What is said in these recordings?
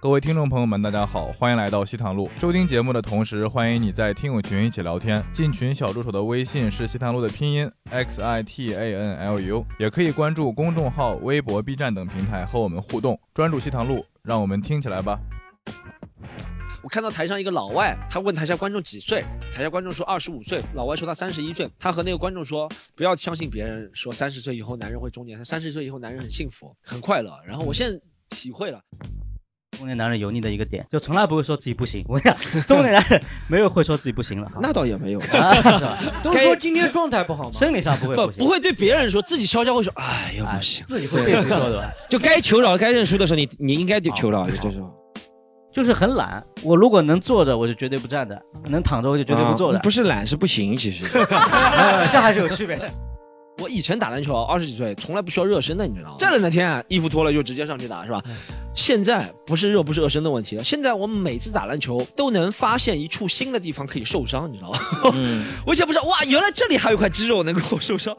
各位听众朋友们，大家好，欢迎来到西塘路。收听节目的同时，欢迎你在听友群一起聊天。进群小助手的微信是西塘路的拼音 x i t a n l u，也可以关注公众号、微博、B 站等平台和我们互动。专注西塘路，让我们听起来吧。我看到台上一个老外，他问台下观众几岁，台下观众说二十五岁，老外说他三十一岁。他和那个观众说，不要相信别人说三十岁以后男人会中年，他三十岁以后男人很幸福，很快乐。然后我现在体会了，中年男人油腻的一个点， 就从来不会说自己不行。我跟你讲， 中年男人没有会说自己不行了， 那倒也没有，啊是吧都说今天状态不好吗？生理上不会不不不行，会对别人说，自己悄悄会说，哎又不行。自己会被哎说的吧。就该求饶、该认输的时候，你你应该就求饶，就这时候就是很懒。我如果能坐着，我就绝对不站着；能躺着，我就绝对不坐着。哦啊不是懒是不行，其实 啊这还是有区别的。我以前打篮球，二十几岁从来不需要热身的，你知道吗？站了那啊天衣服脱了就直接上去打，是吧？现在不是热不是热身的问题了，现在我每次打篮球都能发现一处新的地方可以受伤，你知道吗？嗯， 我以前不知道，哇，原来这里还有一块肌肉能够受伤。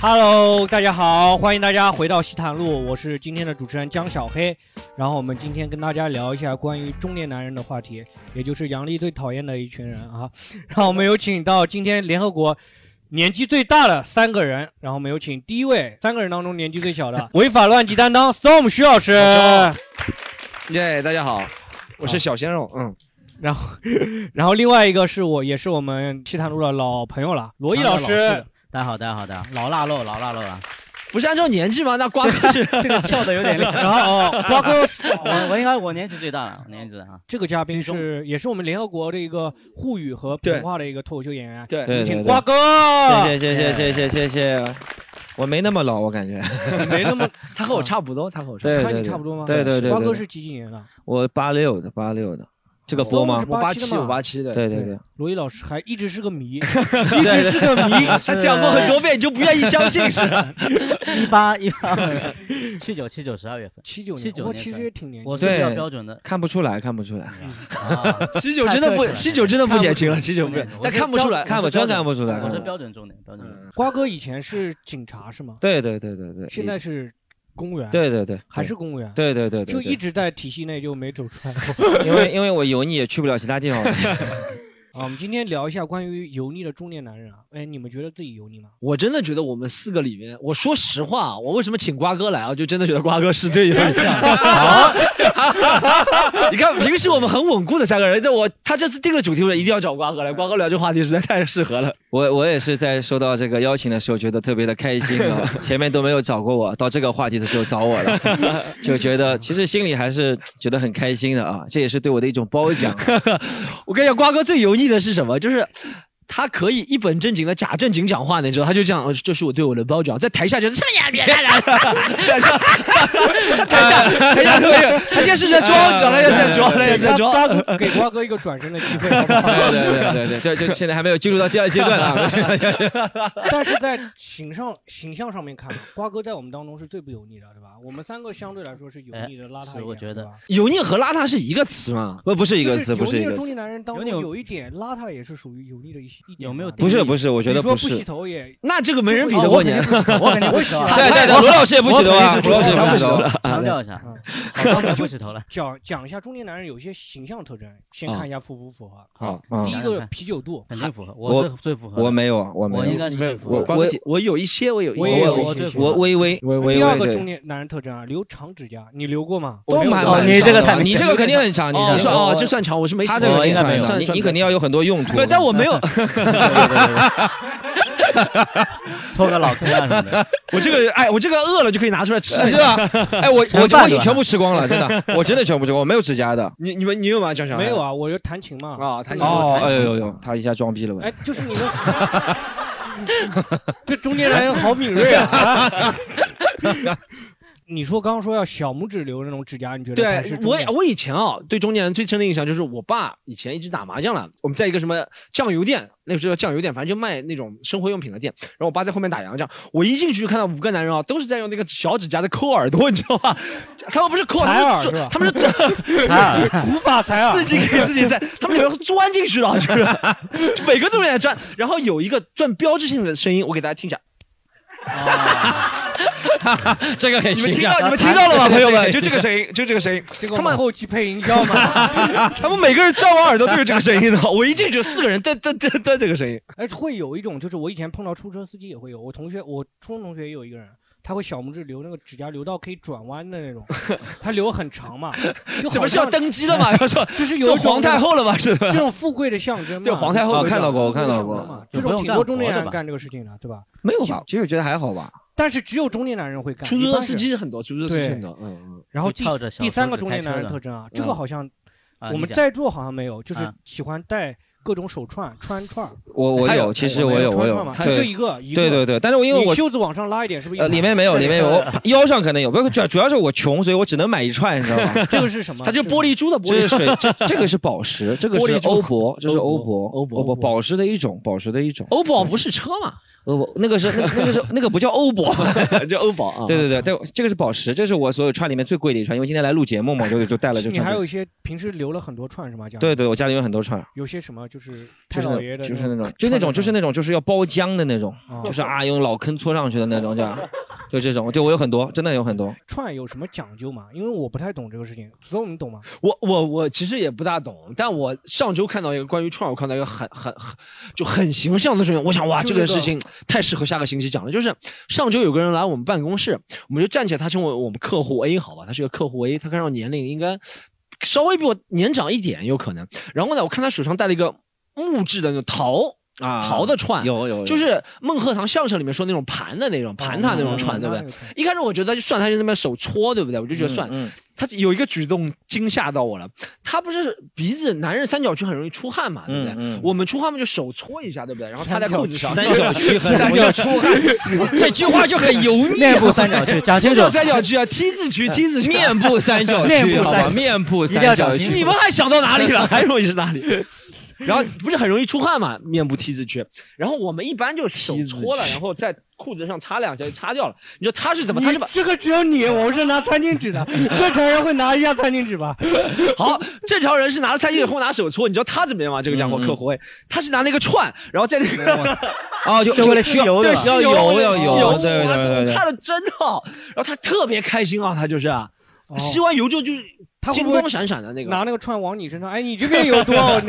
Hello，大家好，欢迎大家回到西坦路，我是今天的主持人江小黑。然后我们今天跟大家聊一下关于中年男人的话题，也就是杨笠最讨厌的一群人啊。 然后我们有请到今天联合国年纪最大的三个人，然后我们有请第一位三个人当中年纪最小的违法乱纪担当 Storm 徐老师， 耶大家好，我是小鲜肉，嗯，然后 另外一个是我，也是我们西坦路的老朋友了，罗毅老当然师了。大家好，大家好，大家好， 老腊肉，老腊肉啊了，不是按照年纪吗？那 瓜 哥是这个跳的有点厉 害。然后哦，瓜哥我我应该我年纪最大了，我年纪最大啊。这个嘉宾女中是也是我们联合国的一个沪语和普通话的一个脱口秀演员，对对请对瓜对，哥。谢谢谢谢谢谢谢谢，我没那么老，我感觉，你没那么他和我差不多，他和我差 不对多。看你差不多吗？对对对瓜对哥对是几几年的？我八六的八六的，这个播多吗是？我八八七七，的嘛我八七的。对对对，罗毅老师还一直是个谜，一直是个谜。 他讲过很多遍，你就不愿意相信是吧？一八一八，七九七九十二月份，七九79年我其实也挺年轻我的。是比较对标准的。看不出来看不出来，啊七九真的不太客气，了七九真的不减轻了，七九不，但看不出来。看不真看不出来，我看不是出来标准中年，标准中年。瓜哥以前是警察是吗？对对对对对，现在是公务员，，对对对还是公务员，对对对对，就对一直在体系内就没走出来 过。因为因为我油腻也去不了其他地 方，啊，我们今天聊一下关于油腻的中年男人啊。哎，你们觉得自己油腻吗？ 我真的觉得我们四个里面，我说实话，我为什么请瓜哥来啊？就真的觉得瓜哥是最有点。好，你看平时我们很稳固的三个人，这我他这次定了主题，我一定要找瓜哥来。瓜哥聊这话题实在太适合了。我我也是在收到这个邀请的时候，觉得特别的开心 啊！前面都没有找过我，到这个话题的时候找我了，就觉得其实心里还是觉得很开心的啊！这也是对我的一 种褒奖啊。我跟你讲，瓜哥最油腻的是什么？就是他可以一本正经的假正经讲话，你知道，他就这样，呃这是我对我的褒奖，在台下就是这样，别别别，台下台下台下特别有，他现在是在装，你知道，他现在在装，他现给在在装。瓜哥给瓜哥一个转身的机会，好不好？对对对对对，就就现在还没有进入到第二 阶段啊！ 但是在形象形象上面看，啊瓜哥在我们当中是最不油腻的，对吧？我们三个相对来说是油哎腻的、邋遢一是点，我觉得对吧油腻和邋遢是一个词吗？不不是一就个是词，不是一油腻个的中词，年男人当中油腻有一点邋遢，也是属于油腻的一一点吧。有没有不对是不是，我觉得比如不说不洗是。头也，那这个没人比我得过你。我肯定不洗头啊，对对对，罗老师也不洗头啊，罗老师也不洗头。强调一下，嗯我们不洗头了。讲讲一下中年男人有一些形象特征，先啊看一下符不符合。好，第嗯，一个啤酒肚，肯定 符合，我是最符合的。我没有啊，我我没应有，该是最符合我的。瓜哥我有一些，我有一我些也有我一些这形我象。微微微微第二个微中对。年男人特征啊，留长指甲，你留过吗？都蛮哦蛮长你这个的太你明这显个肯定很长，你哦，这算个哦，这算长，我是没他洗这头个我很应该长没有你你肯定要有很多用途不。是，但我没 有，抽个老坑啊什么的。 我这个哎，我这个饿了就可以拿出来吃。 是 吧？哎，我我全我办已经了全部吃光了，真的， 我真的全部吃光，我没有指甲的。你你们你有吗？江小没有啊，我就弹琴嘛。啊，弹琴哦，哎哎呦呦呦，他一下装逼了呗。哎，就是你们， 这中年男人好敏锐啊！你说刚刚说要小拇指留那种指甲，你觉得才是对重我点我以前啊对中年人最深的印象就是我爸以前一直打麻将了，我们在一个什么酱油店，那个时候叫酱油店，反正就卖那种生活用品的店，然后我爸在后面打麻将，我一进去就看到五个男人啊都是在用那个小指甲在抠耳朵，你知道吧？他们不是抠采耳耳朵，是吧他们是钻，他们是采耳古法采耳，自己给自己在，他们里面钻进去了，是不是？就每个都有点钻，然后有一个钻标志性的声音，我给大家听一下， 这个很你们形听象到 你们听到啊了吗，朋友们？就这个声音，就这个声音，这个他我们们后期配营销嘛。 他们每个人钻我耳朵都有这个声音的，我一进去四个人噔噔噔噔这 个声音。哎，会有一种就是我以前碰到出租车司机也会有，我同学我初中同学也有一个人。他会小拇指留那个指甲留到可以转弯的那种，他留很长嘛，就 这好不是要像登基了吗？ 要说就是有做一种皇太后了吗？是的这。种富贵的象征嘛。对皇太后啊富贵哦看到过的象我征看到过嘛就这不用种挺多干中年活的人吧干这个事情的，对吧？没有吧吧？其实觉得还好吧。但是只有中年男人会干，出租一车般司人。机是很多，出租车司机对很多。嗯嗯。然后就第翘着小第三手个指中开年男车人的特征啊，这个嗯好像啊我你们讲在座好像没有，就是啊喜欢戴各种手串、穿串儿，我我还有有，其实我没有我穿有串嘛，就这对一个一个。对对对，但是我因为你我袖子往上拉一点，是不是一呃盘？里面没有，这里面有，我腰上可能有，不是主主要是我穷，所以我只能买一串，你知道吗？这个是什么？它就这玻璃珠的玻这璃是水，这这个是宝石，这个玻是璃珠欧泊，这是欧泊，欧泊欧泊宝石的一种，宝石的一种。欧宝不是车嘛？欧泊那个是那个那个是那个不叫欧泊， 就欧宝啊。对对对对，这个是宝石，这是我所有串里面最贵的一串，因为今天来录节目嘛，就就带了是这你还串有这。一些平时留了很多串是吗？这样对，对，我家里有很多串，有些什么就是太就是老爷那的种种，就是那种就那种就是那种就是要包浆的那种，哦就是啊用老坑搓上去的那种，就就这种，就我有很多，真的有很多。串有什么讲究吗？因为我不太懂这个事情，所以你懂吗？我我我其实也 不大懂，但我上周看到一个关于串，我看到一个很很很就很形象的事情，我想哇，就那这个个事情太适合下个星期讲了。就是上周有个人来我们办公室，我们就站起来，他称为我们客户 A 好吧，他是个客户 A，他看上年龄应该稍微比我年长一点有可能。然后呢，我看他手上戴了一个木质的那种桃啊桃的串，有有，有就是孟鹤堂相声里面说那种盘的那种盘他那种串，对不对？对？一开始我觉得就算他就那边手搓，对不对？我就觉得算，嗯嗯他有一个举动惊吓到我了。他不是鼻子，男人三角区很容易出汗嘛，对不对？嗯嗯我们出汗嘛就手搓一下，对不对？然后擦在裤子上。三角区很三容角易区出汗，这句话就很油腻、啊。内部三角区，讲什清么楚叫，三角区啊？T 字区，T 字区。啊面部三角区，面部好三角吧，面部一定三要角讲区清。楚你们还想到哪里了？还容易是哪里？ 然后不是很容易出汗嘛，面部 T 字区。然后我们一般就手搓了，然后在裤子上擦两下就擦掉了。你说他是怎么？他是把这个只有你，我是拿餐巾纸的，正常人会拿一下餐巾纸吧？ 好，正常人是拿着菜刀或拿手搓，你知道他怎么样吗？这个家伙嗯嗯客户哎，他是拿那个串，然后在那啊 哦，个就就为了吸油的对嘛，吸油要吸油，油，对哇对对对看的真好。然后他特别开心啊，他就是啊吸完油之后就哦他会金不会光闪闪的那个。拿那个串往你身上？哎，你这边有 多少？你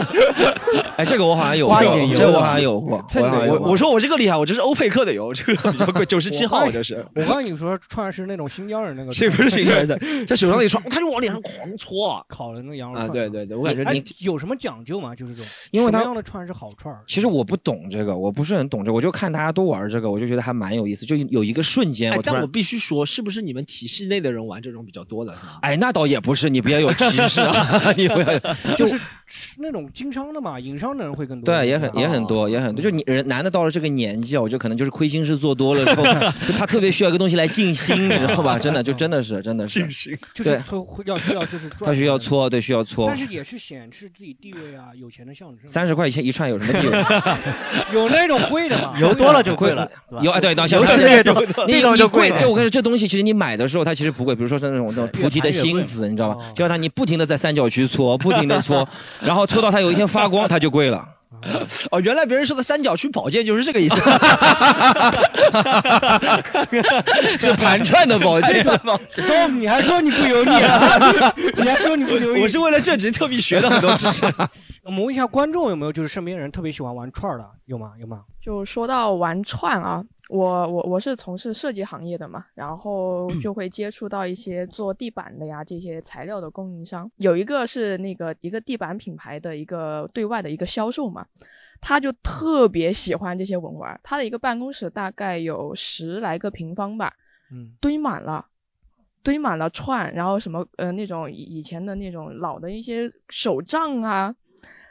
哎，这个我好像有过挖一点，油这个我好像有过，趁着好像我有我过。说我这个厉害，我这是欧佩克的油，这个比较 贵， 九十七号我这是。我告诉你说，串是那种新疆人那个这串，不是新人的，在手上一穿，他就往脸上狂搓啊 烤的那个羊肉啊！串。对对对，我感觉哎你，有什么讲究吗？就是这种，因为什它么样的串是好串儿？ 其实我不懂这个，我不是很懂这个，我就看大家都玩这个，我就觉得还蛮有意思。就有一个瞬间，哎我，突但我然，必须说，是不是你们体系内的人玩这种比较多的？是吗哎，那倒也不是，你不要有歧 视啊，你不要有。就是吃那种经商的嘛，影商的人会更多。啊对，也吧很也啊很多，也很多。就你人男的到了这个年纪啊，我就可能就是亏心事做多了 之后，就他特别需要一个东西来静心，你知道吧？真的，就真的是，真的是，行，就是对搓会要需要就是赚他需要钱，搓，对，需要搓但。是也是显示自己地位啊，有钱的象征。三十块钱一串有什么地位？ 有那种贵的嘛？油多了就贵了，对吧有哎，对，那油吃的越多，你这种 你就贵贵，对我跟你说，这东西其实你买的时候，它其实不贵。比如说是那种那种菩提的星子，你知道吧哦？就让它你不停的在三角区搓，不停的 搓，然后搓到它有一天发光，它就贵了。 哦，原来别人说的三角区保健就是这 个意思。 是盘串的宝剑， Storm，你还说你不油腻、啊 你还说你不油腻我？ 是为了这集特地学的很多知识。 我们问一下观众有没有就是身边人特别喜欢玩串儿的，有吗？有吗？就说到玩串啊，我我我是从事设计行业的嘛，然后就会接触到一些做地板的呀这些材料的供应商，有一个是那个一个地板品牌的一个对外的一个销售嘛，他就特别喜欢这些文玩儿，他的一个办公室大概有十来个平方吧，嗯，堆满了，堆满了串，然后什么呃那种以以前的那种老的一些手杖啊，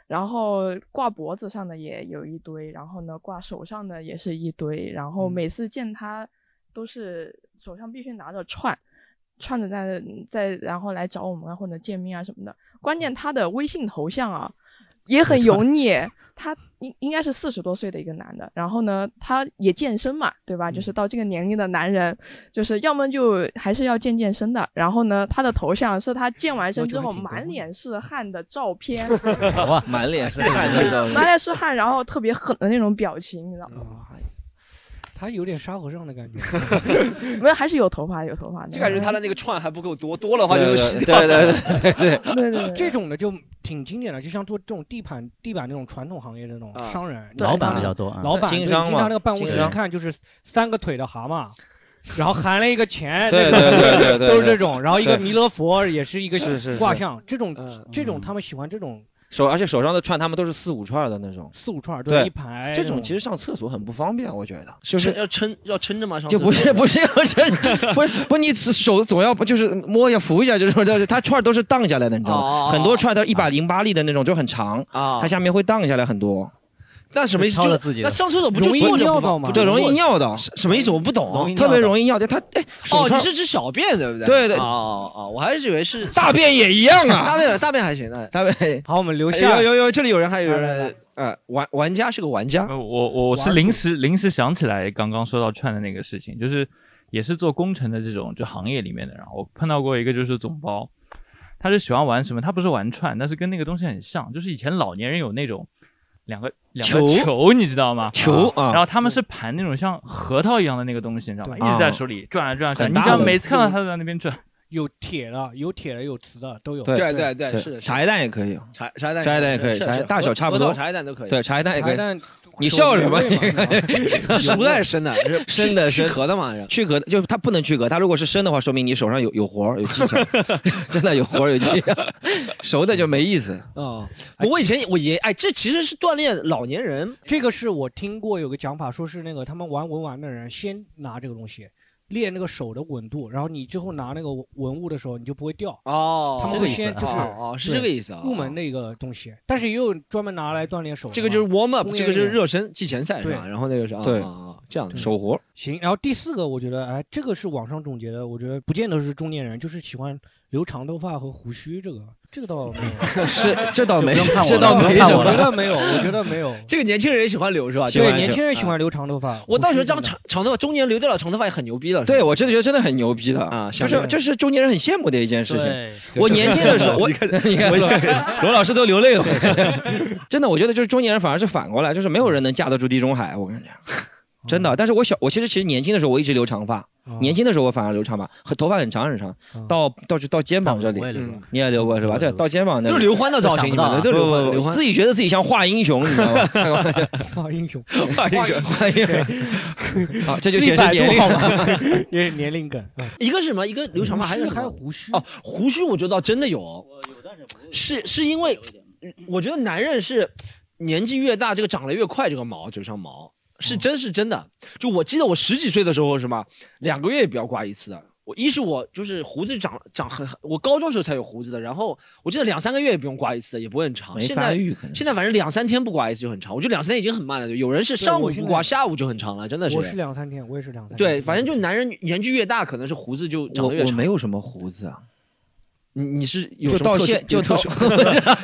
然后挂脖子上的也有一堆，然后呢挂手上的也是一堆，然后嗯每次见他都是手上必须拿着串，串着在在然后来找我们啊或者见面啊什么的。关键他的微信头像啊也很油腻，他应应该是四十多岁的一个男的，然后呢他也健身嘛，对吧？就是到这个年龄的男人，就是要么就还是要健健身的。然后呢他的头像是他健完身之后满脸是汗的照片， 哇，满脸是汗的照满片。脸是汗，然后特别狠的那种表情，你知道吗？嗯他有点沙和尚的感觉。 没有，还是有头发，有头发的。就感觉他的那个串还不够多，多的话就对洗对掉对了。对对对对对，这种的就挺经典的，就像做这种地板地板那种传统行业的那种啊商人，对老你知道板吗比较多啊。老板经对商经嘛常那个办公经室商一看就是三个腿的蛤 蟆，然后含了一个钱，对那个对对 对对对都是这种，然后一个对弥勒佛也是一个是是是卦象，这种嗯这种他们喜欢这种手而且手上的串他们都是四五串的那种，四五串儿对一排，这种其实上厕所很不方便，我觉得就撑是。要撑要撑着嘛，上就厕不所是不是要撑，不是不是你手总要不就是摸一下扶一下，就是就是它串儿都是荡下来的，你知道哦哦吗？哦很多串儿都一百零八粒的那种，就很长，啊它，下面会荡下来很多，那什么意思？敲了就自己那的上厕所不就容易坐着尿不到放吗不就就容易坐着尿到，什什么意思？我不懂啊。容易特别易。容易尿的。它哎，手哦，串你儿是指小便对不对？对对哦哦哦，我还是以为是大便也一样啊，大便大便还行的。大便。好，我们留下有有有，这里有人，还有来来人，呃，玩玩家是个玩家，呃我我我玩是儿临主时临时想起来刚刚说到串的那个事情，就是也是做工程的这种就行业里面的，然后我碰到过一个就是总包，他是喜欢玩什么？他不是玩串，但是跟那个东西很像，就是以前老年人有那种两个两个球球，你知道吗？球啊然后他们是盘那种像核桃一样的那个东西，你知道吗？对一直在手里转啊转啊转，很你大只要的每次看到他在那边转，有铁的，有铁的，有瓷的都有。对对对对，是的，茶叶蛋也可以，茶茶叶蛋，茶叶蛋也可以是茶叶是大小差不多核桃茶叶蛋都可以。，对，茶叶蛋也可茶以，蛋，你笑什么手工味嘛你知道吗是熟的还是生的？是生的去生壳的嘛？是去壳就是它不能去壳，它如果是生的话，说明你手上有有活儿有技巧，真的有活儿有技巧，熟的就没意思。哦，我以前我爷哎，这其实是锻炼老年人这个是我听过有个讲法，说是那个他们玩文玩的人先拿这个东西练那个手的稳度，然后你之后拿那个文物的时候你就不会掉。哦，他们这会个意思先就是哦，哦是这个意思啊。入门那个东西，但是也有专门拿来锻炼手的嘛。这个就是 warm up，工业这个就是那种热身季前赛是吧？对然后那个是啊对啊啊这样的。手活儿，行。然后第四个，我觉得哎，这个是网上总结的，我觉得不见得是中年人，就是喜欢留长头发和胡须，这个这个倒没有， 是这倒没就不用看我这倒了没不用看什我么觉。得没有，我觉得没有。这个年轻人也喜欢留是吧？喜欢对，就年就轻人喜欢留长头发。我倒觉觉得这样长长头发，中年留掉了长头发也很牛逼了。对，是吧我真的觉得真的很牛逼的，啊，就像是这这是中年人很羡慕的一件事情。对，我年轻的时候，我你看罗老师都流泪了， 真的，我觉得就是中年人反而是反过来，就是没有人能架得住地中海，我感觉。真的，但是我小，我其实其实年轻的时候我一直留长发，年轻的时候我反而留长发，和头发很长很长，到到就到肩膀这里我，也留过嗯你也留哦过是吧？我对，留过到肩膀那都是里。刘欢的造型，你们的都是刘欢，不刘不不，欢自己觉得自己像画英雄，你知道吗？ 化英雄，画英雄，画英雄，好， 这就显示一百年度龄 好吗？也是年龄梗。一个是什么？一个留长发还还是什还么胡须哦，胡须我觉得倒真的有，哦是是因为嗯我觉得男人是年纪越大，这个长得越快，这个毛嘴上毛是哦真是真的。就我记得我十几岁的时候，什么两个月也不要刮一次的。我一是我就是胡子长长很，我高中时候才有胡子的，然后我记得两三个月也不用刮一次的，也不会很长。没现发在育可能。现在反正两三天不刮一次就很长，我觉得两三天已经很慢了。有人是上午我现不在刮，下午就很长了，真的我是是。两三天，我也是两三天。对，反正就男人年纪越大，可能是胡子就长嗯我得越我长没。有什么胡子啊，你你是有就什么到特殊现就有特到 殊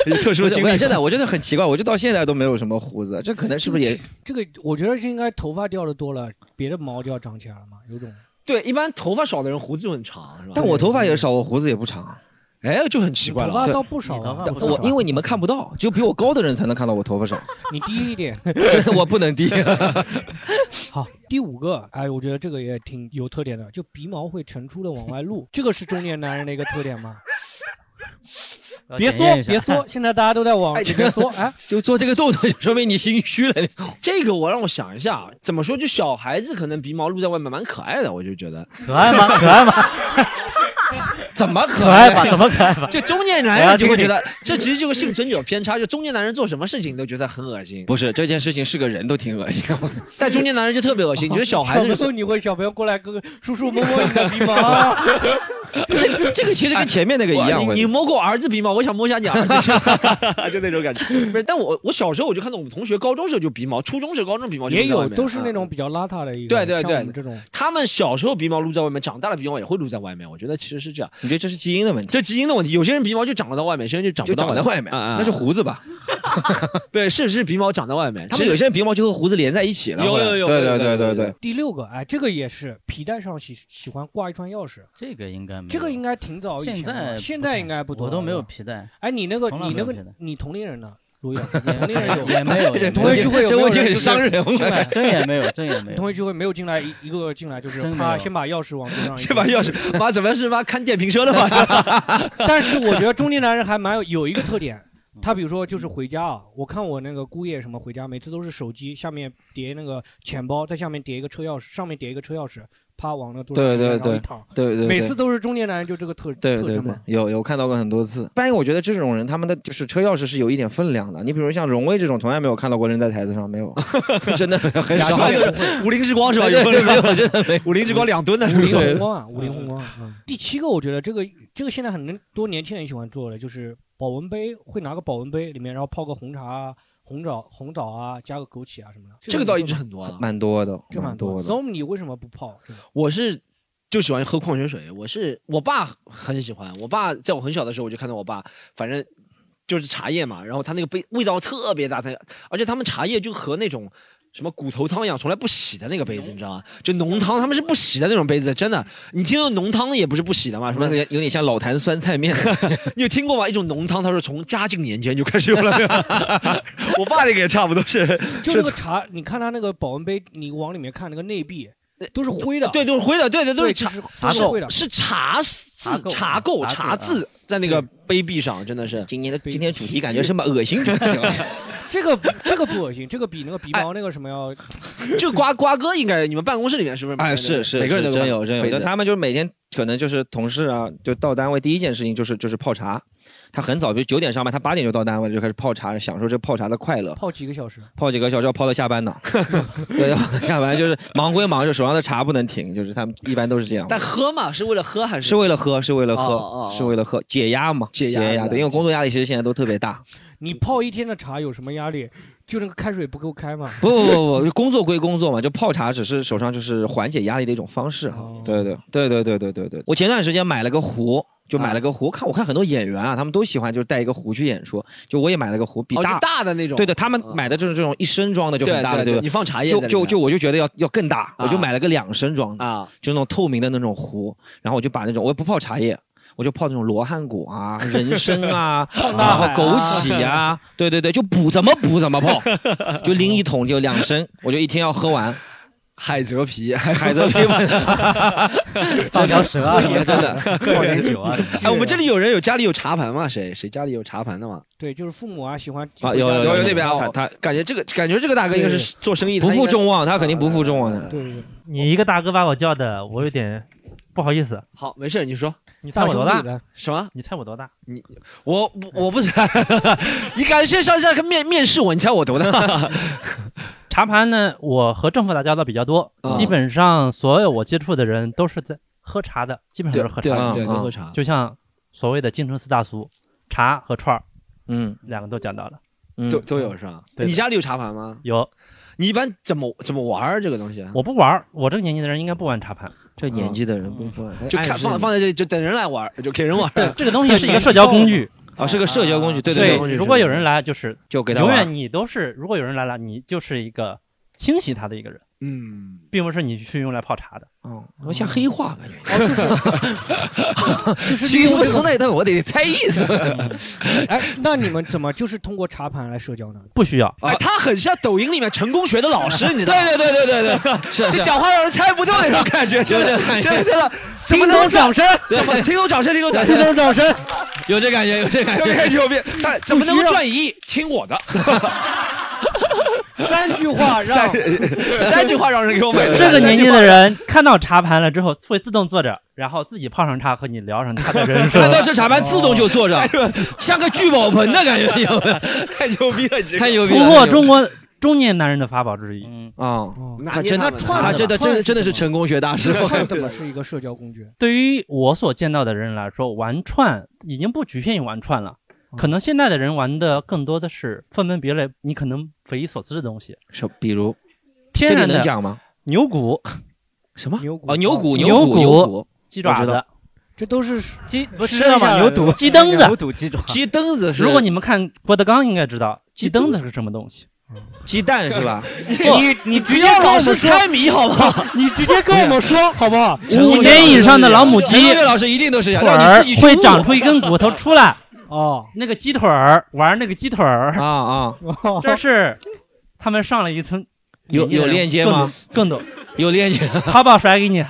有特殊经历我吗？真的我真的很奇怪，我就到现在都没有什么胡子，这可能是不是也这个，我觉得是应该头发掉的多了，别的毛就要长起来了嘛，有种对，一般头发少的人胡子就很长，是吧？但我头发也少，我胡子也不长。哎就很奇怪头了。发对倒不少啊你头发不。我因为你们看不到，只有比我高的人才能看到我头发少，你低一点。真的 我不能低。 好，第五个，哎，我觉得这个也挺有特点的，就鼻毛会呈出的往外 露，这个是中年男人的一个特点吗？要别检缩验一，下 别缩，现在大家都在往哎别缩，哎，就做这个动作，就说明你心虚了。 这个我让我想一下，啊怎么说？就小孩子可能鼻毛露在外面蛮可爱的，我就觉得可爱吗？可爱吗？ 怎么可可爱吧？能？怎么可爱吧？哎就中年男人就会觉得，这其实就是幸存者偏差，就中年男人做什么事情都觉得很恶心，不是这件事情是个人都挺恶心的，但中哦年男人就特别恶心，你觉得小孩什子么就时是候你会小朋友过来，哥哥叔叔摸摸你的鼻毛？ 这这个其实跟前面那个一样，你我你摸过我儿子鼻毛？我想摸一下你 儿子， 就那种感觉。不是，但我我小时候我就看到我们同学高中时候就鼻毛，初中时候、高中鼻毛就也露在外有面都是那嗯种比较邋遢的一个，对对像对我们这种他们小时候鼻毛露在外面，长大了鼻毛也会露在外面。我觉得其实是这样，你觉得这是基因的问题？这基因的问题。有些人鼻毛就长得到外面，有些人就长就不到长了。在外面，啊啊啊那是胡子吧？对，是是鼻毛长在外面。他们有些人鼻毛就和胡子连在一起了。有后来有有对有 对有有对对有。第六个，哎，这个也是皮带上喜喜欢挂一串钥匙，这个应该没有，这个应该挺早以前现了在吧现在应该不多，我都没有对吧。皮带，哎，你那个从来你没那有个皮带你同龄人呢？卢宇老师，你同龄人有 也也没有，也没同学聚有，会有这没有问题人很就是伤人，我进来感真也没有，真也没你同有。学聚会没有进来一一个进来就是真没啪，有先把钥匙往桌上一先放把钥匙，妈怎么是妈看电瓶车 的嘛？ 但是我觉得中年男人还蛮有有一个特点，嗯他比如说就是回家啊，我看我那个姑爷什么回家，每次都是手机下面叠那个钱包，在下面叠一个车钥匙，上面叠一个车钥匙，啪往那桌上对对然后对一躺，对对对，每次都是中年男人就这个特对特对征对嘛。，有有看到过很多次。但我觉得这种人，他们的就是车钥匙是有一点分量的。你比如像荣威这种，从来没有看到过扔在台子上，没 有，真的很少。五菱之光是吧？有 对对没没有？有，真的没有。嗯五菱之光两吨的，五菱宏光啊，五菱宏光啊。嗯第七个，我觉得这个这个现在很多年轻人喜欢做的，就是保温杯，会拿个保温杯里面，然后泡个红茶啊、红枣、红枣啊，加个枸杞啊什么的。这个倒一直很多啊。蛮多的，这蛮多多。的。 Zom，你为什么不泡？这个我是就喜欢喝矿泉水，我是我爸很喜欢，我爸在我很小的时候我就看到我爸，反正就是茶叶嘛，然后他那个杯味道特别大，他而且他们茶叶就和那种。什么骨头汤一样，从来不洗的那个杯嗯子，你知道吗？就浓汤，他们是不洗的那种杯子，真的。你听到浓汤也不是不洗的嘛？什什么么？有点像老坛酸菜面， 你有听过吗？一种浓汤，他说从嘉靖年间就开始用了。 我爸那个也差不多是，就那个茶，你看它那个保温杯，你往里面看那个内壁都是灰的，对，都是灰的，对对，都对，是就茶是都茶是垢灰的，。是茶渍、茶茶垢、垢茶 茶渍渍在那个杯壁上，真的是。啊今年的今天主题感觉是蛮恶心主题 了。这个不这个不恶心，这个比那个鼻毛那个什么哎要 这个瓜瓜哥应该，你们办公室里面是不是？哎，是是，每个人是都真办有真有，杯就子他们就是每天可能就是同事啊，就到单位第一件事情就是就是泡茶。他很早，比如九点上班，他八点就到单位了，就开始泡茶，享受这泡茶的快乐。泡几个小时。泡几个小时要泡到下班呢， 对，要泡到下班就是忙归忙，就手上的茶不能停，就是他们一般都是这样。但喝嘛，是为了喝还是？是为了喝，是为了哦哦喝哦，是为了喝解压嘛？解解压压，对，因为工作压力其实现在都特别大。你泡一天的茶有什么压力？就那个开水不够开嘛。 不不不不，工作归工作嘛，就泡茶只是手上就是缓解压力的一种方式哈哦。对对对对对对对对，我前段时间买了个壶。就买了个壶，看我看很多演员啊，他们都喜欢就是带一个壶去演出。就我也买了个壶，比哦，大，就大的那种。对对，他们嗯买的就是这种一升装的就对很大了，对对你放茶叶在就里面。就就我就觉得要要更大，我就啊买了个两升装的。啊，就那种透明的那种壶，然后我就把那种我也不泡茶叶，我就泡那种罗汉果啊、人参啊，然后枸杞啊，对对对，就补怎么补怎么泡，就拎一桶就两升，我就一天要喝完。海蜇皮。海蜇皮 放条蛇啊，什么真的，泡点酒啊， 哎，我们这里有人有家里有茶盘吗？谁谁家里有茶盘的吗？对，就是父母啊喜欢啊，有有有那边啊他他感觉这个感觉这个大哥应该是做生意的，不他应负该。众望，他肯定不负众望的。对对对，你一个大哥把我叫的，我有点不好意思。好，没事，你说你猜大我兄多弟大？的，什么？你猜我多大？我不我不是， 你敢先上这个面面试我？你猜我多大？ 茶盘呢？我和政府打交道比较多，啊基本上所有我接触的人都是在喝茶的，基本上都是喝茶对的。对都都喝喝茶。就像所谓的京城四大俗，茶和串儿嗯两个都讲到了。嗯，都都有是吧？对的你家里有茶盘吗？有，你一般怎么怎么玩儿这个东西啊？我不玩儿，我这个年纪的人应该不玩茶盘。这年纪的人不哎不啊哎就看放放在这里，就等人来玩儿，就给人玩儿。对，这个东西 是一个社交工具，啊是个社交工具，对所以对，如果有人来，就是就给他永远你都是，如果有人来了，你就是一个清洗他的一个人，嗯，并不是你去用来泡茶的。嗯，像黑化感觉。哦，就 是就是其利用实这从个。那顿我得猜意思， 哎，那你们怎么就是通过茶盘来社交呢？ 不需要，啊啊哎，他很像抖音里面成功学的老师，你知道吗？对对对对对对，是就是讲话让人猜不透那种感觉，真的，真的，真的，怎么叮能咚掌掌声， 怎么听懂掌声，听懂掌叮声，咚掌声， 有这感觉，有这感特觉。别牛逼。 他怎么能够赚一亿？听我的，三句话 让三三句话让人给我买 这个年纪的人看到茶盘了之后，会自动坐着，然后自己泡上茶和你聊上他的人 生看。到这茶盘自动就坐 着，像个聚宝盆的感觉，有没有？太牛逼了，你这个太牛逼了！俘获中国国中年男人的法宝之一。嗯，啊，拿他捏真他的，们串他真的串真是真的是什么成功学大师。 串怎么是一个社交工具？对于我所见到的人来说，玩串已经不局限于玩串了。哦可能现在的人玩的更多的是分门别类，你可能匪夷所思的东西，是比如，天这里然能的讲吗？牛骨、什么？牛骨哦，牛骨，牛骨，骨牛骨，鸡爪我知子道、这都是鸡不知道吗？下牛来肚、了鸡灯子牛。肚 鸡爪，鸡灯子是。如果你们看郭德纲，应该知道鸡灯子是什么东西。鸡蛋是 吧？你不要老是猜谜好不 好？你直接跟我们说好不 好？五年以上的老母鸡陈光岳老师一定都是这样，腿让你儿自己去会悟长出一根骨头出来，哦，那个鸡腿儿玩那个鸡腿儿，啊啊！ 这是他们上了一层。有有链接吗？更懂，有链接，更懂淘宝甩给 你。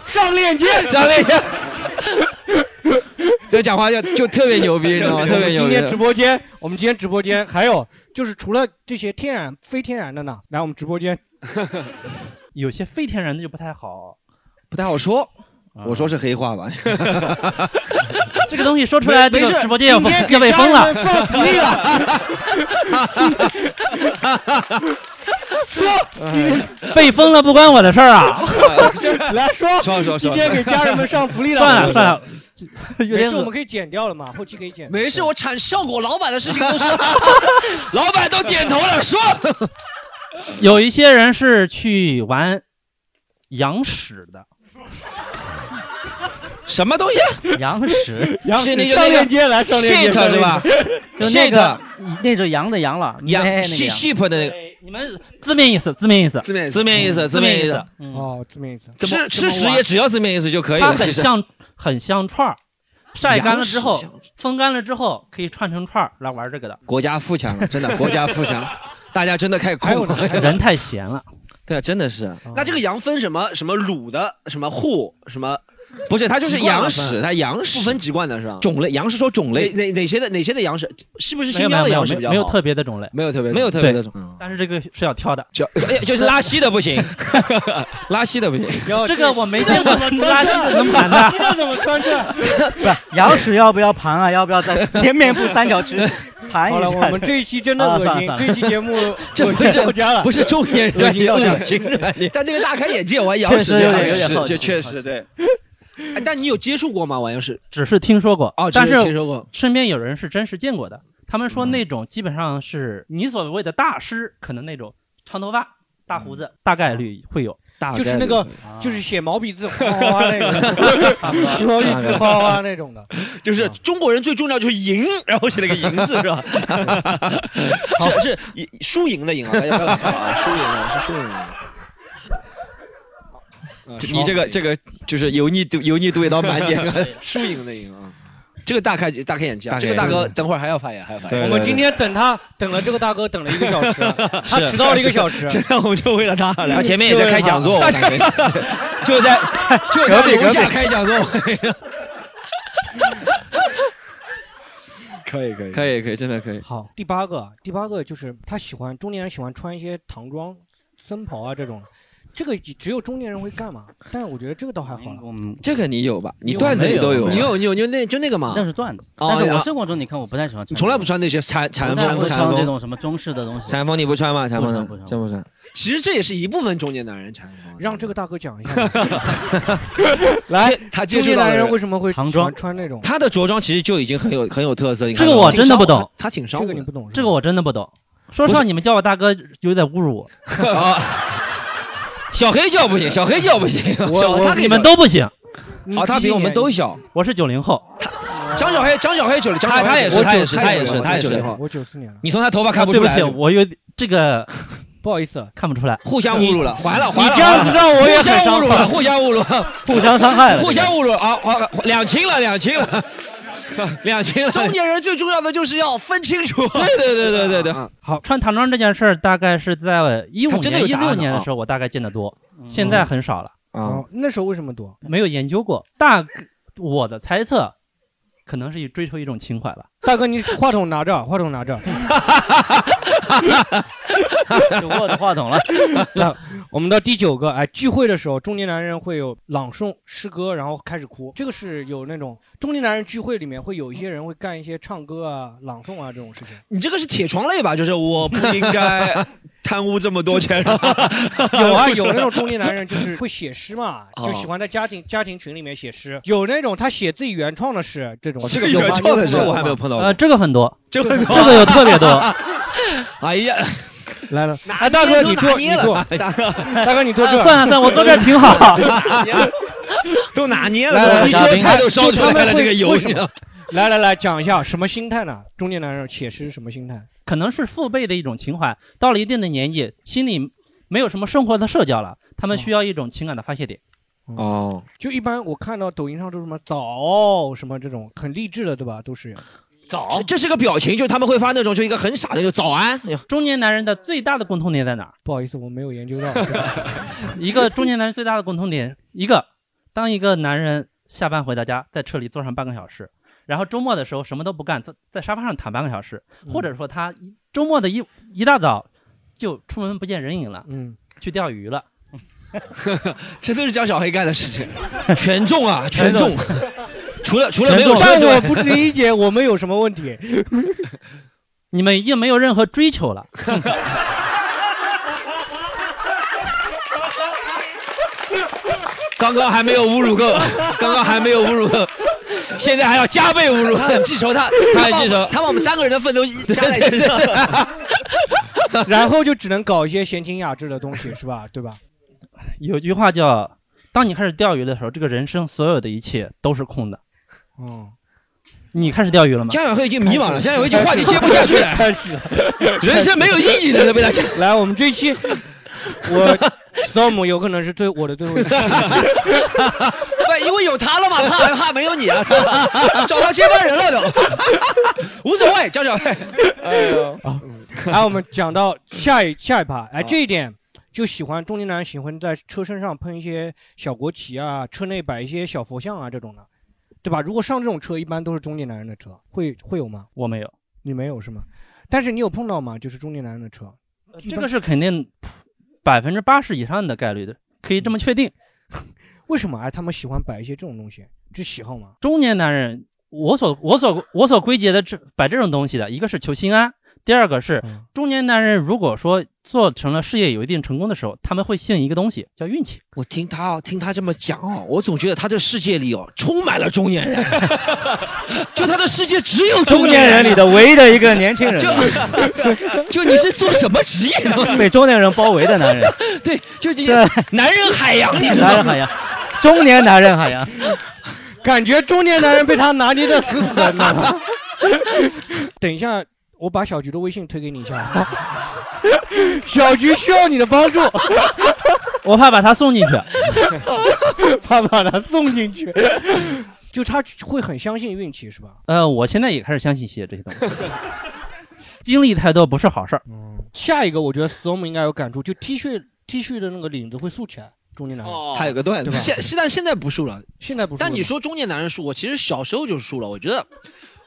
上链 接，张链接。这讲话就就特别牛逼，你知 道吗？特别我牛们逼。今天直播间，我们今天直播间还有就是除了这些天然、非天然的呢，来我们直播间 有些非天然的就不太好。不太好说，啊 我说是黑话吧。这个东西说出来，没这没事个直播间要今天被给要被封家了人。们放福利了。 说，今天 被封了不关我的事儿啊！来说，说说今天给家人们上福利了。算了算了，有没点事，我们可以剪掉了嘛，后期可以剪。没事，我产效果老板的事情 都是老板都点头了，说有一些人是去玩羊屎的，什么东西羊 屎 杨是那史个上那个链接来上链接？shit 是吧？就那 shit 个那种羊的羊了，羊哎那个 sheep sheep 的那个对你们字面意思，字面意思，字面字面意思，字面意思。。嗯，哦，这么意思。吃吃怎屎么玩也只要字面意思就可以它了。很其实 像很像串儿，晒干了之后羊屎，。风干了之后可以串成串儿来玩这个的国家富强了，真的国家富 强，大家真的太空了。人太闲了，对啊，真的是，那这个羊分什么什么卤的，什么户，什么不是它就是习惯了分羊屎，它羊不屎分籍贯的是吧？种类，羊是说种哪类，哪哪些的哪些的羊是是不是没有新没有没疆的有羊没是有比较没有好特别的种类，没有特别没有特别的种，嗯但是这个是要挑的。就 哎就是拉稀的不行，拉稀的不行。这个我没见过拉稀的能盘的，这怎么穿这？羊屎要不要盘啊？要不 要在连面部三角区哎盘好一了，我下？们这一期真的恶心，啊算了算这 期节目 这恶不心是到家了。不是中年人，你恶心了 你。但这个大开眼界，我还羊确屎实这有样点的有点事。好这奇，确好实奇。对。哎但你有接触过吗？玩羊屎？只是听说过哦，，但只是听说过，身边有人是真实见过的。他们嗯说那种基本上是你所谓的大师，可能那种长头发、大胡子，大概率会有。嗯大就是概那率个会啊就是写毛笔字哗哗哗 那个，写毛笔字哗哗哗那种 的。就是中国人最重要就是赢，然后写了个赢字是吧？是是赢输赢的赢啊，大家不要来看啊，输赢的是输赢的。嗯这你这个这个就是油腻度油腻度也到满 点了。输赢的赢啊，这个大开大开眼界啊，大开这眼个界大哥等会儿还要发言，还要发对言。我们今天等他等了这个大哥等了一个小 时，他是迟到了一个小时。那我们就为了他他啊嗯前面也在开讲啊座，我感觉 是就 在就在楼下开讲座。可以可以可以可以，真的可以。好，第八个，第八个就是他喜欢中年人喜欢穿一些唐装、僧袍啊这种，这个只只有中年人会干嘛？但是我觉得这个倒还嗯好了。我们这个你有吧？啊你段子里都有啊吧。你有你有你有那就那个嘛那，是段子，哦但是啊我生活中你看我 不太喜欢穿，你从来不穿那些缠我缠从来缠不缠穿风这种什么中式的东西。禅风你不穿吗？禅风呢不穿不穿真不穿。其实这也是一部分中年男人产生的。让这个大哥讲一下，来，这 他中接触年到男的人人，为什么会唐喜装欢穿那种？他的着装其实就已经很有很有特色。你这看个我真的不懂，他挺烧这火个你的，不懂，这个我真的不懂。说实话，你们叫我大哥有点侮辱我， 啊，小黑叫不行，小黑叫不行，小我他你们都不行。哦，他比我们都小。我是九零后，张小黑，张小黑九零，他他也是，我他也九是，他也是，他也九零是。后，我九四年了，你从他头发看啊不对出不来起，是吧，我有这个不好意思，看不出来。啊互相侮辱了，还了，还了，你这样子让我也互相很侮伤辱害了，。互相侮辱了，互相伤 害了，互相侮辱啊！啊啊两清了，两清了， 两清了。中年人最重要的就是要分清楚。对对 对对对对，穿唐装这件事儿，大概是在一五他真的有年、一答案的六年的啊时候，我大概见得多，嗯现在很少了。啊哦，那时候为什么多？没有研究过，大我的猜测，可能是追求一种情怀吧。 大哥，你话筒拿 着，话筒拿着。就握着话 筒了。我们到第九个，哎，聚会的时候，中年男人会有朗诵诗歌，然后开始哭，这个是有那种中年男人聚会里面会有一些人会干一些唱歌啊、朗诵啊这种事情。你这个是铁床泪吧？就是我不应该贪污这么多钱。有 啊，有那种中年男 人就是会写诗嘛，哦就喜欢在家庭家庭群里面写诗。有那种他写自己原创的诗，这种自己原创的诗我还没有碰到过呃，这个很多，这个这个有特别多。 哎呀，来了，哎，大哥你坐，你坐， 大哥， 大哥你坐这儿，算了算了，我坐这儿挺好。 都拿捏来来了，来一桌菜都烧出来了，这个油为什 么？来来来，讲一下什么心态呢？中年男人写诗什么心态？可能是父辈的一种情怀。到了一定的年纪，心里没有什么生活的社交了，嗯他们需要一种情感的发泄点。哦，就一般我看到抖音上都是什么早什么这种很励志的，对吧？都是早哦这这是个表情，就是他们会发那种就一个很傻的，就早安。哎呦中年男人的最大的共同点在哪儿？不好意思，我没有研究 到。 一个中年男人最大的共同点，一个当一个男人下班回到家，在车里坐上半个小时，然后周末的时候什么都不干，在在沙发上躺半个小时，或者说他一周末的一一大早就出门不见人影了，嗯，去钓鱼了。 这都是江小黑干的 事情，权重啊，权重。 除了除了权没有重车但之我外，不 理解我们有什么问题。 你们已经没有任何追求了， 刚刚还没有侮辱够， 刚刚还没有侮辱够，现在还要加倍侮辱。他很记仇， 他他很记仇他把我们三个人的奋斗加在一起。 然后就只能搞一些闲情雅致的东西，是吧？对吧？有句话叫“当你开始钓鱼的时候，这个人生所有的一切都是空的嗯，”。你开始钓鱼了 吗？江小黑已经迷茫了，江小黑已经话题接不下去了， 开始了。 人生没有意义了，都被他讲。 来，我们 这期我 storm 有可能是最我的最后一 期， 不，因为有他了嘛，怕怕没有你啊， 找到接班人了都，无所谓，江小黑。 啊来我们讲到下一下一趴，哎，这一点。就喜欢中年男人喜欢在车身上喷一些小国旗啊，车内摆一些小佛像啊这种的，对吧？如果上这种车，一般都是中年男人的车，会会有吗？我没有，你没有是吗？但是你有碰到吗？就是中年男人的车，呃这个是肯定百分之八十以上的概率的，可以这嗯么确定。为什么哎他们喜欢摆一些这种东西？这喜好吗？中年男人，我所我所我所归结的这摆这种东西的，一个是求心安，第二个是嗯中年男人如果说做成了事业有一定成功的时候，他们会信一个东西叫运气。我听他哦，听他这么讲哦，我总觉得他这世界里哦，充满了中年人，就他的世界只有中中年年人里人。的唯一的一个年轻人， 就就你是做什么职业的？ 被中年人包围的男人， 对，就这这男人海洋，你知男道人吗？海 洋，中年男人海洋，感觉中年男人被他拿捏的死死的，你知道 吗？等一下，我把小菊的微信推给你一下。小菊需要你的帮助， 我怕把他送进去。 怕把他送进去。就他会很相信运气，是吧？呃，我现在也开始相信一些这些东西。经历太多不是好事儿，嗯下一个， 我觉得 storm 应该有感触，就 T 恤 T 恤的那个领子会竖起来，中年男人、他有个段子，现现在现在不树了，现在不是。但你说中年男人树，我其实小时候就树了。我觉得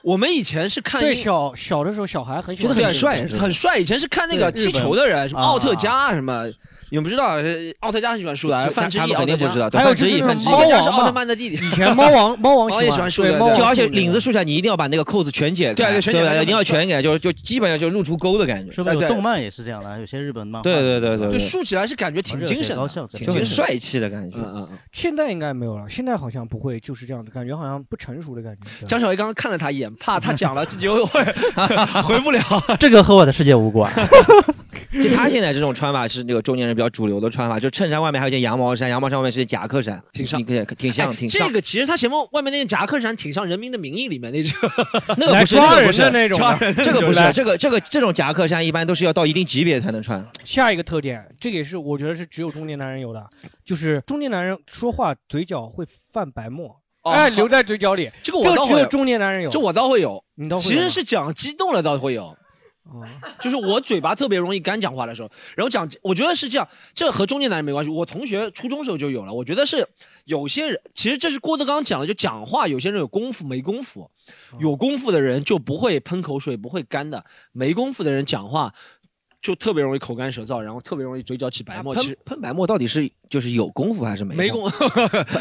我们以前是看对英小小的时候，小孩很喜觉欢得这很个帅，东西很帅。以前是看那个对日踢本球的人，什么啊奥特加啊什么，你们不知道，呃奥特加很喜欢树的，啊就范志他毅们奥肯特定加不知道，还有范志就是毅，那范种志毅奥猫特加王是奥嘛特曼的弟弟。以前 猫王猫王猫也喜欢竖对的猫王就对而且竖领子竖起来，你一定要把那个扣子全解开，对对全解开对吧？一定要全解开，就就基本上就露出沟的感觉。是不是对有动漫啊也是这样的？有些日本漫画，哎对对对对就对，啊竖起来是感觉挺精神高的，效，挺就精很神。帅气的感觉嗯。嗯嗯。现在应该没有了，现在好像不会就是这样的感觉，好像不成熟的感觉。江小黑刚刚看了他一眼，怕他讲了自己又 会回不了。这个和我的世界无关。嗯就他现在这种穿法是那个中年人比较主流的穿法，就衬衫外面还有一件羊毛衫，羊毛衫外面是一件夹克衫，挺像你可以挺像，哎挺这像。个其实他前面外面那件夹克衫挺像《人民的名义》里面那只，那个不是，那个不是，那种抓人这个不是，这个这个这种夹克衫一般都是要到一定级别才能穿。 下一个特点，这个也是我觉得是只有中年男人有的，就是中年男人说话嘴角会泛白沫，哦哎，留在嘴角里，这个我这倒只会有有，中年男人有。这我倒会有。你倒会其有吗实是讲激动了倒会有，哦就是我嘴巴特别容易干讲话的时候，然后讲，我觉得是这样，这和中年男人没关系。我同学初中时候就有了，我觉得是有些人，其实这是郭德纲讲的，就讲话有些人有功夫没功夫，哦有功夫的人就不会喷口水，不会干的，没功夫的人讲话。就特别容易口干舌燥，然后特别容易嘴角起啊白沫。其喷实喷白沫到底是就是有功夫还是没没功功，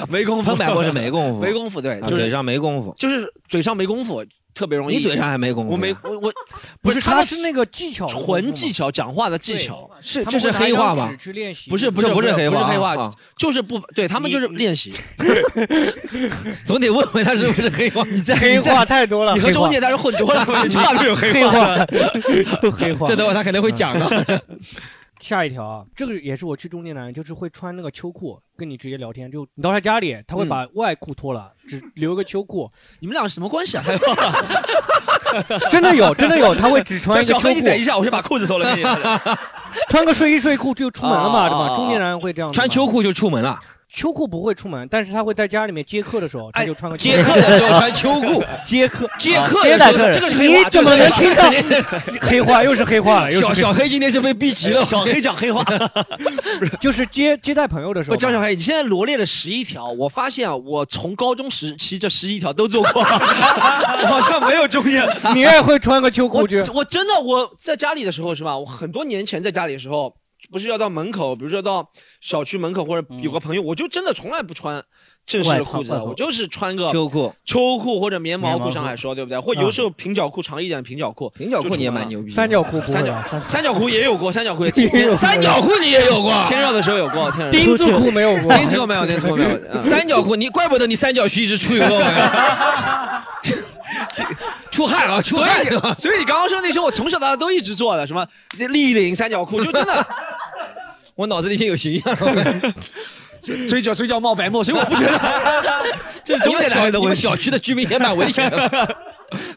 没功夫，喷哦白沫是没功夫没功夫，对，啊就是嘴上没功夫，就是嘴上没功夫，特别容易。你嘴上还没功夫呀我没我我不是，他他的是那个技巧的功夫嘛，纯技巧，讲话的技巧。是他这们是会拿黑一话张吧纸？去练习，不是不是这不是不黑是话啊黑啊话，就是不对，他们就是 练习。总得问问他是不是黑话。你在黑话 太多了，你和周姐在这混 多了，我就知道这有黑黑话。 话，黑话，这等会儿他肯定会讲的。 下一条啊，这个也是我去中年男人，就是会穿那个秋裤跟你直接聊天，就你到他家里，他会把外裤脱了，只留个秋裤，嗯你们俩什么关系啊？ 真的有，真的有，他会只穿一个 小秋黑，你等一裤，下，我去把裤子脱了给 你。哦穿个睡衣睡裤就出门了嘛，啊对啊吧？啊中年男人会这样，穿秋裤，裤就出门了，秋裤不会出门，但是他会在家里面接客的时候，他就穿个秋哎接裤客的时候穿秋裤， 接客，啊接客接的待时客候人这个是黑话。你怎这么能是黑听话到 黑话又是黑话了，又是小黑小黑今天是被逼急了，小黑讲 黑话。就是接接待朋友的时候嘛，不，江小黑，你现在罗列了十一条，我发现啊，我从高中时期这十一条都做过， 好像没有中 间。你也会穿个秋我裤去，我真的我在家里的时候是吧？我很多年前在家里的时候，不是要到门口，比如说要到小区门口或者有个嗯朋友，我就真的从来不穿正式的裤子外的，套我就是穿个秋裤、秋裤或者棉毛棉裤，毛裤上海说对不对？或有时候平角裤长一点的平角裤，嗯平角就裤你也出门蛮了牛逼的。三角裤不三会角吧？三三角裤也有过，三角 裤也也有过三角裤你也有过，天热的时候有过，嗯天热的时丁候字裤没有过，丁字裤没有，丁字裤 没有。嗯三角裤，你怪不得你三角须一直出油光呀，出汗啊，出所汗以，所以你刚刚说那些，我从小到大都一直做的，什么立领、三角裤，就真 的我脑子 里已经有形象了。嘴角嘴角冒白沫，所以我不觉 得这是中你们 年小男人的你问们题。小区的居民也蛮危险的，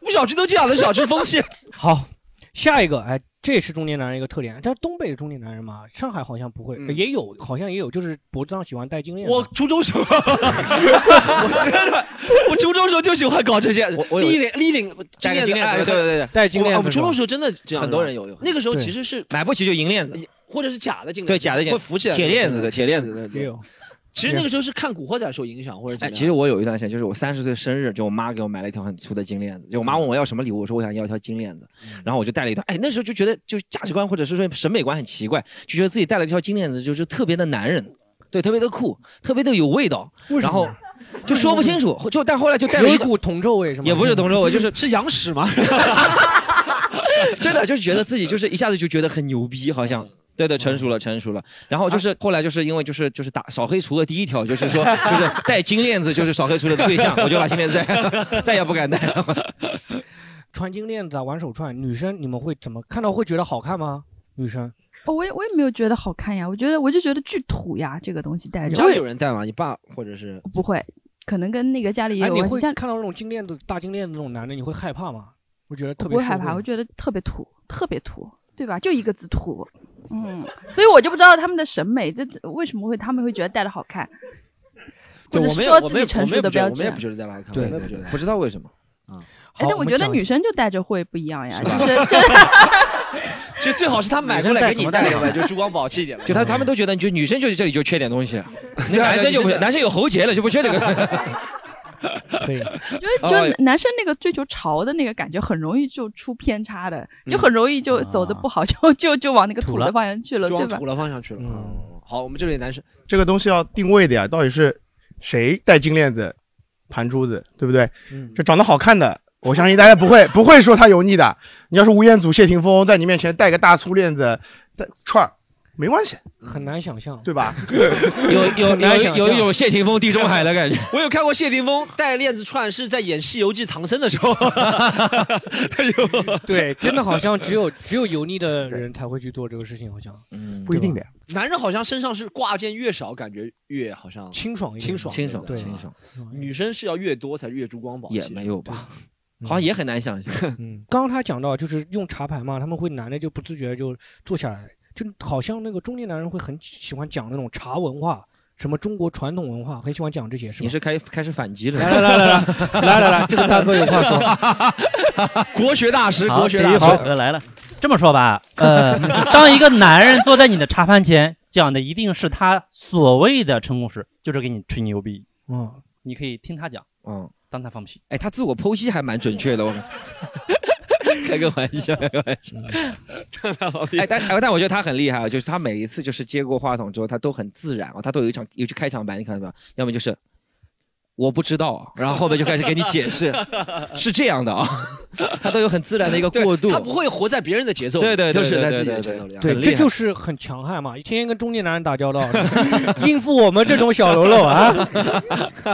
我们小区都这样的，小区风 气。好，下一个，哎，这也是中年男人一个特点，但是东北的中年男人嘛，上海好像不会，嗯也有，好像也有，就是脖子上喜欢戴金链子。我初中 时候，我真的，我初中时候就喜欢搞这些我我有立领、立领、摘个金链子，哎对对对戴金我链子是吧，我们初中时候真的这对，样，很多人有有，那个时候对其实是买不起就银链子，或者是假的金链子，对假的金会浮起来，铁链子对铁链子。对也对。有，其实那个时候是看《古惑仔》受影响，或者哎，怎么样。其实我有一段时间，就是我三十岁生日，就我妈给我买了一条很粗的金链子。就我妈问我要什么礼物，我说我想要一条金链子，然后我就戴了一条。哎，那时候就觉得就价值观或者是说审美观很奇怪，就觉得自己戴了一条金链子就是特别的男人，对，特别的酷，特别的有味道。为什然后么？就说不清楚，就但后来就戴了有一一个，股铜臭味是吗？也不是同桌，我就是 是羊屎吗？ 真的就是觉得自己就是一下子就觉得很牛逼，好像。对对，成熟了，成熟了。然后啊就是后来就是因为就是就是打扫黑除的第一条就是说 就是戴金链子就是扫黑除的对象，我就把金链子戴了，再 也不敢戴了。穿金链子啊，玩手串，女生你们会怎么看到会觉得好看吗？女生哦，我也我也没有觉得好看呀，我觉得我就觉得巨土呀，这个东西戴你家着。哎我里也有人戴吗？你爸或者是不会，可能跟那个家里也哎，有你关系，会像看到那种金链子、大金链子那种男的，你会害怕吗？我觉得特我别不会害社怕，会我觉得特别土，特别土，对吧？就一个字土，嗯，所以我就不知道他们的审美，这这为什么会他们会觉得戴的好看，或对，者我是们也说我自们己也成我们熟也的不觉标得我们也准不。觉得戴了好看，对我也对不觉对得，不知道为什么。嗯哎，但好我我们觉得讲一女下生就戴着会不一样呀，是吧就是真的其实最好是他买过来给你戴的呗，就珠光宝气一点。就他他们都觉得就女生就是这里就缺点东 西，啊男生就啊不男生有喉结了就不缺这个。可以。就哦就男生那个追求潮的那个感觉，很容易就出偏差的，就很容易就走的不好，就就就往那个土土了的方向去了，对装吧？土了方向去了。嗯嗯，好，我们这里男生这个东西要定位的呀，到底是谁戴金链子、盘珠子，对不对？嗯，这长得好看的，我相信大家不 会不会说他油腻的。你要是吴彦祖、谢霆锋在你面前戴个大粗链子、戴串儿，没关系，很难想象。对吧？有有很难有想象有一种谢霆锋地中海的 感觉。我有看过谢霆锋戴链子串是在演《西游记》唐僧的时 候，对，真的好像只 有只有油腻的人才会去做这个事情，好像嗯不一定的呀。男人好像身上是挂件越少，感觉越好像清爽一点，清爽清爽对清爽女生是要越多才越珠光宝气。也没有吧， 好像也很难想象。嗯，刚刚他讲到就是用茶盘嘛，他们会男的就不自觉就坐下来，就好像那个中年男人会很喜欢讲那种茶文化，什么中国传统文化，很喜欢讲这些，是你吧？是开开始反击了？来来来来来来来来，这个大哥有话说， 国学大师，好国学体大育师。好哥来了，呃这么说吧，呃， 当一个男人坐在你的茶盘前，讲的一定是他所谓的成功史，就是给你吹牛逼。嗯，你可以听他讲，嗯，当他放屁。哎，他自我剖析还蛮准确的，我开个玩笑，开个玩笑。 哎，但哎但我觉得他很厉害啊，就是他每一次就是接过话筒之后，他都很自然啊，他都有一场，尤其开场白，你看到没有？要么就是我不知道，然后后面就开始给你解释，是这样的啊，他都有很自然的一个过渡，他不会活在别人的节奏里，对对对就是在对自己对的对。节奏里啊。对，很厉这害就是很强悍嘛，天天跟中年男人打交道， 应付我们这种小喽啰啊。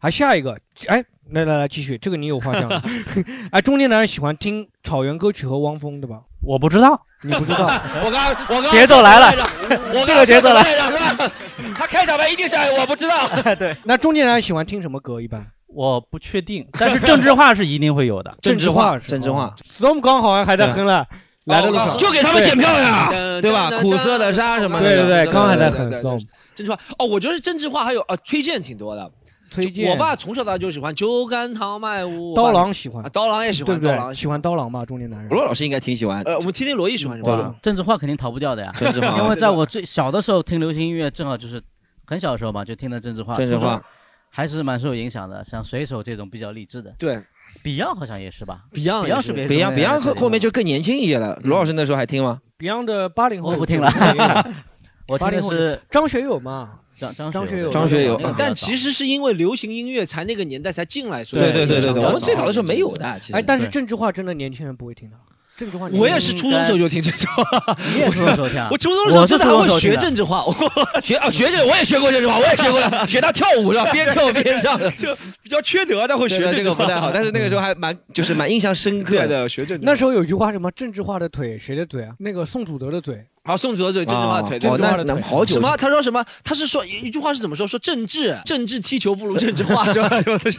还下一个，哎，来来来，继续，这个你有话讲的。 哎，中年男人喜欢听草原歌曲和汪峰，对吧？我不知道， 你不知道我刚我刚节奏来了我刚这个节奏来了，是吧？他开场白一定哎是我不知道，对，那中年男人喜欢听什么歌？一般我不确定，但是政治化是一定会有的。 政治化哦是吧，政治化。 Storm 刚好像还在哼了，来的路上就给他们对检票呀，对吧？苦涩的沙什么的，对对对，刚还在哼对对对 Storm。政治化哦，我觉得是政治化还有啊，推荐挺多的。推荐我爸从小到大就喜欢酒干倘卖无。刀郎喜欢啊，刀郎也喜对欢，不刀对？郎喜欢刀郎吧，中年男人。罗老师应该挺喜欢。呃，我们听听罗毅喜欢什哇么？政治化肯定逃不掉的呀，政治化 因为在我最小的时候听流行音乐，正好就是很小的时候嘛，就听的政治化，政治化初中还是蛮受影响的，像水手这种比较励志的，对，Beyond 好像也是吧 Beyond ，Beyond 是别 Beyond Beyond 后后面就更年轻一些了。罗老师那时候还听吗？ Beyond 的八零后我不听了我听的是张学友嘛，张张张学友，张学友那个比较但其实是因为流行音乐才那个年代才进来，所以对对对对比较对，早我们最早的时候没有的，其实。哦哎，但是郑智化真的年轻人不会听的，郑智化年轻人我也是初中时候就听这 种，你也初中时候听啊我初中时候真的还会学政治化，我学啊学这我也学过这句话，我也学过 了，学他跳舞是吧？边跳边唱，就比较缺德，但会学对对政这治个化不太好。但是那个 时候还蛮就是蛮印象深刻的。对的学政治那时候有句话什么郑智化的腿谁的腿啊？那个宋祖德的嘴，好，宋哲嘴政治化腿，哦政治化的那腿，那好久什么？ 他说什么？他是说一一句话是怎么说？说政治，政治踢球不如政治 化，是吧？就是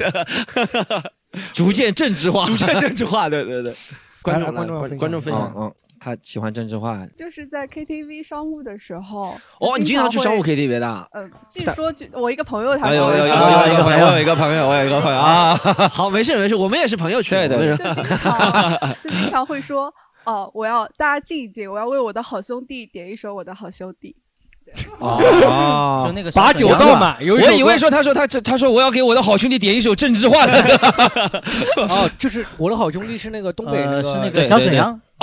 逐渐政治化，逐渐政治化，对对对。 观来众观众分享观众分嗯享，嗯，他喜欢政治化。 就是在 KTV 商务的时候。哦，你经常去商务以。 KTV 的？呃，据说据我一个朋友他哎们有有有有就有一个朋友，有一个朋友，我有一个朋友啊。 好，没事没事，我们也是朋友圈。对对经 常 就经常会说哦，我要大家静一静，我要为我的好兄弟点一首我的好兄弟。哦，就那个把酒倒满有一首歌我以为说他说他他说我要给我的好兄弟点一首政治化的。 哦，就是我的好兄弟是那个东北呃那个，哦，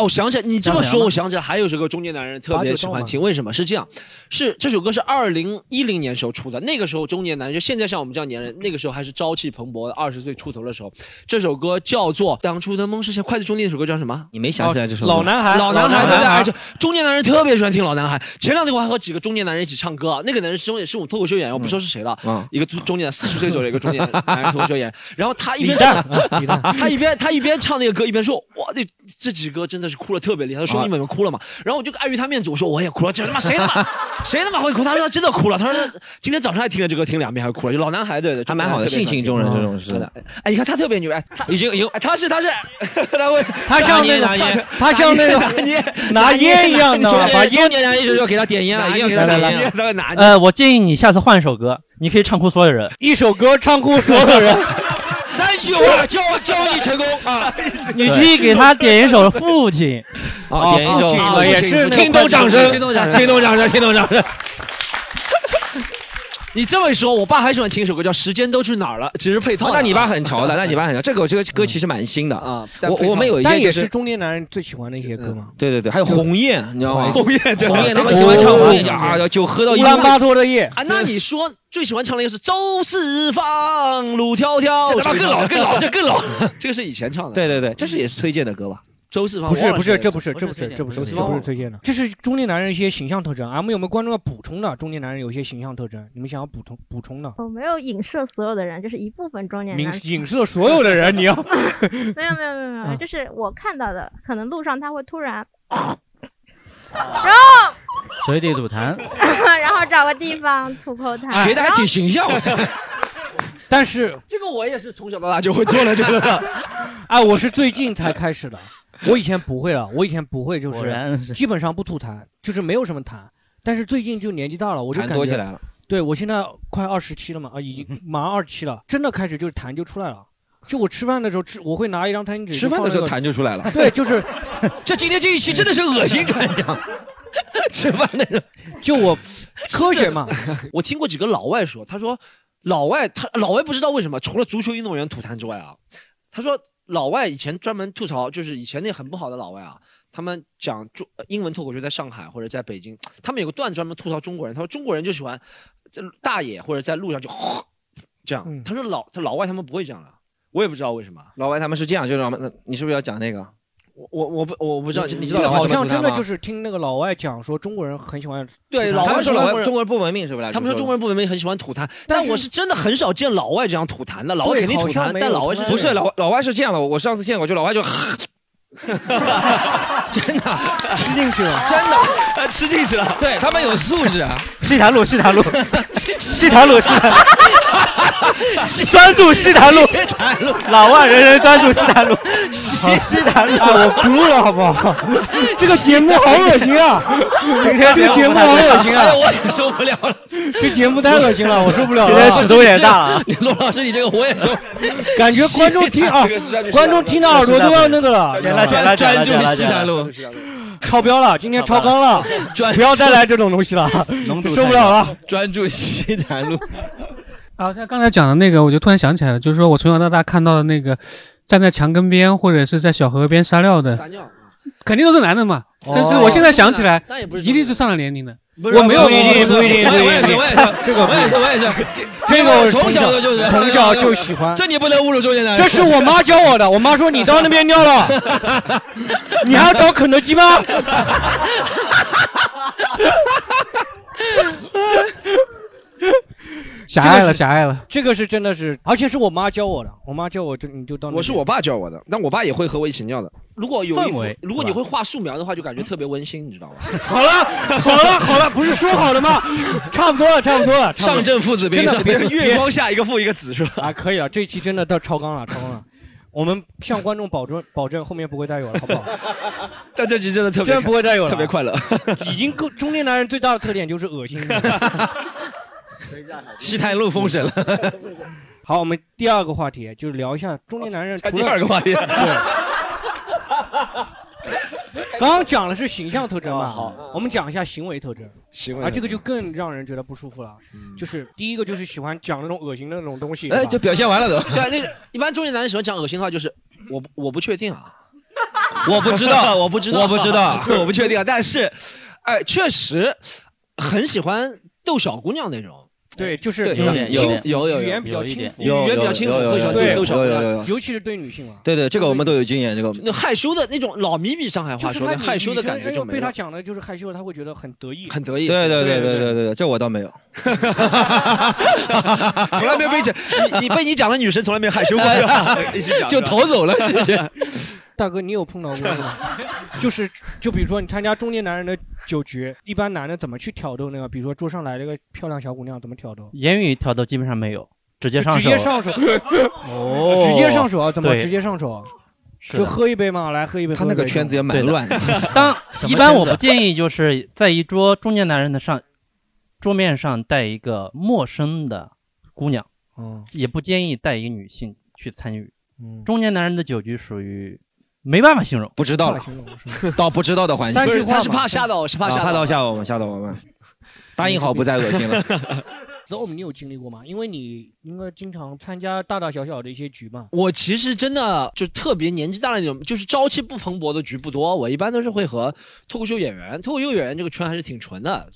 想起来，你这么小沈阳说，我想起来还有首歌，中年男人特别喜欢听，为什么？是这样，是这首歌是二零一零年时候出的，那个时候中年男人，就现在像我们这样年人，那个时候还是朝气蓬勃的，二十岁出头的时候，这首歌叫做《当初的梦是像筷子兄弟》那首歌叫什么？你没想起来这首歌哦老男孩老男孩，老对男对，孩而且中年男人特别喜欢听老男孩。前两天我还和几个中年男人一起唱歌，啊那个男人是中也是我们脱口秀演员，我不说是谁了嗯，一个中年四十岁左右的一个中年男人脱口秀演员，然后他一边李 诞 唱李诞他一边他一边唱那个歌，一边说：“哇，那这几个真的是哭了特别厉害。”他说：“啊你们有没有哭了嘛？”然后我就碍于他面子，我说：“我也哭了。”这他妈谁他妈谁他妈会哭？他说他真的哭了。他说他今天早上还听了这歌，听两遍还哭了。就老男孩，对对， 还蛮好的中性年情男中人人特别这种是嗯喜欢嗯真的。哎，你看他特别牛，哎，他已经有哎他是他是 他会他像那个拿烟他 像那拿个捏拿烟一样的中，把年中烟年男人就是要给他点烟了，一定要给他拿点捏烟。他会拿捏。呃，我建议你下次换一首歌，你可以唱哭所有人。一首歌唱哭所有人。三句话教教你成功啊！你可以 给他点 一首《父亲》哦哦啊，点一首啊啊也父亲是那个听懂掌声，听懂掌声听懂掌声，听懂掌声。 你这么一说，我爸还喜欢听一首歌叫《时间都去哪儿了》，其实配套的。那你爸很潮的，那你爸很潮。这个这个歌其实蛮新的啊但我配套我们有一但些也就是是。中年男人最喜欢的一些歌嘛。对对对，还有鸿雁，你知道吗？ 鸿雁，鸿雁，他们喜欢唱鸿雁，啊，酒喝到一乌兰巴托的夜，啊，那你说最喜欢唱的一个是《周四方路迢迢》，这他妈更老，更老，这更老。这个是以前唱的。对对对，这是也是推荐的歌吧？周四方不是忘了不是，谁这不是唱这不是这不是周这四不是方。推荐的，这是中年男人一些形象特征。俺们有没有观众要补充的？中年男人有一些形象特征，你们想要补充补充的？我哦没有影射所有的人，就是一部分中年影男性。影射所有的人，你要 没有没有没有没啊有，就是我看到的，可能路上他会突然， 然后水底吐痰，然后找个地方吐 口痰，学的还挺形 象。但是 这个我也是从小到大就会做了，这 个。啊，我是最近才开始的，我以前不会了，我以前不会，就果然是是基本上不吐痰，就是没有什么痰。但是最近就年纪大了，我就痰感多觉起来了。对我现在快二十七了嘛，啊，已经马上二十七了，真的开始就是痰就出来了。就我吃饭的时候吃，我会拿一张餐巾纸。吃饭的时候痰就出来了。对，就是这今天这一期真的是恶 心船长。 吃饭的时候，就我科学嘛。我听过几个老外说，他说老外他老外不知道为什么，除了足球运动员吐痰之外啊，他说老外以前专门吐槽，就是以前那很不好的老外啊，他们讲中呃英文脱口秀，在上海或者在北京，他们有个段专门吐槽中国人，他说中国人就喜欢在大爷或者在路上就 这嗯样，他说老他老外他们不会这样了，我也不知道为什么。老外他们是这样，就是老外那你是不是要讲那个？我我我不我不知道，你这知道个老外好怎么像吐槽真的吗就是听那个老外讲说中国人很喜欢对吐槽老他外们说说老外中国人不文明是不是？他们说中国人不文明，很喜欢吐痰，但我是真的很少见老外这样吐痰的，老外对肯定好吐像痰，没但有老外他是们不是老老外是这样的，我我上次见过，就老外就 真的吃进去了，真的吃进去了，对他们有素质啊。西坛路，西坛 路，西坛路，西坛，专注西坛路，老外人人专注西坛路，好西坛路，哎啊，我不录了，好不好？这个节目好恶心啊！这个节目好恶心哎啊！我也受不了了，这节目太恶心了，我受不了了。这 你罗老师，你这个我也受，感觉观众听啊 这个是这个是，观众听到耳朵都要那个了。这个是这个是专注西南路，超标了，今天超纲了， 专不要再来这种东西了，受不了了。专注西南路。啊，像刚才讲的那个，我就突然想起来了，就是说我从小到大看到的那个，站在墙根边或者是在小河边撒尿的，肯定都是男的嘛。啊哦但是我现在想起来那也，一定是上了年龄的。不是我没有，不一定我不一定我不一定我也是，不我一也定是，这个不我也是，一定我也是。这个我从小从小就是从小 就喜欢这你不能侮辱周杰伦。这是我妈教我的，我妈说你到那边尿了， 你还要找肯德基吗？狭隘了，狭隘 了。这个是真的是，而且是我妈教我的，我妈教我就你就到那边。我是我爸教我的，但我爸也会和我一起尿的。如果有一氛围幅如果你会画素描的话，就感觉特别温馨，你知道吧？好了，好了，好了，不是说好了 吗？差不多了，差不多 了。差不多了上阵父子兵真的上别阵别月光下一个父一个子 是吧？啊，可以了，这一期真的到超纲了，超纲了。我们向观众保证，保证后面不会再有了，好不好？ 但这集真的特别真的不会再有了，特别快乐。 已经够中年男人最大的特点就是 恶心。西坛路封神了。好，我们第二个话题就是聊一下中年男人。除了第二个话题 对。刚刚讲的是形象特征嘛，好，我们讲一下行为特征。行啊，这个就更让人觉得不舒服了。就是第一个就是喜欢讲那种恶心的那种东西。嗯哎是吧就表现完 了都对，那个一般中年男人喜欢讲恶心的话，就是我不我不确 定啊，我不知道，我不知道，我不知道 我不确定啊。但是，哎，确实很喜欢逗小姑娘那种。 对，就是有点有点有有语言比较轻浮，有有语言比较轻浮，会喜欢逗小姑有有有娘有。尤其是对女性嘛。对对，这个我们都有经验，这个我们那害羞的那种老咪咪上海就话是说他的女害羞的感女觉生就要没哎被了他，讲的就是害羞，他会觉得很得意，很得意。对对对对对对对，这我倒没有。 从来没有被讲，你你被你讲的女生从来没有害羞 过，是吧哎 一起讲就逃走了这些。大哥，你有碰到过 吗？就是就比如说你参加中年男人的酒局，一般男的怎么去挑逗那个？比如说桌上来了一个漂亮小姑娘，怎么挑逗？言语挑逗基本上没有，直接就上手，直接 上手，哦直接上手啊？怎么对直接上手啊？是的就喝一杯嘛，来喝一杯。他那个圈子也蛮对乱的 当一般我不建议就是在一桌中年男人的上桌面上带一个陌生的姑娘，嗯，也不建议带一个女性去参与。嗯中年男人的酒局属于没办法形容，不知道了，到不知道的环境。不是他是怕吓到，是怕吓啊怕到到 吓我们，吓到我们。答应好不再恶心 了。子我们你有经历过吗？因为你应该经常参加大大小小的一些局嘛。我其实真的就特别年纪大了那种，就是朝气不蓬勃的局不多。我一般都是会和脱口秀演员，脱口秀演员这个圈还是挺纯的，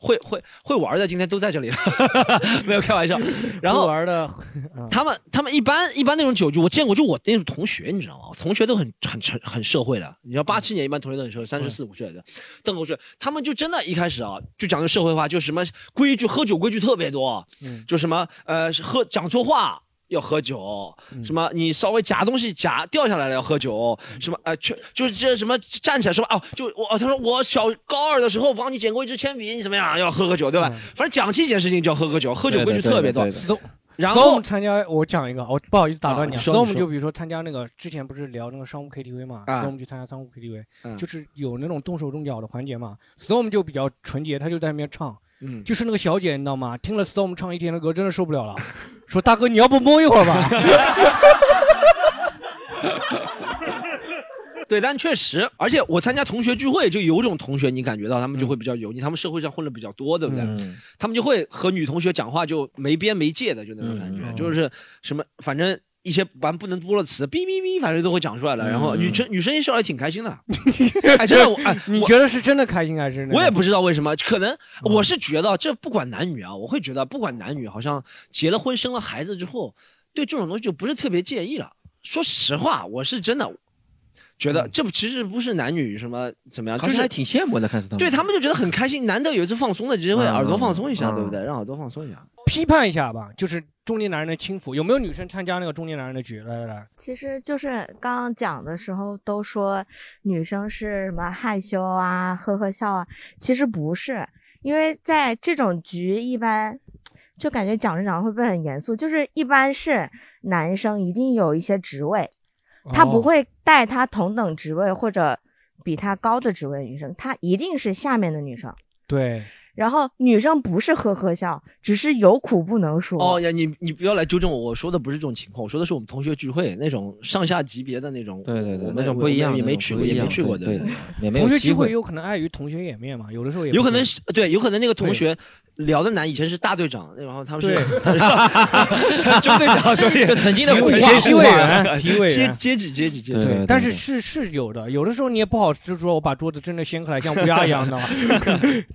会会会玩的今天都在这里了， 没有开玩笑。然后会玩的， 他们他们一般一般那种酒局，我见过，就我那种同学，你知道吗？我同学都很很很很社会的。你知道嗯八七年一般同学都很社会，三十四五岁的，瞪口水，他们就真的一开始啊，就讲究社会化，就什么规矩，喝酒规矩特别多，嗯就什么呃喝讲错话。要喝酒，什么你稍微夹东西夹掉下来了要喝酒，什么呃，去就是这什么站起来说吧哦，就我哦他说我小高二的时候帮你捡过一支铅笔，你怎么样要喝喝酒对吧？反正讲这件事情就要喝喝酒，喝酒规矩特别多。然后所以我们参加，我讲一个，我不好意思打断你啊。啊你所以说我们你就说比如说参加那个之前不是聊那个商务 KTV 嘛，啊所以我们去参加商务 KTV，、嗯就是有那种动手动脚的环节嘛。Storm 就比较纯洁，他就在那边唱，嗯就是那个小姐你知道吗？听了 Storm 唱一天的歌，真的受不了了，说大哥你要不摸一会儿吧？ 对，但确实，而且我参加同学聚会，就有种同学，你感觉到他们就会嗯比较油腻，他们社会上混的比较多，对不对？嗯他们就会和女同学讲话就没边没界的，就那种感觉，就是什么，反正一些咱不能播的词，哔哔哔，反正都会讲出来了。然嗯后女生女生也笑得挺开 心的，哎， 真的，我哎，你我觉得是真的开心还是？我也不知道为什么，可能嗯我是觉得这不管男女啊，我会觉得不管男女，好像结了婚生了孩子之后，对这种东西就不是特别介意了。说实话，我是真的觉得这不其实不是男女什么怎么样，嗯好就像还是挺羡慕的，看着他们。对他们就觉得很开心，难得有一次放松的机会，嗯耳朵放松一下，嗯对不对？让耳朵放松一下。批判一下吧，就是中年男人的轻浮，有没有女生参加那个中年男人的局？来来来，其实就是刚刚讲的时候都说女生是什么害羞啊、呵呵笑啊，其实不是，因为在这种局一般就感觉讲着讲着会不会很严肃？就是一般是男生一定有一些职位，他不哦会带他同等职位或者比他高的职位的女生，他一定是下面的女生。对，然后女生不是呵呵笑，只是有苦不能说。哦呀，你你不要来纠正我，我说的不是这种情况，我说的是我们同学聚会那种上下级别的那种，对对对那种不一样也那没种去不过，一也没样去过，对对对也同学聚会有可能碍于同学颜面嘛，有的时候也有可不能行是对，有可能那个同对学聊的男以前是大队长，然后他们是对 他是中队长，所以就曾经的固固化体委员体委哎阶员阶级阶级阶级，但是是是有的，有的时候你也不好，就是说我把桌子真的掀开来，像乌鸦一 样的，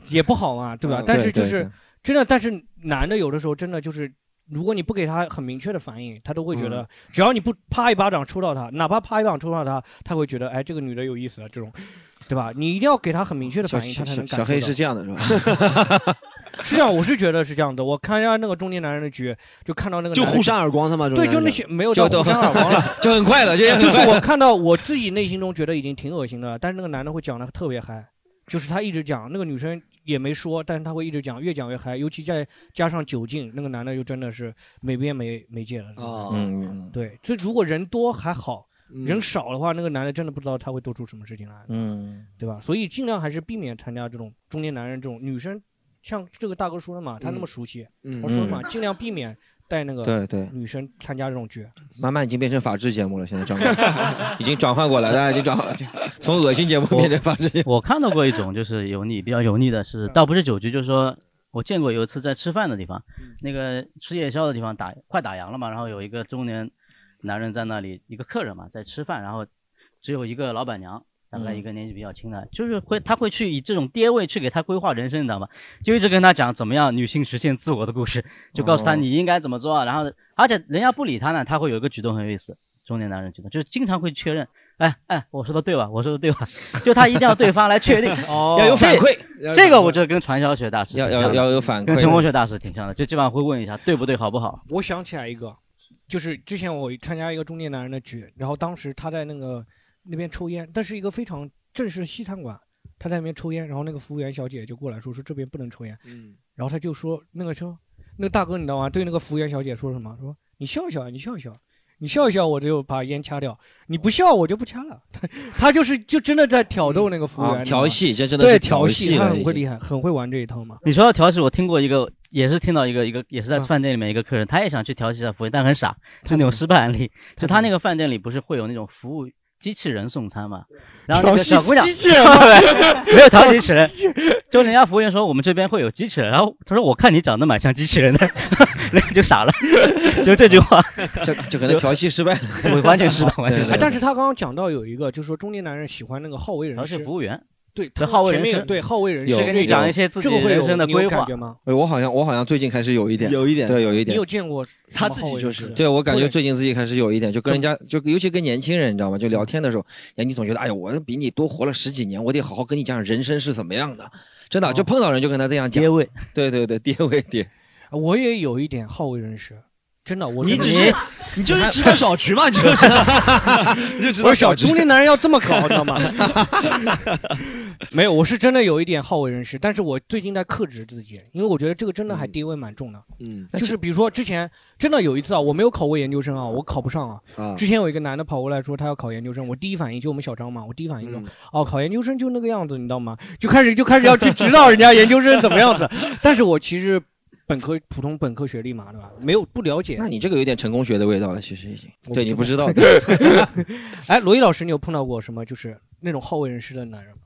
也不好嘛，对吧？嗯但是对就对是对真的，但是男的有的时候真的就是，如果你不给他很明确的反应，他都会觉得嗯，只要你不啪一巴掌抽到他，哪怕啪一巴掌抽到他，他会觉得，哎，这个女的有意思了，这种，对吧？你一定要给他很明确的反应，他小才能小感受小黑到是这样的，是吧？ 是这样，我是觉得是这样的。我看人家那个中年男人的局，就看到那个就男人互扇耳光他妈对，中间就那是些没有就叫都，互扇耳光了 就很快乐就也很就快是 乐我看到我自己内心中觉得已经挺恶心的了，但是那个男的会讲的特别嗨，就是他一直讲，那个女生也没说，但是他会一直讲，越讲越嗨，尤其再加上酒劲，那个男的就真的是没边没没界了。啊嗯嗯对，所以如果人多还好，嗯人少的话，那个男的真的不知道他会做出什么事情来。嗯，对吧？所以尽量还是避免参加这种中年男人这种女生，像这个大哥说的嘛，他那么熟悉，嗯我说了嘛，嗯尽量避免带那个对对女生参加这种局。慢慢已经变成法制节目了，现在转过，已经转换过来了，大家已经转换从恶心节目变成嗯法制节目。我看到过一种就是油腻，比较油腻的是，倒不是酒局，就是说我见过有一次在吃饭的地方，嗯那个吃夜宵的地方打快打烊了嘛，然后有一个中年男人在那里，一个客人嘛在吃饭，然后只有一个老板娘。大概一个年纪比较轻嗯的，就是会他会去以这种爹位去给他规划人生，你知道吗？就一直跟他讲怎么样女性实现自我的故事，就告诉哦，他你应该怎么做啊。然后，而且人家不理他呢，他会有一个举动很有意思，中年男人举动就是经常会确认，哎哎，我说的对吧？我说的对吧？ 就他一定要对方来确定哦要有反馈这这个我觉得跟传销学大师挺要要像的要有反馈跟成功学大师挺像的，就基本上会问一下对不对，好不好？我想起来一个，就是之前我参加一个中年男人的局，然后当时他在那个那边抽烟，但是一个非常正式的西餐馆，他在那边抽烟，然后那个服务员小姐就过来说说这边不能抽烟，嗯，然后他就说那个说那个大哥你知道吗？对那个服务员小姐说什么？说你笑一笑，你笑一笑。你笑一笑，我就把烟掐掉；你不笑，我就不掐了。 他他就是就真的在挑逗那个服务员，啊你知道吗调戏这真的是对调戏戏，他了很已会经厉害，很会玩这一套嘛。你说到调戏，我听过一个，也是听到一个一个，也是在嗯饭店里面一个客人，他也想去调戏一下服务员，但很傻，就那种失败案例。就他那个饭店里不是会有那种服务机器人送餐嘛，然后那调个戏小姑娘机器 人吗没有调戏机器人，就人家服务员说我们这边会有机器人，然后他说我看你长得蛮像机器人的， 人家就傻了， 就这句话，这这可能调戏失败了我 完全失 败，完全失哎败。但是他刚刚讲到有一个，就是说中年男人喜欢那个好为人而师，且服务员对，对他好为前人面师有对好为人 师，有这个有这个会有你有感觉吗？哎，我好像我好像最近开始有一点，有一点对，有一点。你有见过什么好为人师的对我感觉最近自己开始有一点，就跟人家，就尤其跟年轻人，你知道吗？就聊天的时候，哎，你总觉得，哎呀，我比你多活了十几年，我得好好跟你讲讲人生是怎么样的。真哦的，就碰到人就跟他这样讲。爹位，对对对，爹位爹。我也有一点好为人师，真的，我你真的只是你就是知道小菊嘛，你就是 你就知道我小菊中年男人要这么搞，知道吗？ 没有，我是真的有一点好为人师，但是我最近在克制自己，因为我觉得这个真的还地位蛮重的。嗯，就是比如说之前真的有一次啊，我没有考过研究生啊，我考不上啊。啊之前有一个男的跑过来说他要考研究生，我第一反应就我们小张嘛，我第一反应就、嗯哦考研究生就那个样子，你知道吗？就开始就开始要去指导人家研究生怎么样子， 但是我其实本科普通本科学历嘛，对吧？没有不了解。那你这个有点成功学的味道了，其实已经。我对你不知 道。 哎，罗毅老师，你有碰到过什么就是那种好为人师的男人吗？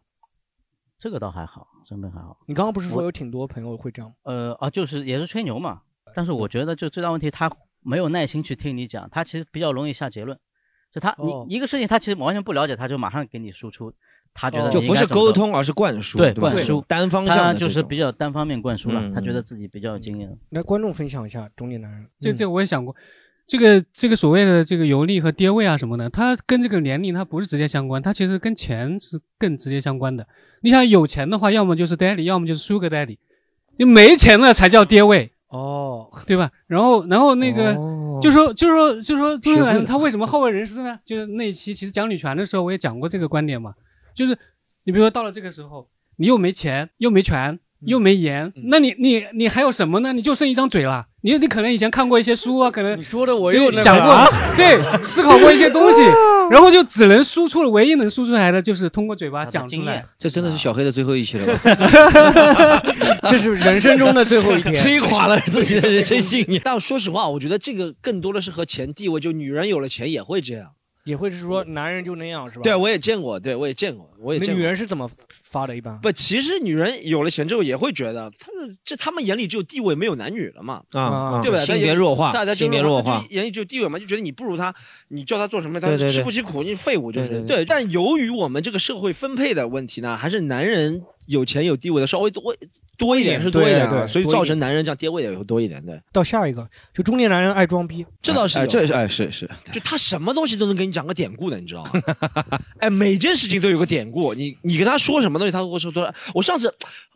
这个倒还好，真的还好。你刚刚不是说我有挺多朋友会这样吗？嗯呃啊，就是也是吹牛嘛。但是我觉得就最大问题，他没有耐心去听你讲，他其实比较容易下结论。就他，哦你一个事情他其实完全不了解，他就马上给你输出，他哦觉得就你不应该是怎么做沟通，而是灌输，对对吧灌输单方向他的这就是种比较单方面灌输了嗯，他觉得嗯自己比较有经验。来，观众分享一下中年男 人。嗯这这个我也想过，这个这个所谓的这个游历和爹味啊什么的，它跟这个年龄它不是直接相关，它其实跟钱是更直接相关的。你想有钱的话，要么就是 daddy，要么就是 sugar daddy，你没钱了才叫爹味。哦，对吧？然后，然后那个、就说就说就说周学杰会伦了他为什么后悔人生呢？就是那一期其实讲女权的时候，我也讲过这个观点嘛，就是你比如说到了这个时候，你又没钱，又没嗯权，又没颜，那你你你还有什么呢？你就剩一张嘴了。你你可能以前看过一些书啊，可能你说的我又那个想过啊，对，思考过一些 东西， 然后就只能输出了，唯一能输出来的就是通过嘴巴讲出来。这真的是小黑的最后一期 了吧？ 这是人生中的最后 一天摧垮了自己的人生信念。 但说实话，我觉得这个更多的是和钱地位，就女人有了钱也会这样。也会是说男人就那样是吧？啊对，我也见过，对我也见过，我也那见过。女人是怎么发的？一般不，其实女人有了钱之后也会觉得，她们这他们眼里只有地位，没有男女了嘛，啊对吧？啊她性别眼里弱化大家就性别弱弱她就化眼里只有地位嘛，就觉得你不如他，你叫他做什么，他对对对吃不起苦，你废物就是。对对对对，但由于我们这个社会分配的问题呢，还是男人有钱有地位的稍微多多一点，是多一点对啊，对所以多一点造成男人这样爹位也会多一点，对。到下一个，就中年男人爱装逼，这倒是有，哎是 是，就他什么东西都能给你讲个典故的，你知道吗？ 哎，每件事情都有个典故，你你跟他说什么东西，他都会说说。我上次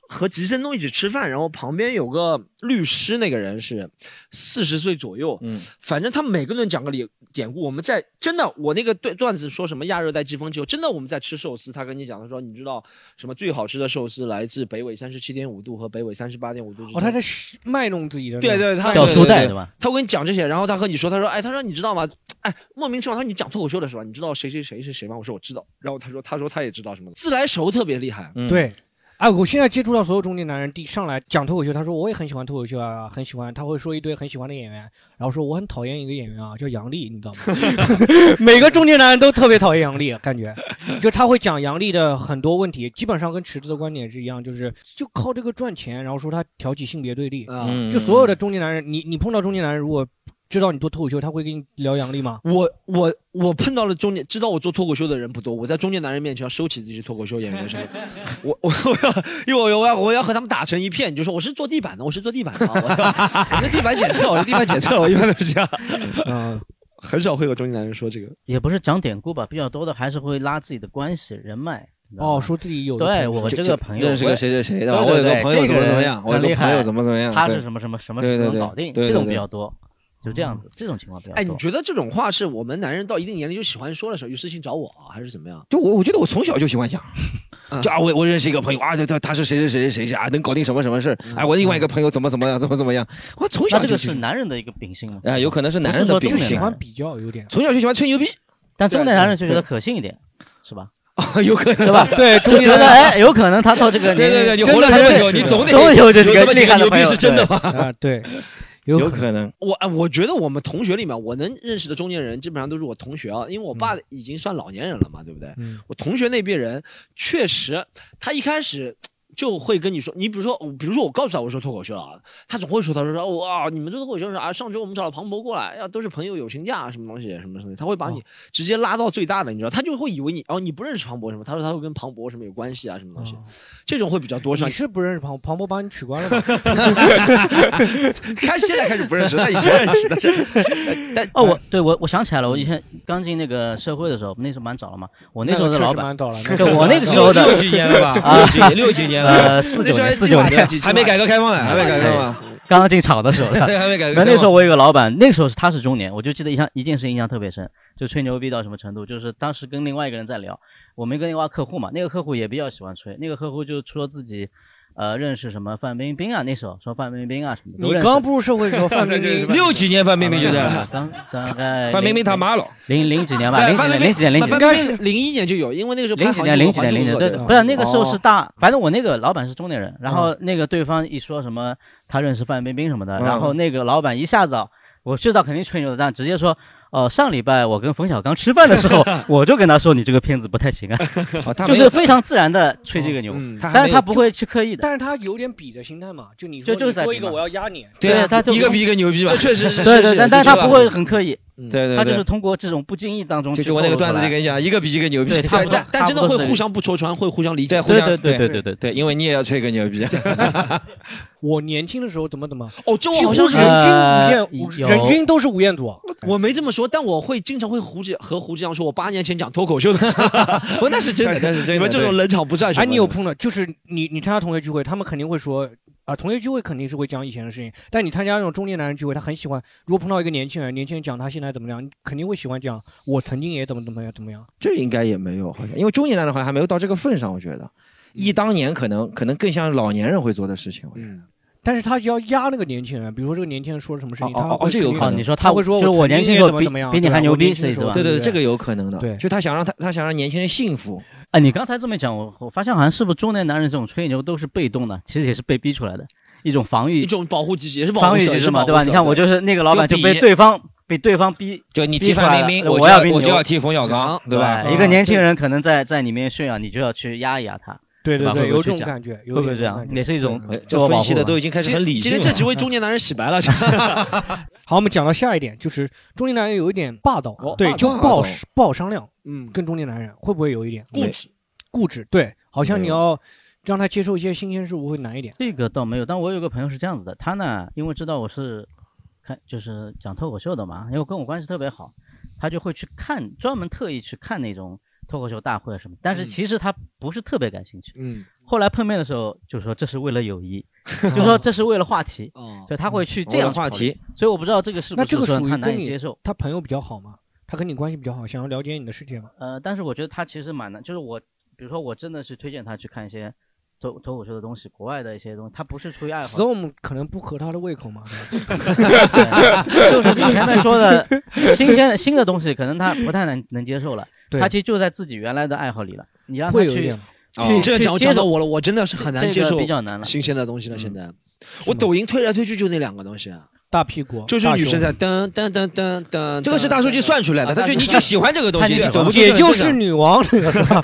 和吉森东一起吃饭，然后旁边有个律师，那个人是四十岁左右，嗯，反正他每个人讲个典典故。我们在真的，我那个段段子说什么亚热带季风气候，真的我们在吃寿司，他跟你讲，他说你知道什么最好吃的寿司来自北纬三十七点五度和北纬三十八点五度之间。哦，他在嘘卖弄自己的那对种，对，他吊对带对？他会跟你讲这些，然后他和你说，他说，哎，他说你知道吗？哎，莫名其妙，他说你讲脱口秀的是吧？你知道谁谁谁是谁吗？我说我知道。然后他说，他说他也知道什么的，自来熟特别厉害。啊对，哎，我现在接触到所有中年男人，第上来讲脱口秀，他说我也很喜欢脱口秀啊，很喜欢，他会说一堆很喜欢的演员，然后说我很讨厌一个演员啊，叫杨笠，你知道吗？ 每个中年男人都特别讨厌杨笠，啊感觉就他会讲杨笠的很多问题，基本上跟池子的观点是一样，就是就靠这个赚钱，然后说他挑起性别对立，嗯就所有的中年男人，你你碰到中年男人，如果知道你做脱口秀，他会跟你聊杨笠吗？我我我碰到了中年，知道我做脱口秀的人不多。我在中年男人面前要收起自己是脱口秀演员什么， 我我我要，因为我我要我要和他们打成一片，你就说我是做地板的，我是做地板的，啊，我 我是地板检测，我是地板检测，我一般都是这 样。 嗯，很少会有中年男人说这个，也不是讲典故吧，比较多的还是会拉自己的关系人脉。哦，说自己有的对朋友我这个朋友认识个谁谁谁的吧对对我有个朋友怎对这么怎么人样我有很个厉朋害友怎么怎么样他是对什么什么什么对事对都对能搞定，对这种对比对较多，就这样子，这种情况比较多。哎，你觉得这种话是我们男人到一定年龄就喜欢说的时候，有事情找我啊还是怎么样？就我我觉得我从小就喜欢讲，就啊我我认识一个朋友啊，他他他是谁谁谁谁谁啊，能搞定什么什么事儿，哎我另外一个朋友怎么怎么样怎么怎么样，我从小那这就个喜是欢男人的一个秉性吗？哎有可能是男不人的说秉中年性男人比较有点，从小就喜欢吹牛逼，但中年男人就觉得对可信一点，是吧？ 有可能对吧？对中就年觉得男人哎，有可能他到这个对年对对龄你活了真的这么是久你总得总有这几有这个么厉几个害牛的逼朋友是真的吧对啊， 对，有可能。我哎，我觉得我们同学里面，我能认识的中年人基本上都是我同学啊，因为我爸嗯已经算老年人了嘛，对不对？嗯我同学那辈人确实，他一开始。就会跟你说，你比如说，比如说我告诉他我说脱口秀了啊，他总会说，他说说哇，你们做脱口秀是啊，上周我们找了庞博过来，呀、都是朋友友情价啊什么东西什么东西，他会把你直接拉到最大的，你知道，他就会以为你哦你不认识庞博什么，他说他会跟庞博什么有关系啊什么东西，这种会比较多是吧你？是不认识庞庞博把你取关了 吗？ 开现在开始不认识，他以前认识的是。 但哦，我对我我想起来了，我以前刚进那个社会的时候，那时候蛮早了嘛。我那时候的老那个确实板，蛮早了那个对我那个时候的六六几年了吧啊六几六几年了呃，四九年，四嗯九年，还没改革开放呢还没改革开放 刚刚进厂的时候的，对还没改革开放那那时候我有个老板，那个时候是他是中年，我就记得一项一件事印象特别深，就吹牛逼到什么程度，就是当时跟另外一个人在聊，我们跟另外客户嘛，那个客户也比较喜欢吹，那个客户就说自己。呃，认识什么范冰冰啊？那时候说范冰冰啊什么的。都你认识刚步入社会的时候范冰冰六几年范冰冰就在 了刚大概范冰冰他妈了，零零几年吧，零几年，零几年，零几年，零一年就有，因为那个时候零几年，零几年，零几年，对，不是那个时哦候是大，反正我那个老板是中年人，然后那个对方一说什么他认识范冰冰什么的，嗯然后那个老板一下子啊，我知道肯定吹牛的，但直接说呃，上礼拜我跟冯小刚吃饭的时 候，我就跟他说你这个片子不太行啊，他就没是有哦嗯非常自然的吹这个牛，他还但没是有他不会去刻意的。但是他有点比的心态嘛，就你就说就是你在说比一个嘛我要压你，对啊，他就一个比一个牛逼吧确实 是对 是对，是但是但是他这个不会很刻意，嗯对对他就对是通过这种不经意当中就去就我那个透露段出子来嗯里跟你讲，一个比一个牛逼对，差不多但但真的差不会多是互相不戳穿，会互相理解，对互相对对对对对对对，因为你也要吹个牛逼。 我年轻的时候怎么怎么，哦，这我几好乎像人均吴是彦，人均都是吴彦祖。我没这么说，但我会经常会胡志和胡志阳说，我八年前讲脱口秀的时候， 不，那是真的，那是真的。 你们这种冷场不算什么。哎，你有碰到，就是你你参加同学聚会，他们肯定会说啊，同学聚会肯定是会讲以前的事情，但你参加那种中年男人聚会，他很喜欢，如果碰到一个年轻人，年轻人讲他现在怎么样，你肯定会喜欢讲我曾经也怎么怎么样怎么样。这应该也没有，好像因为中年男人好像还没有到这个份上，我觉得忆当年可能可能更像老年人会做的事情。嗯，但是他要压那个年轻人，比如说这个年轻人说了什么事情，哦他哦会哦，这有肯可定能。他会说就是我曾年轻经也时候怎么比怎么样，比你对吧还牛我逼年是轻意的时思候吧？对对，对，这个有可能的。对就他想让他他想让年轻人幸福。哎，你刚才这么讲，我我发现好像是不是中年男人这种吹牛都是被动的，其实也是被逼出来的一种防御，一种保护机制，也是保护防御色机也制是嘛，保对护吧？色你看，我对就是那个老板就就比被对方被对方逼，就你逼踢出来范了冰冰，我就要比我就牛要踢冯小刚，对吧？一个年轻人可能在在里面炫耀，你就要去压一压他。对对吧对会不会有去这种讲感觉有会不点会这这种样感？觉也是一种对自我这分保析护得吧都已经开始很理今天性这了几位中年男人洗 白了，就是。好，我们讲到下一点，就是中年男人有一点霸道，哦对，霸就道不好霸道不好商量。嗯，跟中年男人会不会有一点固执？固执，对，好像你要让他接受一些新鲜事物会难一点。这个倒没有，但我有个朋友是这样子的，他呢，因为知道我是看就是讲脱口秀的嘛，因为跟我关系特别好，他就会去看，专门特意去看那种脱口秀大会啊什么，但是嗯其实他不是特别感兴趣。嗯。后来碰面的时候就说这是为了友 谊，就说这是为了话题，哦对，他会嗯去这样去考虑，所以我不知道这个是不那这是个说属于他跟难以你接受。他朋友比较好吗？他跟你关系比较好，想要了解你的世界吗？呃，但是我觉得他其实蛮难，就是我，比如说我真的是推荐他去看一些脱脱口秀的东西，国外的一些东西，他不是出于爱好。 Storm 可能不合他的胃口嘛，就是你前面说的新鲜的新的东西，可能他不太能能接受了。对他其实就在自己原来的爱好里了，你让他会有一去点哦去哦这个讲去讲接到受我了，我真的是很难这接个受比较难了。新鲜的东嗯西了。现在我抖音推来推去就那两个东西，啊大屁股就是女生在大啊噔噔噔噔 噔，这个是大数据算出来的，啊他就大数你据就喜欢这个东 西，走不胸出也这个就正是常女王这个是吧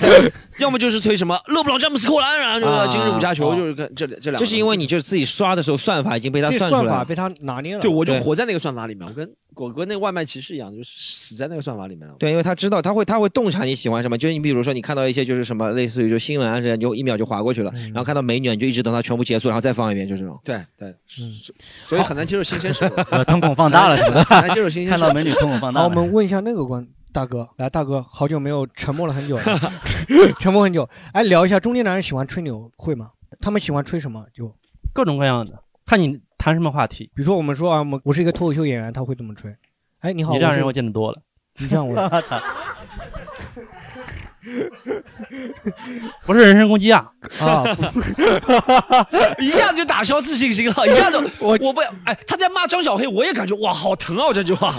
要么就是推什么勒布朗詹姆斯扣篮，然后啊就是今日五加球，哦就是跟这这两个。这是因为你就是自己刷的时候算法已经被他这算出来算了，法被他拿捏了对，我就活在那个算法里面，我跟我跟那个外卖骑士一样，就是死在那个算法里面了。对，因为他知道他会他会洞察你喜欢什么，就是你比如说你看到一些就是什么类似于就新闻啊这样，你就一秒就划过去了，然后看到美女啊你就一直等它全部结束，然后再放一遍，就这种。对对，嗯所所以很难接受新鲜事物 呃，瞳孔放大了 是吧很难接受新鲜事看物。到美女瞳孔放大好，了我们问一下那个关大哥，来，大哥，好久没有沉默了很 久了，沉默很久。哎，聊一下中年男人喜欢吹牛会吗？他们喜欢吹什么？就各种各样的，看你谈什么话题。比如说我们说啊，我们我是一个脱口秀演员，他会怎么吹？哎，你好，你这样是人我见得多了。你 这样 我操，不是人身攻击啊！ 啊， 一下子就打消自信心了，一下子我我不哎，他在骂张小黑，我也感觉哇，好疼啊！这句话，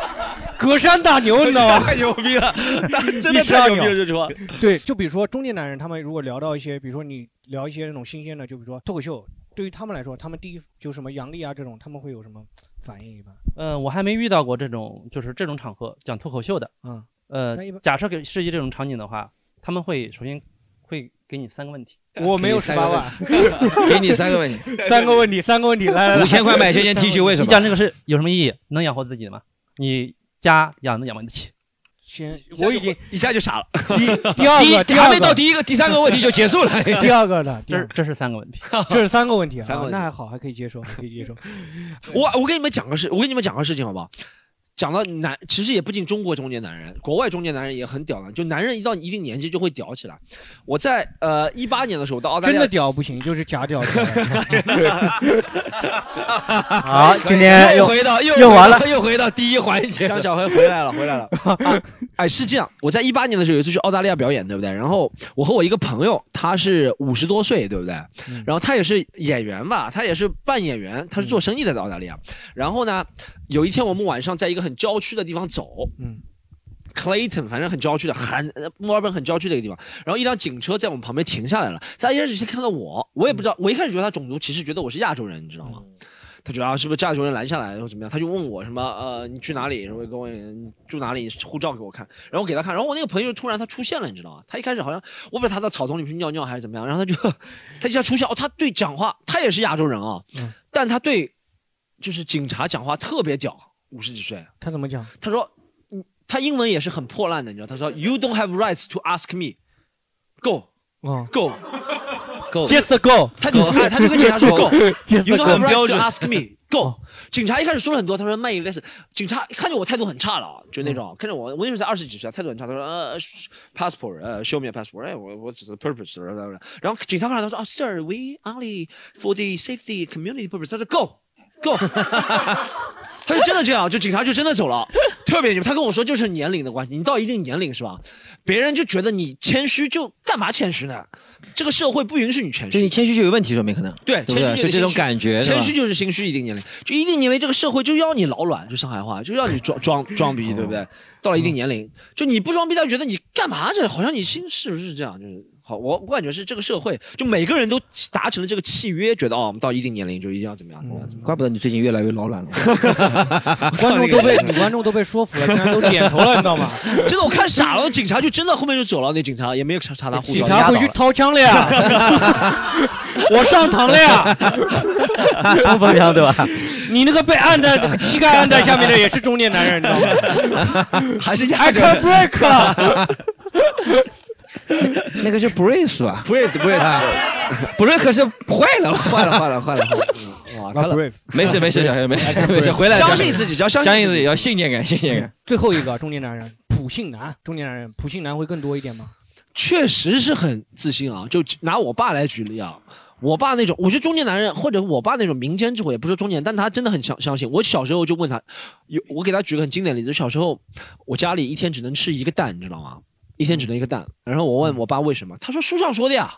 隔山打牛，你知 道吗？太牛逼了，真的太牛逼了！这句话， 对，就比如说中年男人，他们如果聊到一些，比如说你聊一些那种新鲜的，就比如说脱口秀，对于他们来说，他们第一就什么杨笠啊这种，他们会有什么反应一般？嗯，我还没遇到过这种就是这种场合讲脱口秀的。嗯，呃那一般，假设给涉及这种场景的话，他们会首先会给你三个问题。，我没有十八万 三个问题，三个问题，来来来，你讲这个是有什么意义？能养活自己的吗？你家养能养活得起？先，我已经一下就傻了。第 二个，第二个 第二个的，第这二是这是三个问题，这是三个问题啊，三个问题那还好，还可以接受，还可以接受。我我跟你们讲个事，我跟你们讲个事情好不好？讲到男，其实也不仅中国中年男人，国外中年男人也很屌的。就男人一到一定年纪就会屌起来。我在呃一八年的时候到澳大利真亚，的屌不行，就是假屌。 好今天又回到又又完了回到又回到第一环节，张小黑回来了，回来了。啊 哎，是这样，我在一八年的时候有一次去澳大利亚表演，对不对？然后我和我一个朋友，他是五十多岁，对不对？然后他也是演员吧，他也是半演员，他是做生意的，在澳大利亚。然后呢，有一天我们晚上在一个很郊区的地方走，嗯。 Clayton，反正很郊区的，很呃墨尔本很郊区的一个地方。然后一辆警车在我们旁边停下来了，他一开始先看到我，我也不知道，我一开始觉得他种族歧视，觉得我是亚洲人，你知道吗？他觉得啊，是不是家里有人拦下来，然后怎么样？他就问我什么呃，你去哪里？然后跟我你住哪里？你护照给我看，然后我给他看。然后我那个朋友突然他出现了，你知道吗？他一开始好像我不知道他到草丛里去尿尿还是怎么样，然后他就他一下出现哦，他对讲话，他也是亚洲人啊，嗯但他对就是警察讲话特别屌，五十几岁。他怎么讲？嗯他说，嗯他英文也是很破烂的，你知道，他说 You don't have rights to ask me, go 哦 go go Just go 他就哎他就跟 警察说 Go go, Just you don't have go rights 标 to 准哦 ask me go。警察一开始说了很多，他说 my lesson。警察看见我态度很差了啊，嗯就那种、看着我，我那时候才二十几岁，态度很差。他说呃，sh-，passport，呃，show me a passport，哎，我我只是 purpose，然后然后警察看着他说啊，sir，we only for the safety community purpose。他说 go。go，他就真的这样，就警察就真的走了，特别牛。他跟我说就是年龄的关系，你到一定年龄是吧？别人就觉得你谦虚，就干嘛谦虚呢？这个社会不允许你谦虚。就你谦虚就有问题，说明可能对，对谦不对？虚就是这种心虚感觉，是吧谦虚就是心虚。一定年龄，就一定年龄，这个社会就要你老卵，就上海话，就要你装装装逼，对不嗯对？到了一定年龄，就你不装逼，他觉得你干嘛这？好像你心是不是这样？就是好，我我感觉是这个社会，就每个人都达成了这个契约，觉得哦，我们到一定年龄就一定要怎么样，怎么样，怎么样。怪不得你最近越来越老 卵了。啊观众都 被女观众都被说 服了，竟然都点头了，你知道吗？真的，我看傻了，警察就真的后面就走了，那警察也没有查查他护照，警察回去掏枪了 呀！我上膛了呀！冲锋枪对 吧？你那个被按在膝盖按在下面的也是中年男人，你知道吗？ 还是 I 压着 can break 了。 那个是 brace 吧？brace 哎 brace，brace 是坏了，坏了，坏了，坏了，坏了。哇，看了，没事没事，小黑 没事哎 Brave 没事，回来相信自己只要相信相信自自己己，要信念感，信念感。 最后一个中年男人，普信男，中年男人，普信男会更多一点吗？确实是很自信啊。就拿我爸来举例啊，我爸那种，我觉得中年男人或者我爸那种民间智慧，也不是中年，但他真的很相相信。我小时候就问他，有我给他举个很经典的例子，小时候我家里一天只能吃一个蛋，你知道吗？一天只能一个蛋。然后我问我爸为什么，他说书上说的呀。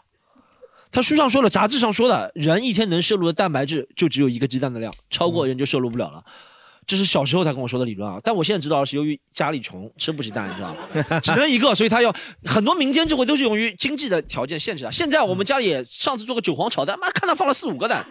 他书上说了，杂志上说的，人一天能摄入的蛋白质就只有一个鸡蛋的量，超过人就摄入不了了。这是小时候他跟我说的理论啊，但我现在知道是由于家里穷，吃不起蛋，你知道吗？只能一个，所以他要很多民间智慧都是由于经济的条件限制啊。现在我们家里也上次做个韭黄炒蛋，妈看他放了四五个蛋，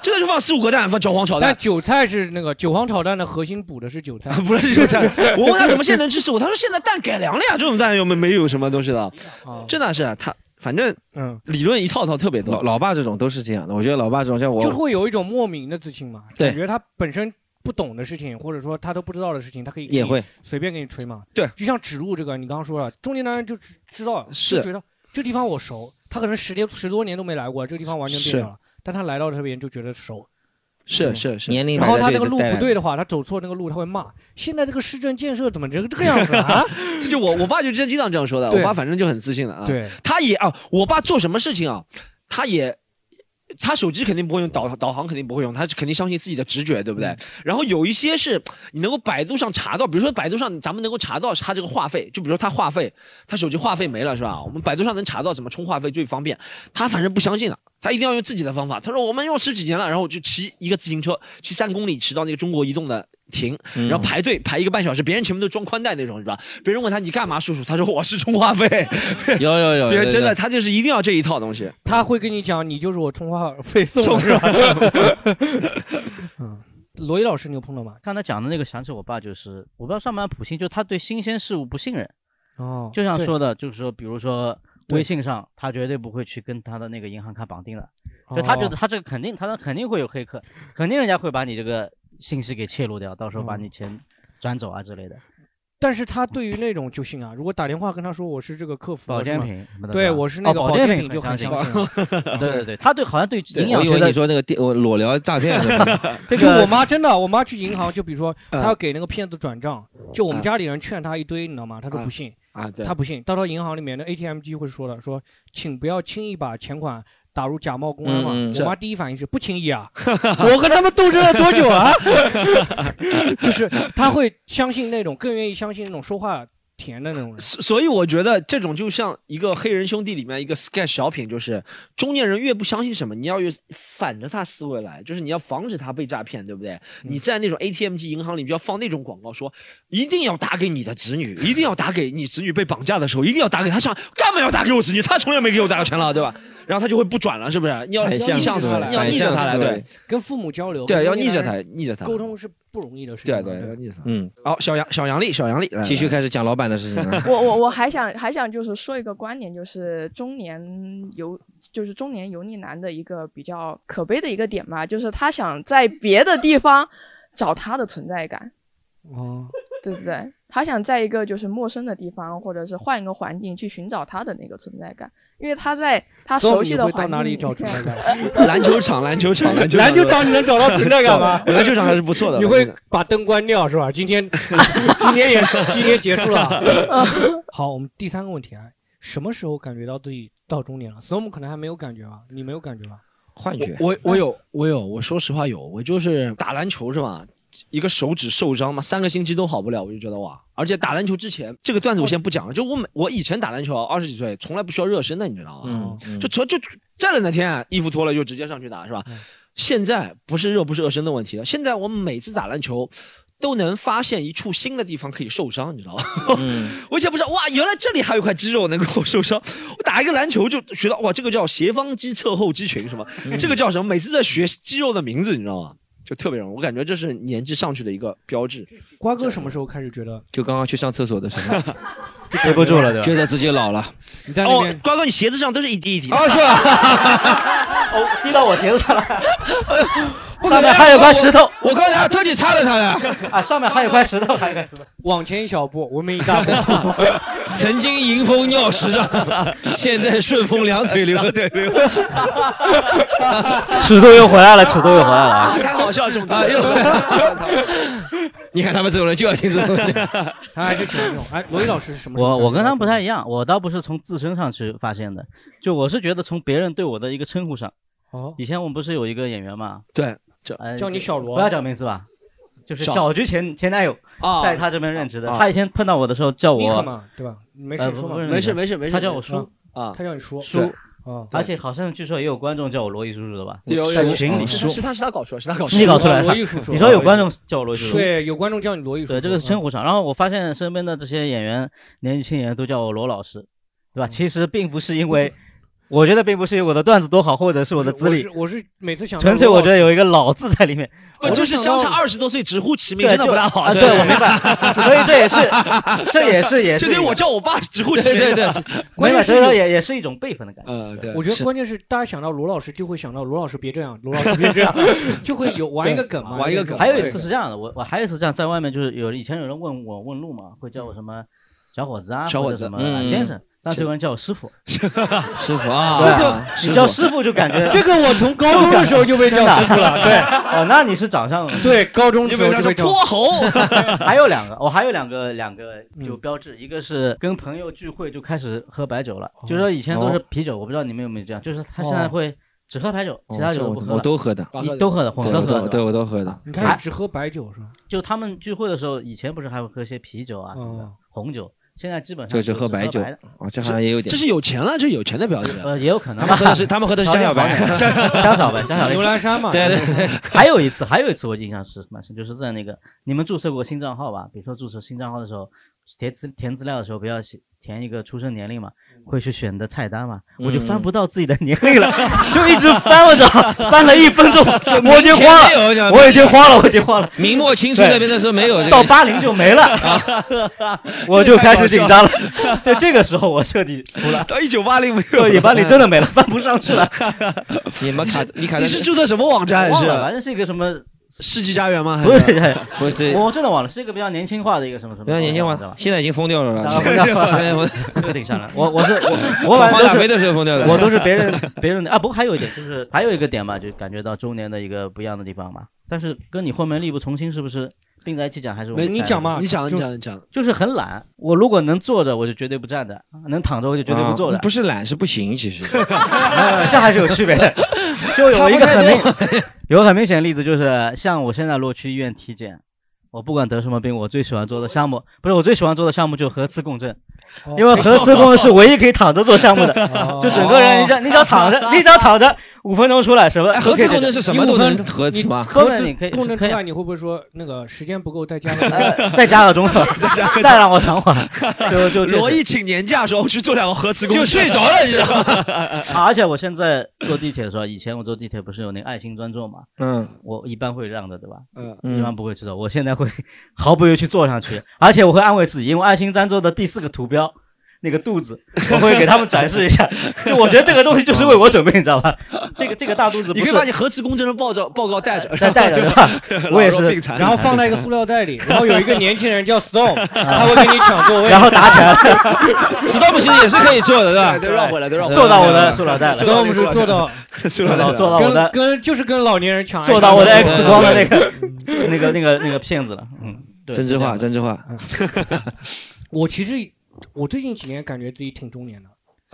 这个就放四五个蛋，放韭黄炒但蛋。韭菜是那个韭黄炒蛋的核心补的是韭菜， 不是 韭菜，我问他怎么现在能吃四五，他说现在蛋改良了呀，这种蛋又没没有什么东西的，哦真的是啊他反正嗯理论一套套特别多。老老爸这种都是这样的，我觉得老爸这种像我 就会有一种莫名的自信嘛，对感觉他本身不懂的事情，或者说他都不知道的事情，他可以给也你会随便给你吹嘛。对，就像指路这个，你刚刚说了，中年男人就知知道了，是就觉得这地方我熟，他可能十年十多年都没来过，这个地方完全变掉了，但他来到这边就觉得熟。是对是是，年龄然后摆在他这那里就个路带来不了对的话，他走错那个路，他会骂。现在这个市政建设怎么这个这个 样子 啊？这就我我爸就经经常这样说的，我对爸反正就很自信了啊。对，他也啊，我爸做什么事情啊，他也。他手机肯定不会用，导导航肯定不会用，他肯定相信自己的直觉，对不对？然后有一些是你能够百度上查到，比如说百度上咱们能够查到他这个话费，就比如说他话费，他手机话费没了是吧？我们百度上能查到怎么充话费最方便，他反正不相信了，他一定要用自己的方法。他说我们用十几年了，然后我就骑一个自行车骑三公里，骑到那个中国移动的停，嗯然后排队排一个半小时，别人前面都装宽带那种是吧？别人问他你干嘛叔叔，他说我是充话费。有有有别人有真的有他就是一定要这一套东西。他会跟你讲，你就是我充话 费送 的是吧？嗯罗毅老师，你有碰到吗？刚才讲的那个，想起我爸就是，我不知道算不算普信，就是他对新鲜事物不信任。哦就像说的，的，就是说，比如说对微信上，他绝对不会去跟他的那个银行卡绑定的，就他觉哦得他这个肯定，他肯定会有黑客，肯定人家会把你这个信息给窃录掉，到时候嗯把你钱转走啊 之类的。但是他对于那种就信啊，如果打电话跟他说我是这个客服，保健是吗品什么的对吧我是那个哦保健健品品就很很相相信了。？对对对，他对好像对营我养以学为的你说那个电我裸聊诈骗是哎吧就我妈真的，我妈去银行，就比如说她嗯要给那个骗子转账，就我嗯们家里人劝她一堆，你知道吗？她都不信啊啊对她不信。到到银行里面，那 ATM 机会说了，说请不要轻易把钱款打入假冒公安网。嗯嗯我妈是第一反应是不轻易 啊，我跟他们斗争了多 久啊？就是她会相信那种，更愿意相信那种说话甜的那种人。所所以我觉得这种就像一个黑人兄弟里面一个 sketch 小品，就是中年人越不相信什么，你要越反着他思维来，就是你要防止他被诈骗，对不嗯对？你在那种 ATM 机银行里面就要放那种广告说，一定要打给你的子女，一定要打给你子女被绑架的时候，一定要打给他想干嘛要打给我子女？他从来没给我打过钱了，对吧？然后他就会不转了，是不是？你要反你要向逆向思思维你要逆着他哎来，反向思维对，跟父母交流，对跟要中逆年着人他逆着他沟通是不容易的事情。对对， 嗯，好，小杨小杨丽，小杨丽继续开始讲老板的事情 了。我我我还想还想就是说一个观点，就是中年油就是中年油腻男的一个比较可悲的一个点吧，就是他想在别的地方找他的存在感，哦，对不对？他想在一个就是陌生的地方，或者是换一个环境去寻找他的那个存在感，因为他在他所以熟悉的你会环境到哪里找存在 感？篮球场，篮球场，篮球？篮球场你能找到存在感吗篮球场还是不错的。你会把灯关掉是吧？今天，今天也今天结束了。好，我们第三个问题啊，什么时候感觉到自己到中年了？所以我们可能还没有感觉吧？你没有感觉吧？幻我我我有我有，我说实话有，我就是打篮球是吧？一个手指受伤嘛，三个星期都好不了，我就觉得哇！而且打篮球之前，这个段子我先不讲了。就我每我以前打篮球，二十几岁从来不需要热身的，你知哦道吗？嗯就从就站了那天，啊衣服脱了就直接上去打，是吧？现在不是热不是热身的问题了，现在我每次打篮球。都能发现一处新的地方可以受伤，你知道吗？ 我以前不知道，哇，原来这里还有一块肌肉能够受伤。我打一个篮球就学到，哇，这个叫斜方肌侧后肌群什么，这个叫什么？每次在学肌肉的名字，你知道吗？就特别容易，我感觉这是年纪上去的一个标志。瓜哥什么时候开始觉得？，就刚刚去上厕所的时候 憋不住了对吧觉得自己老了。你在哦，瓜哥，你鞋子上都是一滴一滴的。哦，是 吧？哎哦，滴到我鞋子上了。我上面还有块石头，啊我刚才还特地擦了擦的。啊，上面还有块石头，还有块石头。往前一小步，文明一大步。曾经迎风尿石上，现在顺风两腿流。两腿流。哦 尺度又回来了，尺度又回来了啊。太好笑了，这种东哎西。 你看他们这种人就要听这种东西。他 还是挺有用。哎，罗毅老师是什么时候我感觉到？我跟他们不太一样，我倒不是从自身上去发现的，就我是觉得从别人对我的一个称呼上。哦，以前我们不是有一个演员嘛？呃对，叫叫你小罗不要叫名字吧，就是小小菊前前男友啊，在他这边任职的啊。他以前碰到我的时候叫尼克我嘛，对吧？没呃事嗯不说嘛，不是没事没事没事他叫我叔啊，他叫你叔叔啊，而且好像据说也有观众叫我罗毅叔叔的吧？有有在有群里是他是他是他搞出来，是他搞出来。你搞出来罗毅叔叔你说有观众叫我罗毅叔叔，对，有观众叫你罗毅叔叔。对，这个是称呼上。然后我发现身边的这些演员，年纪轻演员都叫我罗老师，对吧？其实并不是因为，我觉得并不是因为我的段子多好，或者是我的资历，我是我是每次想到纯粹罗我老觉得有一个老字在里面。不就是相差二十多岁，直呼其名，对真的不大就好。啊对我明白所以这也是这也是也是就对我叫我爸直呼其名。没关有，键所是以有说也也是一种辈分的感觉。嗯，对我觉得关键是大家想到罗老师就会想到罗老师别这样，罗老师别这 样，呃就会有玩一个梗嘛，还有一次是这样的，我我还有一次这样，在外面就是有以前有人问我问路嘛，会叫我什么小伙子啊，小伙或者子什么嗯先生。但是有人叫我师傅， 师傅啊对啊师傅你叫师傅就感觉这个我从高中的时候就被叫师傅了对， 哦，那你是 掌上对高中的时候就被叫泼猴还有两个，我还有两个两个嗯就标志，一个是跟朋友聚会就开始喝白酒了，哦就是说以前都是啤酒，我不知道你们有没有这样，就是他现在会只喝白酒，其他哦这酒我不喝我了都喝的你，都喝的，混合喝的，对我都喝的。你看只喝白酒是吧？就他们聚会的时候，以前不是还会喝一些啤酒啊、什么的红酒，现在基本 上哦就只是喝白酒的哦这好像也有点这是有钱了，这是有钱的表现。呃，也有可他能们喝的是他们喝的是江小白 江小 白，江小白，牛栏山嘛对对 对还有一次，还有一次我印象是蛮深，就是在那个你们注册过新账号吧？比如说注册新账号的时候，填资填资料的时候不要写填一个出生年龄嘛，嗯会去选的菜单嘛，我就翻不到自己的 年龄了，就一直翻我找，翻了一分钟，我已经慌了，我已经慌了，我已经慌了。明末清初那边的时候没 有这个，到80就没了 啊我就开始紧张了。 在这个时候，我彻底服了。 到一九八零没到一九八零真的 没了，翻不上去了。 你们卡你卡在是注册什么网站忘是了反正是一个什么世纪佳缘吗？ 不还是不是我真的忘了，是一个比较年轻化的一个什么什么。不要年轻化知道吧，现在已经疯掉了大家疯掉了 对我 这个挺像的。我我是 我我扫反黄正打都非是的时候疯掉的，我都是别人别人的啊。不过还有一点就是还有一个点嘛，就感觉到中年的一个不一样的地方嘛。但是跟你后面力不从心是不是并在一起讲还是我们没你拆讲嘛了你讲你讲你讲，就是很懒。我如果能坐着，我就绝对不站着；能躺着，我就绝对不坐着。啊不是懒是不行，其 实这还是有区别的。就有一个很明有很明显的例子，就是像我现在如果去医院体检，我不管得什么病，我最喜欢做的项目不是我最喜欢做的项目，就核磁共振哦，因为核磁共振是唯一可以躺着做项目的哦，就整个人你只要你只要躺着，你只要躺着五分钟出来什么哎都可核以磁共振是什么你五分都能钟核磁吗你根本你可以共振出可以来，你会不会说那个时间不够，再加呃个再加个钟头 再加，个再让我躺会儿，就就这 罗毅请年假的时候去做两个核磁共振， 吗？ 而且我现在坐地铁的时候，以前我坐地铁不是有那个爱心专座嘛，嗯，我一般会让的，对吧？嗯一般不会去做，我现在会 毫不犹豫去坐上去，而且我会安慰自己，因为爱心专座的第四个图标。那个肚子，我会给他们展示一 下。就我觉得这个东西就是为我准备，你知道吧？这个这个大肚子不你是，可以把你核磁共振的报告报告带着，再带着 对吧我也是老弱病残，然后放在一个塑料 袋里，然后有一个年轻人叫 Storm，他 会跟你抢座位，然后打起 来 Storm 其实也是可以做的，对吧？对，绕回来，对绕回来坐到我的塑料袋了， Storm 是坐到 塑料袋，坐到我的，跟跟就是跟老年人啊抢，坐到我的 X 光的那个 嗯那个那个那个片子了。嗯，对真是知这话，样的嗯真知话。 我其实我最近几年感觉自己挺中年的，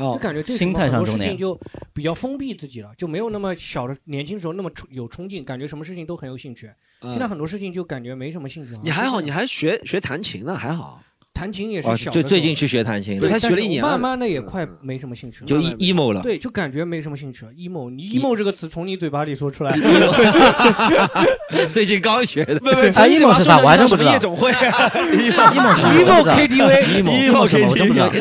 哦就感觉对心态上很多中事年情就比较封闭自己了，就没有那么小的年轻时候那么冲有冲劲，感觉什么事情都很有兴趣。嗯现在很多事情就感觉没什么兴趣了。你还好，你还学学弹琴呢，还好。弹琴也是哦小的时候，就最近去学弹琴了对，他但学了是一年我慢了嗯慢的也快没什么兴趣了，就慢慢 e- emo 了对，就感觉没什么兴趣了。emo，你 emo 这个词从你嘴巴里 说出来，最近刚学的，不不啊，emo 是啥我还真不知道夜总会啊 ，emo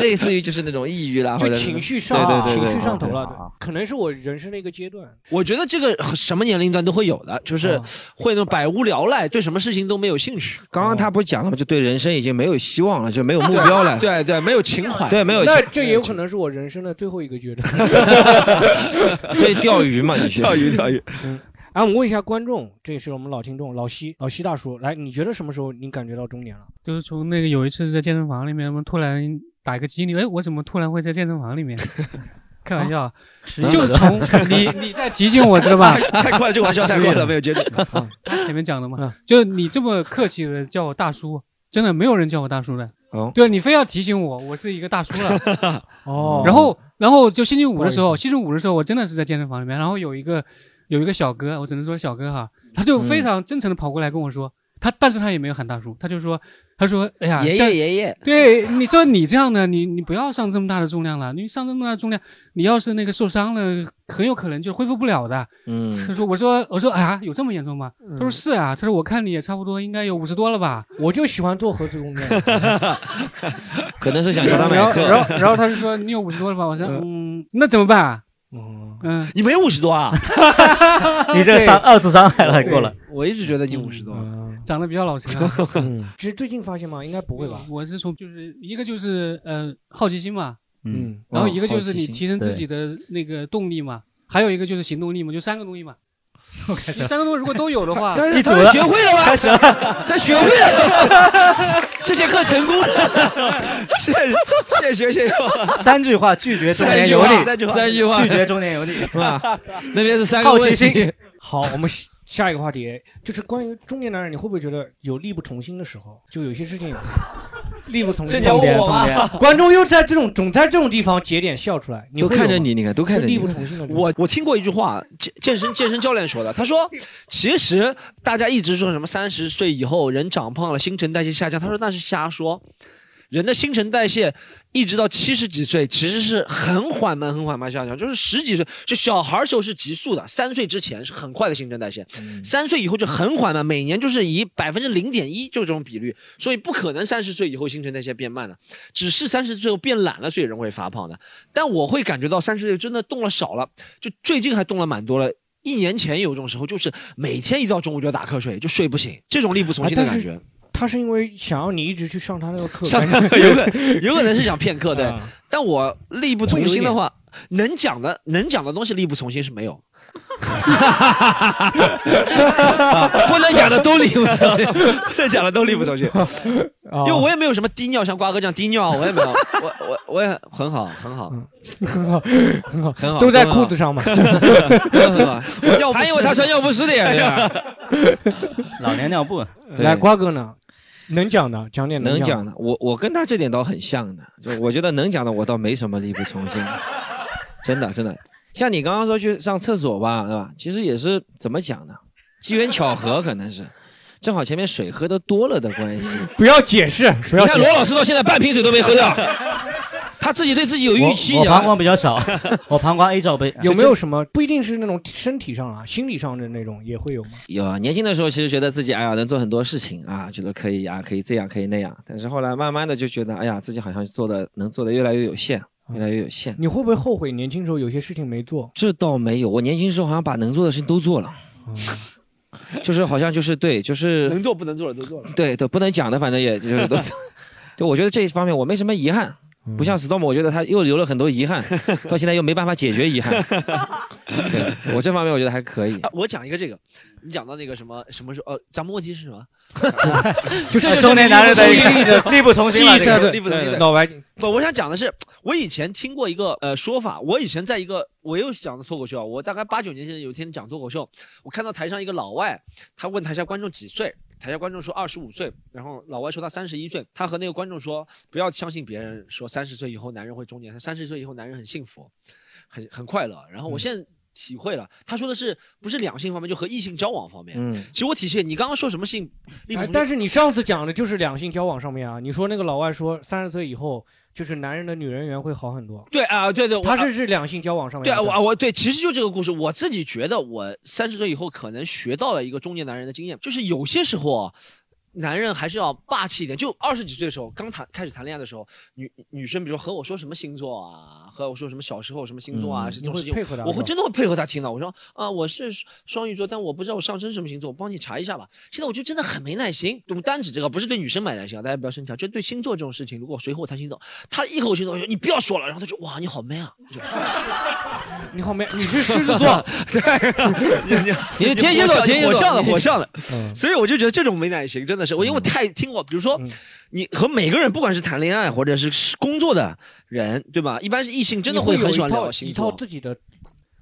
类似于就是那种抑郁啦，就或者是情绪上对对对情对啊绪上头了对可能是我人生的一个阶段。我觉得这个什么年龄段都会有的，哦就是会那种百无聊赖，对什么事情都没有兴趣。刚刚他不是讲了吗？就对人生已经没有希望了，就没有目标了。对对，没有情怀，对，没有那情。这也有可能是我人生的最后一个阶段。 所以钓鱼嘛，你去钓鱼钓鱼。嗯，啊，我们问一下观众，这也是我们老听众老西老西大叔，来，你觉得什么时候你感觉到中年了？就是从那个有一次在健身房里面，我们突然打一个激灵，哎，我怎么突然会在健身房里面？ 开玩笑啊，十一就是个？从你你在提醒我知道吧 太快了这个玩笑太快了没有接嗯住啊前面讲的嗯嘛，就是你这么客气的叫我大叔，真的没有人叫我大叔的哦。对你非要提醒我，我是一个大叔 了。哦然后然后就星期五的时不好候，星期五的时候我真的是在健身房里面，然后有一个有一个小哥，我只能说小哥哈，他就非嗯常真诚的跑过来跟我说，他但是他也没有喊大叔，他就说他说哎呀爷像爷爷爷对，你说你这样的，你你不要上这么大的重量了，你上这么大的重量，你要是那个受伤了，很有可能就恢复不了的。嗯他说：“我说我说啊，有这么严重吗？”他说：“嗯是啊。”他说：“我看你也差不多，应该有五十多 了吧。”我就喜欢做核磁共振，可能是想叫他买然后课然后然后他就说：“你有五十多了吧？”我说：“嗯，那怎么办啊？”哦嗯，你没五十多啊？ 你这个伤二次伤害了，够了。我一直觉得你五十多，嗯长得比较老成 啊。嗯只是最近发现吗？应该不会吧？我是从就是一个就是呃好奇心嘛，嗯然后哦一个就好是奇你心提升自己的那个动力嘛，还有一个就是行动力嘛，就三个东 西嘛。这三个东西如果都有的话，他他他学会了吗？他学会了，这节课成功了。谢 谢谢学谢谢。三句话拒绝中年油腻，三句话三句话拒绝中年油 腻，是吧？那边是三个好问奇题心。。好，我们下下一个话题就是关于中年男人，你会不会觉得有力不从心的时候？就有些事情力不从心。这你要问我吗重点重点观众又在这种总在这种地方节点笑出来，你都会有看着吗你你看都看着就力你不从心的时候。我我听过一句话，健健身健身教练说的，他说，其实大家一直说什么三十岁以后人长胖了，新陈代谢下降，他说那是瞎说。人的新陈代谢一直到七十几岁，其实是很缓慢、很缓慢下降，就是十几岁，就小孩儿时候是急速的，三岁之前是很快的新陈代谢，嗯三岁以后就很缓慢，每年就是以百分之零点一就这种比率，所以不可能三十岁以后新陈代谢变慢的，只是三十岁后变懒了，所以人会发胖的。但我会感觉到三十岁真的动了少了，就最近还动了蛮多了。一年前有种时候，就是每天一到中午就要打瞌睡，就睡不醒，这种力不从啊心的但感是觉。他是因为想要你一直去上他那个课，像 有可有可能是想骗客对，啊但我力不从心的话，能讲的能讲的东西力不从心是没有，啊不能讲的都力 不从心，不能讲的都力不从 心，哦哦因为我也没有什么低尿，像瓜哥这样低尿，我也没有，我我我也很好很好，很好，很好，很好都在很好裤子上嘛。很 好我尿不还以为他穿尿不湿的啊呀对吧老年尿布。来，瓜哥呢？能讲的，讲点能讲的的，。我我跟他这点倒很像的，就我觉得能讲的我倒没什么力不从心，真的真的。像你刚刚说去上厕所吧，对吧？其实也是怎么讲呢？机缘巧合可能是，正好前面水喝的多了的关系。不要解释，不要你看解释。罗老师到现在半瓶水都没喝 掉，他自己对自己有预期我我啊膀。胱比 较少，我膀胱 A 罩杯。有没有什么不一定是那种身体上啊，心理上的那种也会有吗？有啊，年轻的时候其实觉得自己哎呀能做很多事情啊，觉得可以啊，可以这样，可以那样。但是后来慢慢的就觉得，哎呀，自己好像做的能做的越来越有限，越来越有限。你会不会后悔年轻时候有些事情没做？？这倒没有，我年轻时候好像把能做的事情都做了， 就是好像就是对，就是 能做不能做的都做了。对对，不能讲的，反正也就是 都，对，我觉得这一方面我没什么遗憾，不像 Storm，我觉得他又留了很多遗 憾，到现在又没办法解决遗憾。 对我这方面我觉得还可以。啊我讲一个这个，你讲到那个什么什么时候？呃，咱们问题是什么就是中年男人的一个力不从心了这个力不从对心对的脑白金。不，我想讲的是，我以前听过一个呃说法，我以前在一个我又讲的脱口秀啊，我大概八九年前有一天讲脱口秀，我看到台上一个老外，他问台下观众几岁，台下观众说二十五岁，然后老外说他三十一岁，他和那个观众说不要相信别人说三十岁以后男人会中年，他三十岁以后男人很幸福，很很快乐。然后嗯我现在。体会了，他说的是不是两性方面，就和异性交往方面。嗯其实我体现你刚刚说什么性，力不哎从，但是你上次讲的就是两性交往上面啊，你说那个老外说三十岁以后就是男人的女人缘会好很多，对啊，对对，我他是是两性交往上面对的。啊，我啊我对，其实就这个故事，我自己觉得我三十岁以后可能学到了一个中年男人的经验，就是有些时候啊，男人还是要霸气一点。就二十几岁的时候，刚谈开始谈恋爱的时候，女女生比如说和我说什么星座啊，和我说什么小时候什么星座啊，嗯这种事情，你会配合她我会是吧真的会配合她听的。我说啊，我是双鱼座，但我不知道我上升什么星座，我帮你查一下吧。现在我就真的很没耐心，我们单指这个，不是对女生没耐心啊，大家不要生气啊，就对星座这种事情，如果谁和我谈星座，他一口星座，我说你不要说了，然后他说哇，你好 man 啊。你后面你是狮子 座，你你 你是天蝎座天蝎座火象的你是火 象的，嗯所以我就觉得这种没耐心真的是我，因为我太听过，比如说你和每个人，不管是谈恋爱或者是工作的人，对吧？一般是异性真的你会会有很一喜欢套聊一星套座，自己的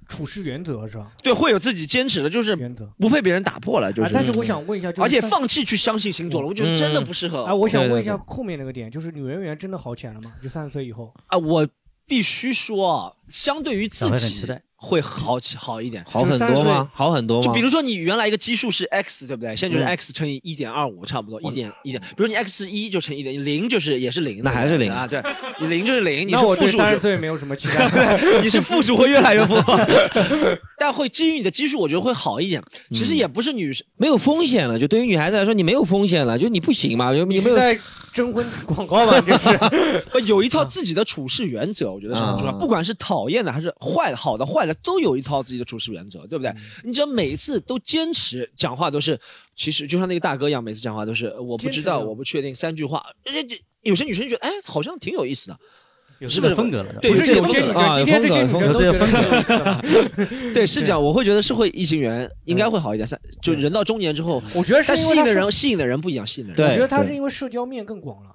处事原则是吧？对，会有自己坚持的，就是不被别人打破了，就啊是。但是我想问一下就是而且三放弃去相信星座了，我觉得真的不适合。哎、我想问一下后面那个点，就是女人缘真的好起来了吗？就三十岁以后，啊，我必须说，相对于自小黑很期己待会好起好一点，好很多吗？好很多吗？就比如说你原来一个基数是 x，对不对？现在就是嗯 x 乘以一点二五，差不多一点一点。比如你 x 一就乘一点零，就是也是零的，那还是零啊？对，你零就是零，你那是我负对数三十就。岁没有什么期 待。对你是负数会越来越负， 但会基于你的基数，我觉得会好一点。其嗯实也不是女生，没有风险了，就对于女孩子来说，你没有风险了，就你不行嘛，就你没有 征婚广告 吧，这是不有一套自己的处事原则，我觉得是很重要。啊嗯不管是讨厌的还是坏的，好的坏的都有一套自己的处事原则，对不嗯对？你只要每一次都坚持讲话，都是其实就像那个大哥一样，每次讲话都是呃我不知道，坚持我不确定三句话。而且这有些女生觉得哎，好像挺有意思的。有是不是这个风格了对，不是这个有些女风格生啊今天有这些风格女生都有这个觉得风格挺有意思的 对，是这样，我会觉得是会异性缘应该会好一点。三就人到中年之后，嗯我觉得是但因为吸引他的是人吸引的人不一样，吸引的人对我觉得他对是因为社交面更广了，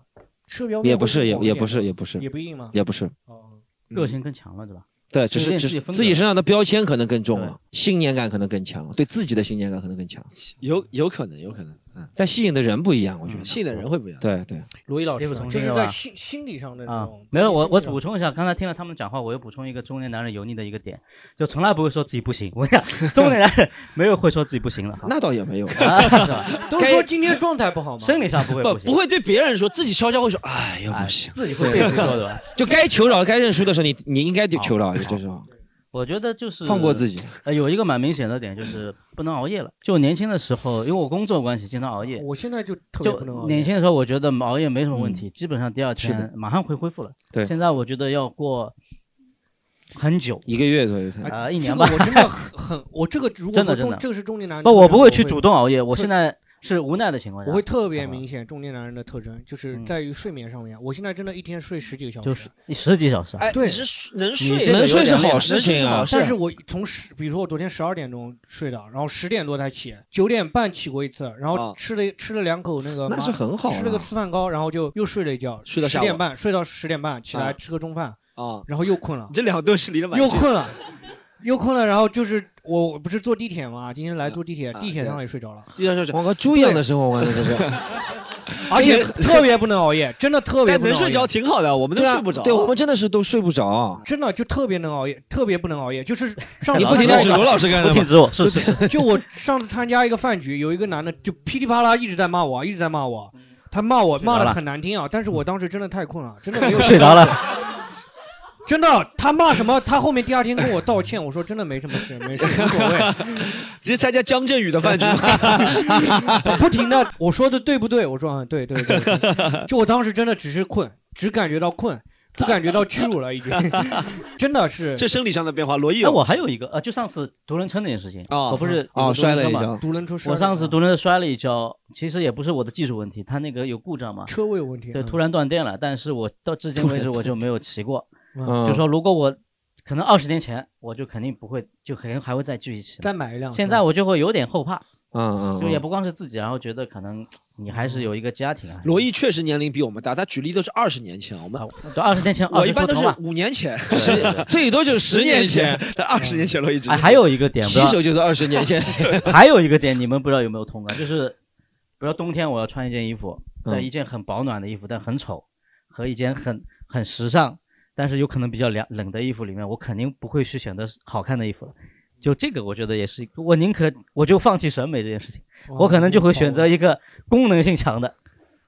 社交面也不是，会也更广一也点不是，的也不是，也不一定吗？也不是，嗯个性更强了，对吧？对，只有是点只自己是风格自己身上的标签可能更重了，信念感可能更强，对自己的信念感可能更强，有有可能，有可能，嗯，但吸引的人不一样，我觉得吸引的嗯人会不一样。对对，罗伊老师力不从这心是是在吧心心理上的那啊种，没有我我补充一下，刚才听了他们讲话，我又补充一个中年男人油腻的一个点，就从来不会说自己不行。我跟你讲，中年男 人没有会说自己不行啊了，那倒也没有，都说今天状态不好嘛，生理上不会不不行，不会对别人说，自己悄悄会说，哎，又不行，自己会对自己说的。 就该求饶、该认输的时候，你你应该就求哦饶，这时候。我觉得就是放过自己。呃，有一个蛮明显的点就是不能熬夜了。就年轻的时候，因为我工作关系经常熬夜，我现在就特别不能就熬年夜。嗯轻的时候，我觉得熬夜没什么问题，基本上第二是天的马上会恢复了。对现在我觉得要过很久，一个月左右才啊、一这年个吧。我真的很很，我这个如果真说的真中的，这个是中年男人不，特我征不会去主动熬夜，特我现在是无奈的情况下，我会嗯特别明显中年男人的特征，就是在于睡眠上面。啊我现在真的一天睡十几个小时，就是你十几小时啊，哎，对你是能你睡这的，个有点是好累事情啊但是我从十，比如说我昨天十二点钟睡的，然后十点多才起，九点半起过一次，然啊后吃了、吃了两口那个麻，那是很好吃了了个吃饭糕，然后就又睡了一觉，睡到十下午点半，睡到十点半起来啊吃个中饭，啊，然后又困了你，这两顿是离得蛮又近困了， 又困了，然后就是我我不是坐地铁嘛，今天来坐地铁，啊地铁对上也睡着了。地上就是 我靠，猪一样的生活，我靠，这是。而且特别不能熬夜，真的特别但不能能熬夜睡着挺好的，我们都对啊睡不着。对我们真的是都睡不着。真的就特别能熬夜，特别不能熬夜，就是上次你不停地指罗老师干什么不停指我是就是 是就我上次参加一个饭局，有一个男的就噼里啪啦一直在骂我，一直在骂我，他骂我骂的很难听啊，但是我当时真的太困了，真的没有睡着了。 真的，他骂什么？他后面第二天跟我道歉，我说真的没什么事，没事，无所谓。 直接参加江振宇的饭局，他 不停的，我说的对不对？我说嗯，对对对对就我当时真的只是困，只感觉到困，不感觉到屈辱了，已经。真的是这生理上的变化。罗哎，毅有吗，我还有一个，呃，就上次独轮车那件事情，哦啊我不是哦我摔了一嘛跤独轮车摔我了上次独轮车摔了一跤，其实也不是我的技术问题，它那个有故障嘛，车位有问题对，嗯突然断电了，但是我到至今突为然止我断就没有骑过，嗯就说如果我可能二十年前，我就肯定不会，就肯定还会再继续骑，再买一辆现在我就会有点后怕，嗯嗯，就也嗯不光是自己，然后觉得可能你还是有一个家庭啊，罗毅确实年龄比我们大，他举例都是二十年前，我们对20年前我一般20都出是头嘛五年前，对对对最多就是10十年年前，但二十年前罗毅只哎，还有一个点，不知道骑手就是20年前 还有一个点，你们不知道有没有通感， 就是，比如冬天我要穿一件衣服，嗯在一件很保暖的衣服，但很丑，和一件很很时尚，但是有可能比较凉冷的衣服里面，我肯定不会去选择好看的衣服了。就这个，我觉得也是，我宁可我就放弃审美这件事情，哦哇我可能就会选择一个功能性强的，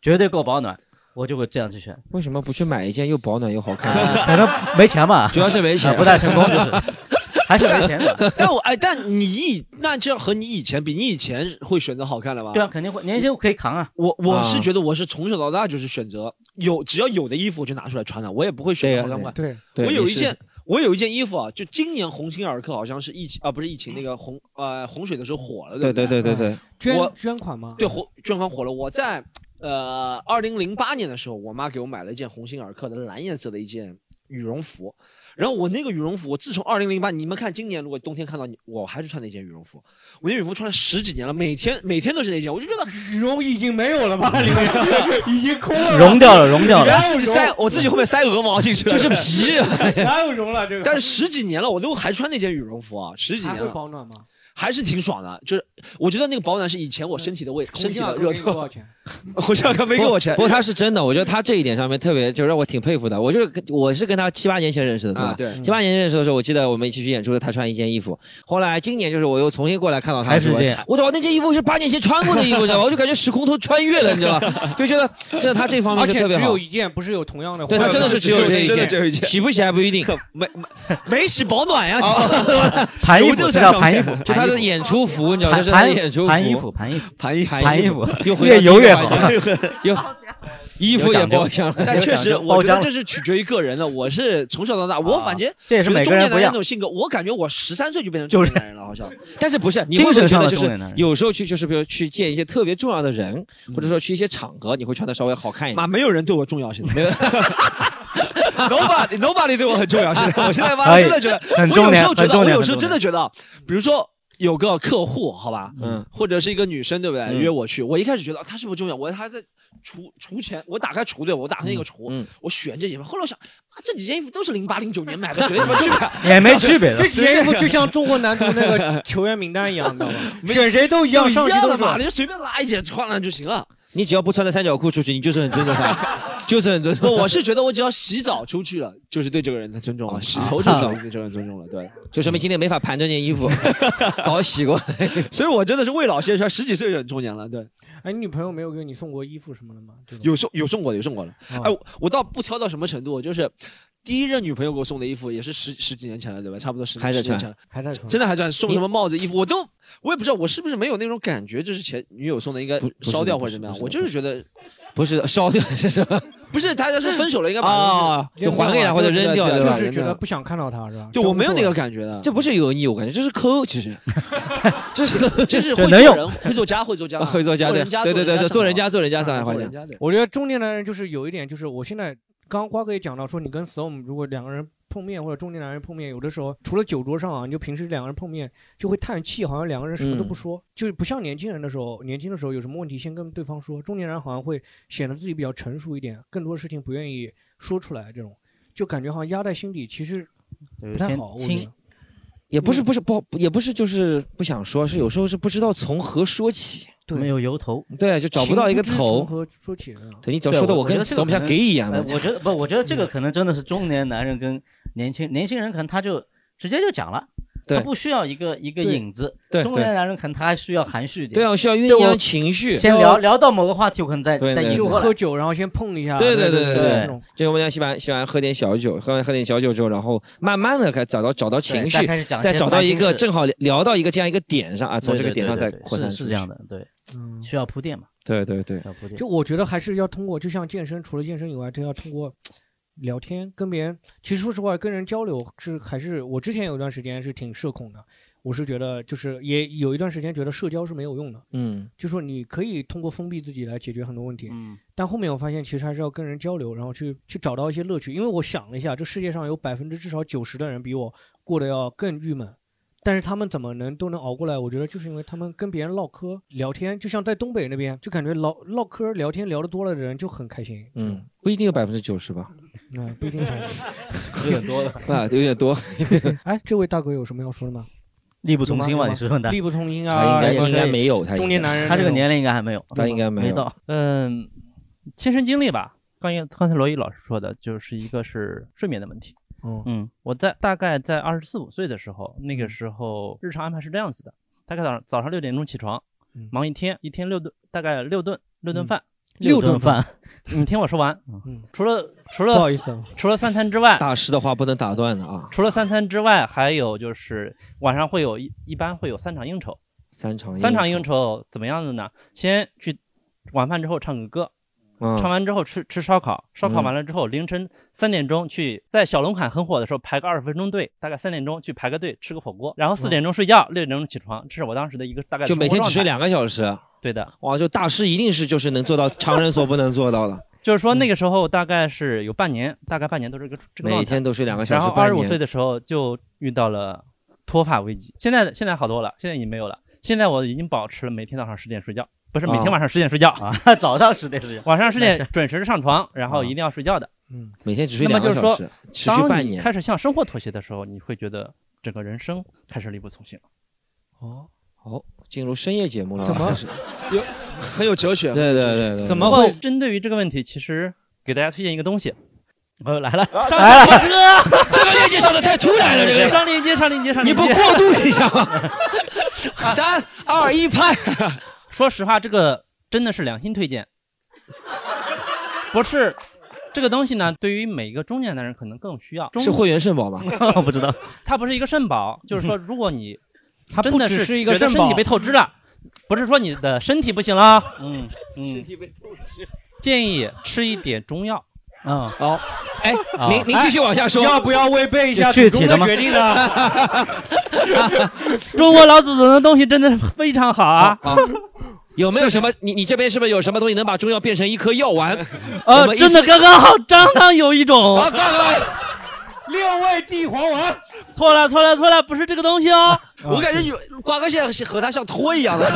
绝对够保暖，我就会这样去选。啊为什么不去买一件又保暖又好看？可能没钱吧，主要是没钱啊不太成功，就是 还是没钱的。但我哎，但你以那这样和你以前比，你以前会选择好看的吧？对啊，肯定会，年轻可以扛啊。我我是觉得得我是从小到大就是选择有只要有的衣服我就拿出来穿了，我也不会选择好看不好看。对对我有一你是件我有一件衣服啊，就今年鸿星尔克好像是疫情啊，不是疫情那个洪呃洪水的时候火了，对不对对对对对捐我捐款吗？对火捐款火了，我在呃二零零八年的时候，我妈给我买了一件鸿星尔克的蓝颜色的一件羽绒服，然后我那个羽绒服，我自从二零零八，你们看今年如果冬天看到你，我还是穿那件羽绒服，我那羽绒服穿了十几年了，每天每天都是那件，我 就觉得羽绒已经没有 了吧，里面已经空了，融掉了融掉了然后自己塞，我自己后面塞鹅毛进去了，这是 皮哪有绒了这个但是十几年了，我都还穿那件羽绒服啊，十几还年会了。保暖吗？还是挺爽的，就是我觉得那个保暖是以前我身体的味，身体的热热多度少。 钱？我想看没给我钱，不过他是真的，我觉得他这一点上面特别，就让我挺佩服的。我就是跟我是跟他七八年前认识的，对吧？啊对七八年认识的时候，我记得我们一起去演出，他穿一件衣服。后来今年就是我又重新过来看到他，还是我这哎样我操，那件衣服是八年前穿过的衣服，你知道吗？ 我就感觉时空都穿越了，你知道吗？ 就觉得真的他这方面而就且特别只好有。一件，不是有同样的货对吗？他真的是只有这一件，洗不洗还不一定。没没洗保暖呀，盘衣服就这叫盘衣服就他的演出服，你知道吗？盘就是他的盘演出服，盘衣服盘衣服盘衣盘衣服又回越到第一油个越环好节又衣服也讲究包浆了， 但确实，有讲究我觉包得浆这是取决于个人的。我是从小到大，我反正这也是觉得每个中人年不男一人样那种性格，我感觉我十三岁就变成就中是年男人了，好 像。但是不是你会不会精神觉上得的就是中年男人有时候去就是比如去见一些特别重要的人，或者说去一些场合，你会穿的稍微好看一点。妈，没有人对我重要，现在没有。 Nobody Nobody 对我很 重要，现在我现在 妈哎真的觉得，很我重有点时候觉很得，重我点有时候很重真的觉得，啊比如说。有个客户，好吧，嗯，或者是一个女生，对不对？嗯约我去，我一开始觉得啊她是不是重要，我还在橱橱前，我打开橱对，我打开嗯那个橱，我选这件衣服，后来我想啊，这几件衣服都是零八零九年买的，有 什么区别？也没区别的这几件衣服就像中国男足那 个球员名单一样，你知道吗？ 选谁都一样，上去一样都的是嘛你就随便拉一件穿了就行了。你只要不穿着三角裤出去，你就是很尊重 他，就是很尊重。不，我是觉得我只要洗澡出去了，就是对这个人的尊哦重了。啊啊洗头出去了，对这个人尊重了，对。就说明今天没法盘这件 衣服， 早洗过。所以我真的是未老先衰，十几岁就很中年了，对。哎，你女朋友没有给你送过衣服什么的吗？对吧有送有送过的，有送过的。啊哎，我我倒不挑到什么程度，就是第一任女朋友给我送的衣服也是十十几年前了，对吧？差不多十还在十穿年前了，还在穿真的还在送什么帽子、衣服，我都我也不知道我是不是没有那种感觉，就是前女友送的应该是烧掉的或不者是怎么的样，不我是的就是觉得不是烧掉是什么？不是大家说分手了应该把啊，就还给他或者扔掉，对吧？就是觉得不想看到他，是吧？对我没有那个感觉的，这不是油腻，我感觉这是抠，其 实这是抠就是这会做能用人，会做家，会做家，啊会做家对人家，对对对对，做人家做人家上上海话做讲人。家对。我觉得中年男人就是有一点，就是我现在刚刚瓜哥也讲到说，你跟 Storm 如果两个人碰面或者中年男人碰面，有的时候除了酒桌上啊，你就平时两个人碰面就会叹气，好像两个人什么都嗯不说，就是不像年轻人的时候，年轻的时候有什么问题先跟对方说，中年人好像会显得自己比较成熟一点，更多事情不愿意说出来，这种就感觉好像压在心底，其实不太好。我觉得也不是不是不也不是就是不想说，是有时候是不知道从何说起。对没有由头，对就找不到一个情不知头从何说起呢？对你只要说的我我觉跟得这个我们像可能 gay 一样的嗯呃，我觉得不，我觉得这个可能真的是中年男人跟年轻年轻人，可能他就直接就讲了，对他不需要一个一个对影子。对中对年男人可能他还需要含蓄一点。对啊我需要酝酿情绪先聊聊到某个话题，我可能再对再对引对过来喝酒然后先碰一下，对对对这对种，就我们讲喜欢喜欢喝点小酒，喝完喝点小酒之后，然后慢慢的开始找到找到情绪再开始，讲一些再找到一烦个心事正好聊到一个这样一个点上啊，从对这个对点对上对再对扩是散是出这样去的，对，嗯需要铺垫嘛。，对对啊对，就我觉得还是要通过，就像健身，除了健身以外，都要通过聊天跟别人。其实说实话，跟人交流是还是我之前有一段时间是挺社恐的，我是觉得就是也有一段时间觉得社交是没有用的，嗯，就说你可以通过封闭自己来解决很多问题，嗯，但后面我发现其实还是要跟人交流，然后去去找到一些乐趣。因为我想了一下，这世界上有百分之至少九十的人比我过得要更郁闷。但是他们怎么能都能熬过来？我觉得就是因为他们跟别人唠嗑聊天，就像在东北那边，就感觉唠唠嗑聊天聊得多了的人就很开心。嗯，不一定有百分之九十吧，嗯，不一定开心 有点多 了 啊， 有点多。哎，这位大哥有什么要说的吗？力不从有吗心嘛有吗你是问他力不从心他啊，应该对吧应该没有他应该中年男人，他这个年龄应该还没有他应该没有没到。嗯，亲身经历吧。关于刚才罗毅老师说的，就是一个是睡眠的问题。嗯嗯，我在大概在二十四五岁的时候，那嗯个时候日常安排是这样子的：大概早上早上六点钟起床，嗯忙一天，一天六顿，大概六顿六顿饭，六顿饭。你听我说完，啊嗯，除了除了不好意思啊除了三餐之外，大师的话不能打断的啊，除了三餐之外，还有就是晚上会有一一般会有三场应酬，三场三场应酬怎么样子呢？先去晚饭之后唱个歌，嗯唱完之后吃吃烧烤，烧烤嗯完了之后、凌晨三点钟去在小龙坎很火的时候排个二十分钟队，大概三点钟去排个队吃个火锅，然后四点钟睡觉，六点钟起床，这是我当时的一个大概嗯就每天只睡两。两个小时。对的，哇，就大师一定是就是能做到常人所不能做到的。就是说那个时候大概是有半年，大概半年都是这个这个每状态天都睡两个小时然后半二十年五岁的时候就遇到了脱发危机，现在现在好多了，现在已经没有了。现在我已经保持了每天早上十点睡觉，不是每哦天晚上十点 睡觉啊，早上十点睡觉，晚上十那点是准时上床，然后一定要睡觉的。嗯，啊每天只睡那么两个就是小说时，持续当半你年。开始向生活妥协的时候，你会觉得整个人生开始力不从心了。哦，好，进入深夜节目了，怎么开始有很有哲学。对对对对对怎么会？针对于这个问题，其实给大家推荐一个东西。朋友来了，啊上来了这个这个链接上的太突然了这个上链接上链接上你链接，不过渡一下吗？ 三二一拍。说实话，这个真的是良心推荐，不是这个东西呢，对于每一个中年男人可能更需要。中是会员肾 宝吗？我不知道，它不是一个肾宝，就是说，如果你嗯它真不的只是一个觉得肾身宝体被透支了，不是说你的身体不行了，嗯嗯身，体被透支。建议吃一点中药。嗯，好，哎啊您您继续往下说哎具体的吗 中国老祖宗的东西真的非常好啊！ 好有没有什么？你你这边是不是有什么东西能把中药变成一颗药丸？呃我们一起真的刚刚好张汤有一种啊刚刚六味地黄丸。错了错了错了，不是这个东西哦。 我感觉有瓜哥现在是和他像托一样 的。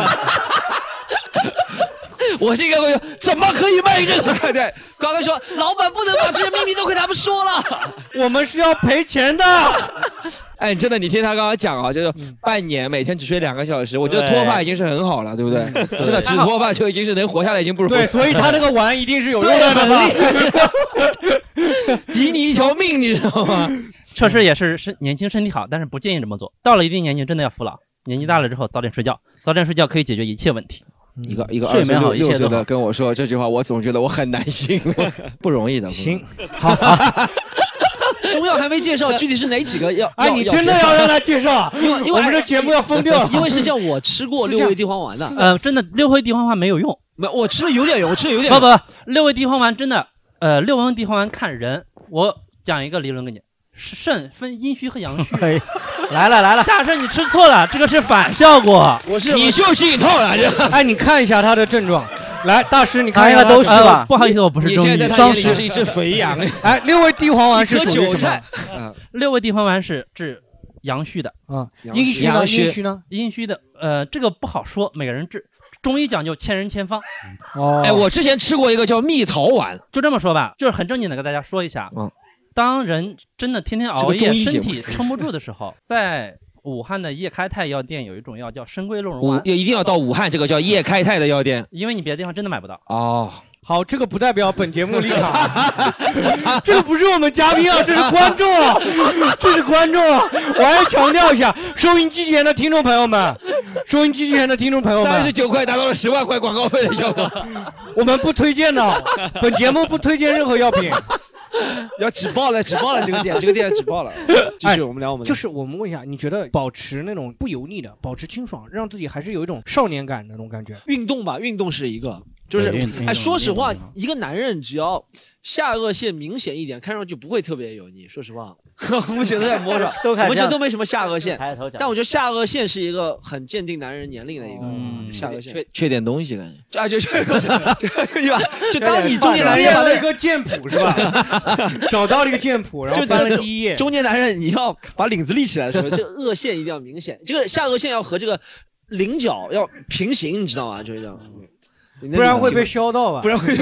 我是一个朋友，怎么可以卖这个？ 对，瓜哥说，老板不能把这些秘密都跟他们说了。 我们是要赔钱的。 哎，真的，你听他刚刚讲啊，就是半年每天只睡两个小时，我觉得脱发已经是很好了，对不对？ 真的，只脱发就已经是能活下来，已经不容易。 对，所 以他那个碗一定是有用对的很厉害吧？抵你一条命，你知道吗？ 确实也是身年轻身体好，但是不建议这么做。到了一定年纪，真的要服老。年纪大了之后，早点睡觉，早点睡觉可以解决一切问题。一个一个睡二十眠六好，一六切岁都好的。跟我说这句话，我总觉得我很难 信，不容易的。行，好，中药还没介绍，具体是哪几个药？哎药你真的要让他介 绍啊因为因为我们哎这节目要疯掉了因为 是叫我吃过六味地黄丸的。呃，真的六味地黄丸没有用。没，我吃了有点用，我吃了有点不用。不不，六味地黄丸真的，呃，六味地黄丸看人。我讲一个理论给你，是肾分阴虚和阳 虚。来了来了，下次你吃错了，这个是反效果。我是你就进套了这。哎，你看一下他的症状，来，大师你看一下哎呀他呃都的是症状吧不好意思我不是你中现在医在他眼里就是一 只肥羊。哎，六味地黄丸是属于韭什么嗯菜？。六味地黄丸是治阳虚的啊阴虚呢阳阴虚呢？阴虚的，呃，这个不好说，每个人治。中医讲究千人千方，哦哎，我之前吃过一个叫蜜桃丸，就这么说吧，就是很正经的跟大家说一下，嗯当人真的天天是熬个中夜，医节身目 体撑不住的时候，在武汉的叶开泰药店有一种药叫深龟鹿茸武哦丸，也一定要到武汉这个叫叶开泰的药店因为你别的地方真的买不到。哦。好，这个不代表本节目立场， 这个不是我们嘉 宾啊，这是观众啊，这是观众啊！我还要强调一下，收音机前的听众朋友们，收音机前的听众朋友们，三十九块达到了十万块广告费的效果， 我们不推荐的，本节目不推荐任何药品。 要挤爆了，挤爆了这个店，这个 店挤爆了。继续，我们聊我们哎的就是我们问一下，你觉得保持那种不油腻的，保持清爽，让自己还是有一种少年感的那种感觉？运动吧，运动是一个，就是对运动哎，说实话运动，一个男人只要下颚线明显一点，看上去不会特别油腻。说实话，我们觉得在摸着，都开始我们现在这都样没什么下颚线抬着头，讲但我觉得下颚线是一个很鉴定男人年龄的一个下颚线。缺点东西感觉。啊，就就就就就当你中年男人人把了一那个剑谱是吧？ 找到了一个剑 谱，然后就翻了第一页。中年男人，你要把领子立起来的时候， 这个颚线一定要明显，这个下颚线要和这个棱角要平行，你知道吗？就是这样，你那不然种会习被惯削到吧？不然会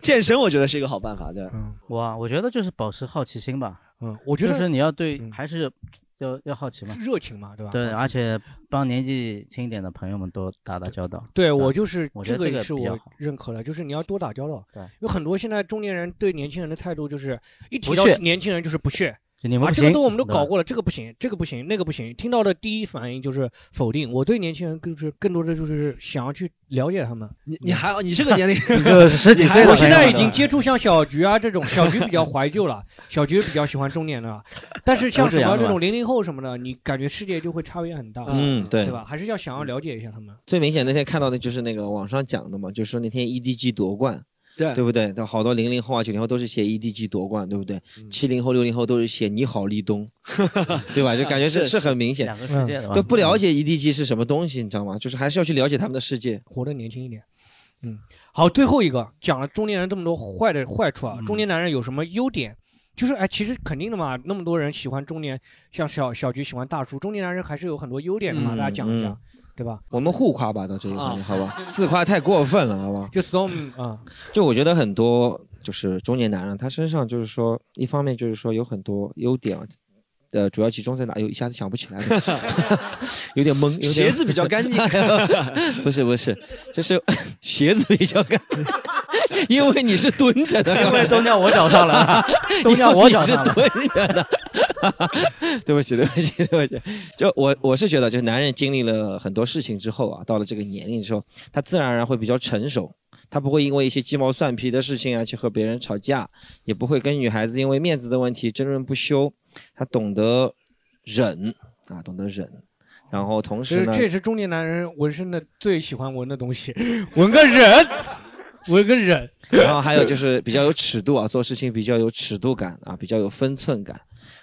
健身我觉得是一个好办法，对。我啊我觉得就是保持好奇心吧。嗯，我觉得嗯就是你要对，还是要要好奇嘛，热情嘛，对吧？对，而且帮年纪轻一点的朋友们多打打交道。对啊我就是我觉这得个这也个是比较我好认可的，就是你要多打交道。对，有很多现在中年人对年轻人的态度就是一提不到屑年轻人就是不屑。就你们啊，不这个行都我们都对搞吧过了，这个不行，这个不行，那个不行。听到的第一反应就是否定。我对年轻人就是更多的就是想要去了解他们。，你你还你这个年龄 我现在已啊经接触像小菊啊这种，小菊比较怀旧了，小菊比较喜欢中年的了。但是像什么这种零零后什么的，你感觉世界就会差别很大。嗯对对吧？还是要想要了解一下他们。最明显那天看到的就是那个网上讲的嘛，就是说那天 EDG 夺冠，对对不对？但好多零零后啊、九零后都是写 EDG 夺冠，对不对？嗯七零后、六零后都是写你好立 冬，对吧？就感觉是是是很明显，两个世界的嘛都嗯不了解 EDG 是什么东西，你知道吗？就是还是要去了解他们的世界。活得年轻一点。嗯，好，最后一个讲了中年人这么多坏的坏处嗯啊，中年男人有什么优点？就是哎，其实肯定的嘛，那么多人喜欢中年，像小小菊喜欢大叔，中年男人还是有很多优点的嘛，嗯大家讲一下，嗯对吧？我们互夸吧，到这一块啊，好吧？自夸太过分了，好吧？嗯就 storm 啊，就我觉得很多就是中年男人，他身上就是说，一方面就是说有很多优点啊，呃，主要集中在哪？有一下子想不起来了， 有点懵。有点鞋子比较干净 不是不是，就是 鞋子比较干净， 因为你是蹲着的， 因为都尿我脚 上 了因为都尿我脚你是上了蹲着的。 对不起，对不起，对不起。就我我是觉得，就是男人经历了很多事情之后啊，到了这个年龄之后，他自然而然会比较成熟，他不会因为一些鸡毛蒜皮的事情啊去和别人吵架，也不会跟女孩子因为面子的问题争论不休，他懂得忍啊，懂得忍。然后同其时实呢，这也是中年男人纹身的最喜欢纹的 东西，纹个人，纹个人。然后还有就是比较有尺度啊，做事情比较有尺度感啊，比较有分寸感。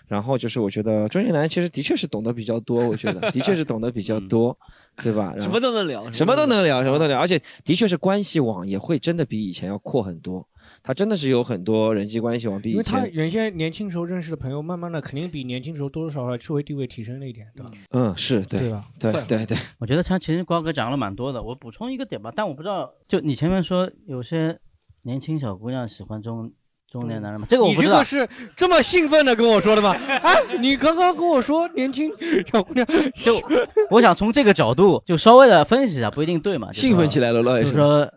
然后就是我觉得中年男人其实的确是懂得比较多，我觉 得的确是懂得比较多，嗯对嗯吧？然后什么都能聊，什么都能聊，什么都聊，而且的确是关系网也会真的比以前要阔很多，它真的是有很多人际关系网比因以为他前，原先年轻时候认识的朋友，慢慢的肯定比年轻时候多多少少社会地位提升了一点，对吧？嗯，是对，对吧对会吗对对，我觉得他其实瓜哥讲了蛮多的，我补充一个点吧，但我不知道，就你前面说有些年轻小姑娘喜欢中中年男人嘛，这个我你不这知道个。是这么兴奋的跟 我说的吗？啊，你刚刚跟我说年轻小姑娘，就我想从这个角度就稍微的分析一下，不一定对嘛，兴奋起来了老也就是是说，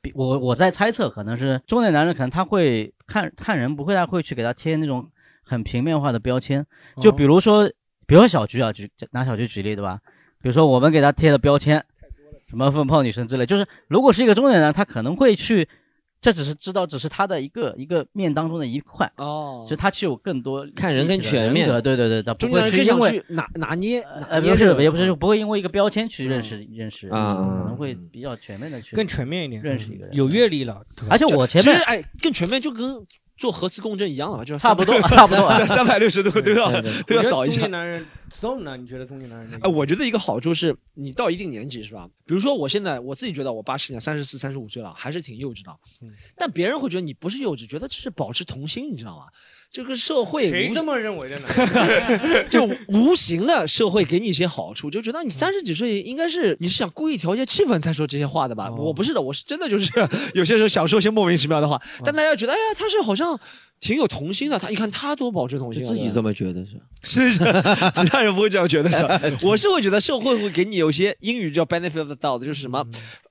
比我我在猜测，可能是中年男人，可能他会看看人，不会太会去给他贴那种很平面化的标签。哦就比如说，比如说小菊啊，举拿小菊举例对吧？比如说我们给他贴的标签，什么粪泡女神之类，就是如果是一个中年男，他可能会去，这只是知道，只是他的一个一个面当中的一块哦，就他具有更多看人立体更的全面格对对对，他不中年会人去更因想为去拿拿捏，拿呃，捏不这是，个也不是，就不会因为一个标签去认识认识嗯人嗯啊可能嗯会比较全面的去更全面一点，嗯认 识一个人。有阅 历了，对吧而且我前其面实哎，更全面就跟做核磁共振一样了，就是差不多差不 多啊三百六十度都要对对对 都要扫一中下年。男人 zone 呢？你觉得中年男人？哎，我觉得一个好处是，你到一定年纪是吧？比如说我现在我自己觉得我八十年三十四、三十五岁了，还是挺幼稚的，嗯但别人会觉得你不是幼稚，觉得这是保持童心，你知道吗？这个社会谁无这么认为的呢？ 就无形的社会给你一些好处，就觉得你三十几岁应该是你是想故意调节气氛才说这些话的哦吧？我不是的，我是真的就是有些时候想说些莫名其妙的话，但大家觉得哎呀，他是好像挺有童心的。他你看他多保持童心、啊，自己这么觉得是？是是， 其他人不会这样觉得 是。我是会觉得社会会给你有些英语叫 benefit of the doubt，就是什么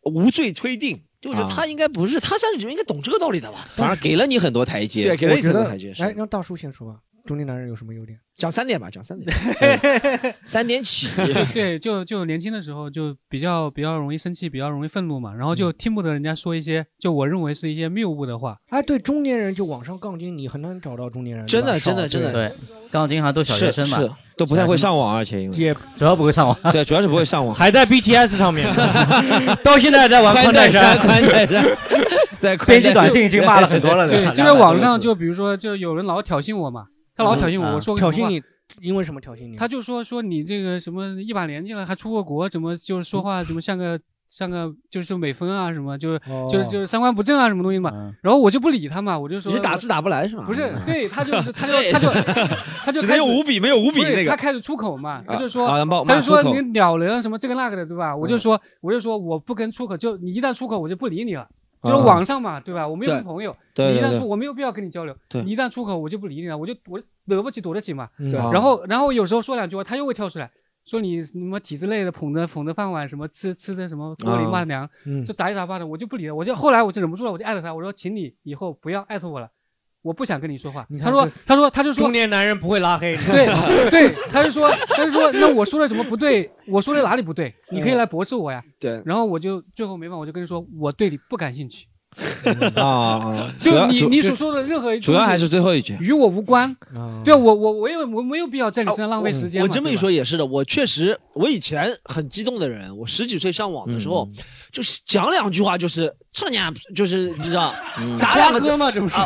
无罪推定。就我觉得他应该不是，他三十九应该懂这个道理的吧？反而给了你很多台阶，对，给了你我觉很多得台阶。是哎，让大叔先说吧。中年男人有什么优点？讲三点吧，讲三点。三 点起 对，就就年轻的时候就比较比较容易生气，比较容易愤怒嘛，然后嗯就听不得人家说一些就我认为是一些谬误的话。 哎，对，中年人就往上杠精，你很难找到中年人。真的对吧真的少真的对，刚刚银啊行都小学生嘛，是都不太会上网，而且因为也主要不会上网，对，主要是不会上网，还在 BTS E 上 面，到现在还在玩宽宽带带山，山宽带 山，在宽带编辑短信已经骂了很多 了对，吧就在网上就比如说，就有人老挑衅我嘛，他老挑衅嗯我，我说个挑什么衅话你，，因为什么挑衅你？他就说说你这个什么一把年纪了还出过国，怎么就是说话怎么像个像个就是美风啊什么，就是就是就是三观不正啊什么东西嘛。然后我就不理他嘛，我就说你是打字打不来是吗？不 是，对他就是他就对他就 他就只开能始用五笔没有五笔不是那个他开始出口嘛，他就说啊冒他冒就说出口你鸟人什么这个那个的对吧？我就说我就说我不跟出口，就你一旦出口我就不理你了。就是啊网上嘛，对吧？我们又不对是朋友，对对你一旦对出，我没有必要跟你交流。对你一旦出口，我就不理你了，我就我惹不起躲得起嘛。嗯然后然后有时候说两句话，他又会跳出来说你什么体制内的捧着捧着饭碗什么吃吃的什么锅里骂娘，嗯这杂七杂八的，我就不理了。我就后来我就忍不住了，我就艾特他，我说请你以后不要艾特我了。我不想跟你说话。你看他说这，他说，他就说，中年男人不会拉黑。对 对，他就说，他就说，那我说了什么不对？我说了哪里不对？你嗯可以来驳斥我呀。对然后我就最后没办法，我就跟他说，我对你不感兴趣。啊啊，主就要你主你所说的任何一句主要还是最后一句与我无关。对啊我我我也我没有必要在你身上浪费时间嘛。啊我这么一对吧说也是的，我确实，我以前很激动的人，我十几岁上网的时候，嗯就是讲两句话就是操你娘，就是你知道，嗯打两个字瓜哥嘛这不是啊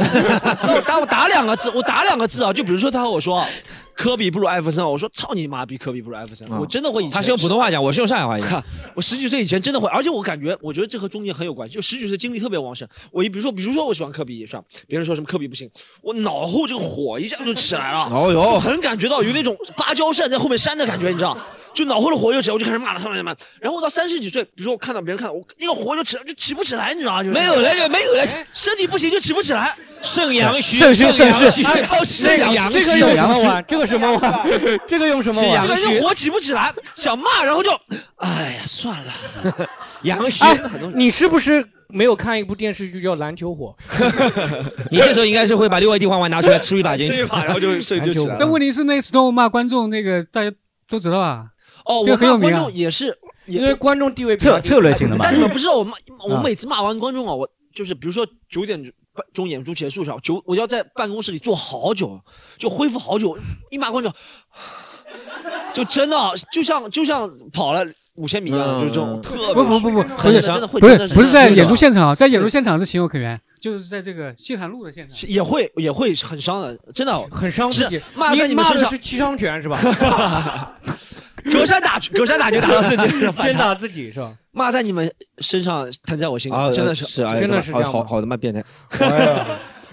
我打我打两个字，我打两个字啊，就比如说他和我说，科比不如艾弗森，我说操你妈逼，科比不如艾弗森，啊我真的会以前他是用普通话讲，我是用上海话讲。 我十几岁以前真的会，而且我感觉，我觉得这和中年很有关系。就十几岁精力特别旺盛，我一比如说，比如说我喜欢科比，也是吧别人说什么科比不行，我脑后这个火一下就起来了，哦哟我很感觉到有那种芭蕉扇在后面扇的感觉，你知道。就脑后的火就起来，我就开始骂了，他们骂。然后我到三十几岁，比如说我看到别人看到我那个火就起来，就起不起来，你知道吗？就是没有了就没有了哎身体不行就起不起来。 哎肾阳虚，肾虚肾阳肾虚虚， 肾阳 虚，这个用什么玩这个什么玩？ 这个用什么玩这个人火起不起来，想骂，然后就，哎呀，算了。 阳虚哎很多人你是不是没有看一部电视剧叫《篮球火》？ 你这时候应该是会把六味地黄丸拿出来吃一把哎进去，吃一把然后就肾就啊起来了但问题是，那个 storm 骂观众那个大家都知道啊。哦，这个我很有骂名观啊众。也是，也因为观众 地位比策较低策略性的嘛但你们不知道，我骂我啊每次骂完观众啊，我就是比如说九点钟演出结束上，九我要在办公室里坐好久，就恢复好久，一骂观众， 就真的就像就像跑了五千米一样，就这种特别不不不不，不很是真的会不真是的不是在真的演出现场，在演出现场是情有可原，就是在这个西坛路的现场。也会也会很伤的，真的很伤自己骂你在你们骂身的上是七伤拳 是吧？，隔山打隔山打牛打到自己先打自己是吧？ 骂在你们身上，疼在我心啊，里，真的是是哎呃真的好是这样好吗。好他妈变态。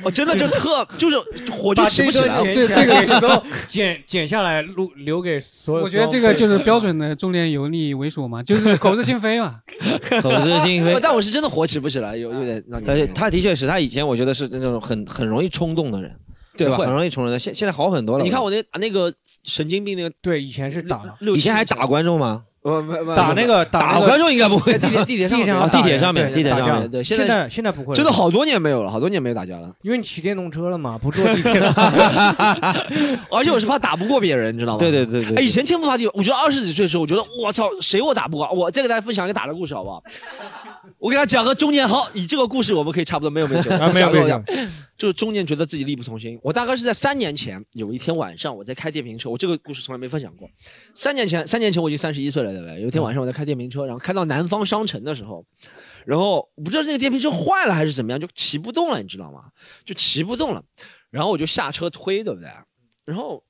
我真的就 特就是火就起不起来了，这这个都剪剪下来录留给所有。我觉啊得这个就是标啊准的中年油腻猥琐嘛，就是口是心非嘛。口是心非 但我是真的火起不起来，有有点让你。而且他的确是他以前我觉得是那种很很容易冲动的人，对吧？会很容易冲动的，现现在好很多了。你看我那那个神经病那个，对，以前是打了，以前还打观众吗？不不不打那个打那个观众应该不会，在地铁地铁上啊地铁上面对地铁打上架面对，现在在现在不会了真的好多年没有了，好多年没有打架了。因为你骑电动车了嘛，不坐地铁了。而且我是怕打不过别人，你知道吗？对对对对对哎，以前天赋法地，我觉得二十几岁的时候，我觉得我操，谁我打不过？我再给大家分享一个打的故事，好不好？我给大家讲个中年好，以这个故事我们可以差不多没有没久，啊没有讲过没有的就是中年觉得自己力不从心。我大概是在三年前有一天晚上，我在开电瓶车，我这个故事从来没分享过。三年前，三年前我已经三十一岁了，对不对？有一天晚上我在开电瓶车，然后开到南方商城的时候，然后我不知道这个电瓶车坏了还是怎么样，就骑不动了，你知道吗？就骑不动了，然后我就下车推，对不对？然后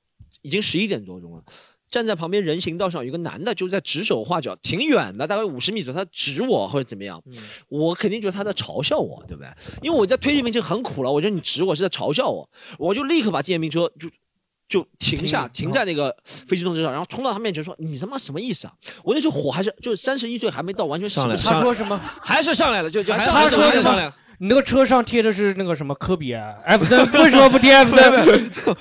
已经十一点多钟了，站在旁边人行道上有一个男的，就在指手画脚，挺远的，大概五十米左右，他指我或者怎么样，嗯我肯定觉得他在嘲笑我，对不对？因为我在推电瓶车很苦了，我觉得你指我是在嘲笑我，我就立刻把电瓶车就。就停下，停在那哦个非机动车上，然后冲到他面前说：“你他妈什么意思啊？”我那时候火还是就是三十一岁还没到完全上来起上来他不说什么还是上来了，就就 还还上是来了还是上来了。你那个车上贴的是那个什么科比啊？F 三 为什么不贴 F 三？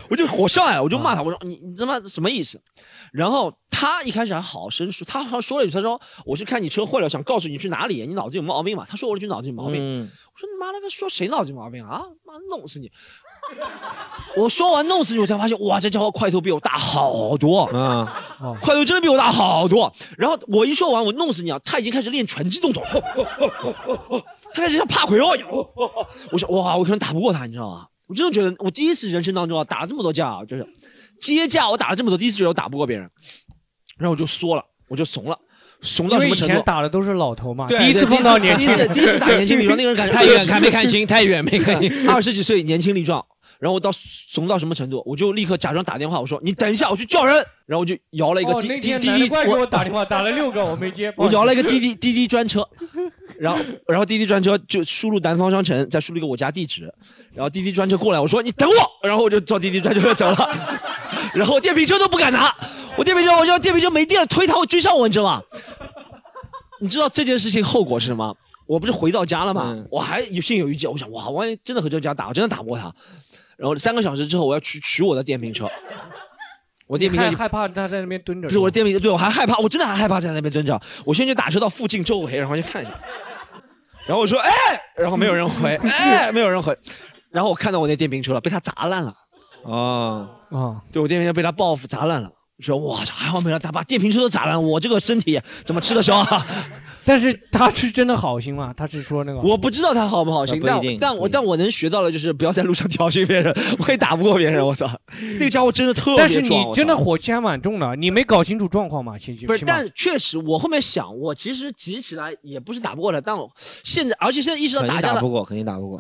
我就火上来了，我就骂他，我说你你他妈什么意思？然后他一开始还好生疏，他好像说了一句，他说我是看你车坏了，想告诉你去哪里，你脑子有毛病嘛？他说我这句脑子有毛病，嗯我说你妈那个说谁脑子有毛病啊？妈弄死你！我说完弄死你，我才发现哇，这家伙块头比我大好多啊，块头真的比我大好多。然后我一说完我弄死你啊，他已经开始练拳击动作了，他开始像帕奎奥一样。我想哇，我可能打不过他，你知道吗？我真的觉得我第一次人生当中啊打了这么多架啊，就是接架我打了这么多，第一次觉得我打不过别人，然后我就缩了，我就怂了。怂因到什为以么程度前？打的都是老头嘛，对第一次碰到年轻第一次人，第一次打年轻力壮，那个人感 觉太远看没看清太远没看清 二十几岁年轻力壮，然后我到怂到什么程度，我就立刻假装打电话，我说你等一下，我去叫人，然后我就摇了一个哦，滴那滴天滴难滴，怪给我打电话，打了六个我没 接。我摇了一个 滴滴，滴滴滴专车，然后然后滴滴专车就输入南方商城，再输入一个我家地址，然后滴滴专车过来，我说你等我，然后我就坐滴滴专车走了， 然后我电瓶车都不敢拿，我电瓶车我说电瓶车没电了，推他会追上我，你知道吗？你知道这件事情后果是什么？我不是回到家了吗？我还有心有余悸，我想哇，万一真的回到家打，我真的打不过他。然后三个小时之后，我要去取我的电瓶车，我电瓶车害已经害怕他在那边蹲着。不是我的电瓶，对我还害怕，我真的还害怕在那边蹲着。我先去打车到附近周围，然后去看一下。然后我说哎，然后没有人回，哎，没有人回。然后我看到我那电瓶车了，被他砸烂了。哦哦，对我电瓶车被他报复砸烂了。说哇，还好没让他把电瓶车都砸烂，我这个身体怎么吃得消啊？ 但是他是真的好心嘛？他是说那个 我不知道他好不好心，那但不一定但我但我能学到的就是不要在路上挑衅别人，我也打不过 别 人。我操，那个家伙真的特但别壮。是你我操真的火气还蛮重的，你没搞清楚状况嘛？其实不是，但确实，我后面想，我其实急起来也不是打不过他，但我现在，而且现在意识到肯定打架打了，不过，肯定打不过。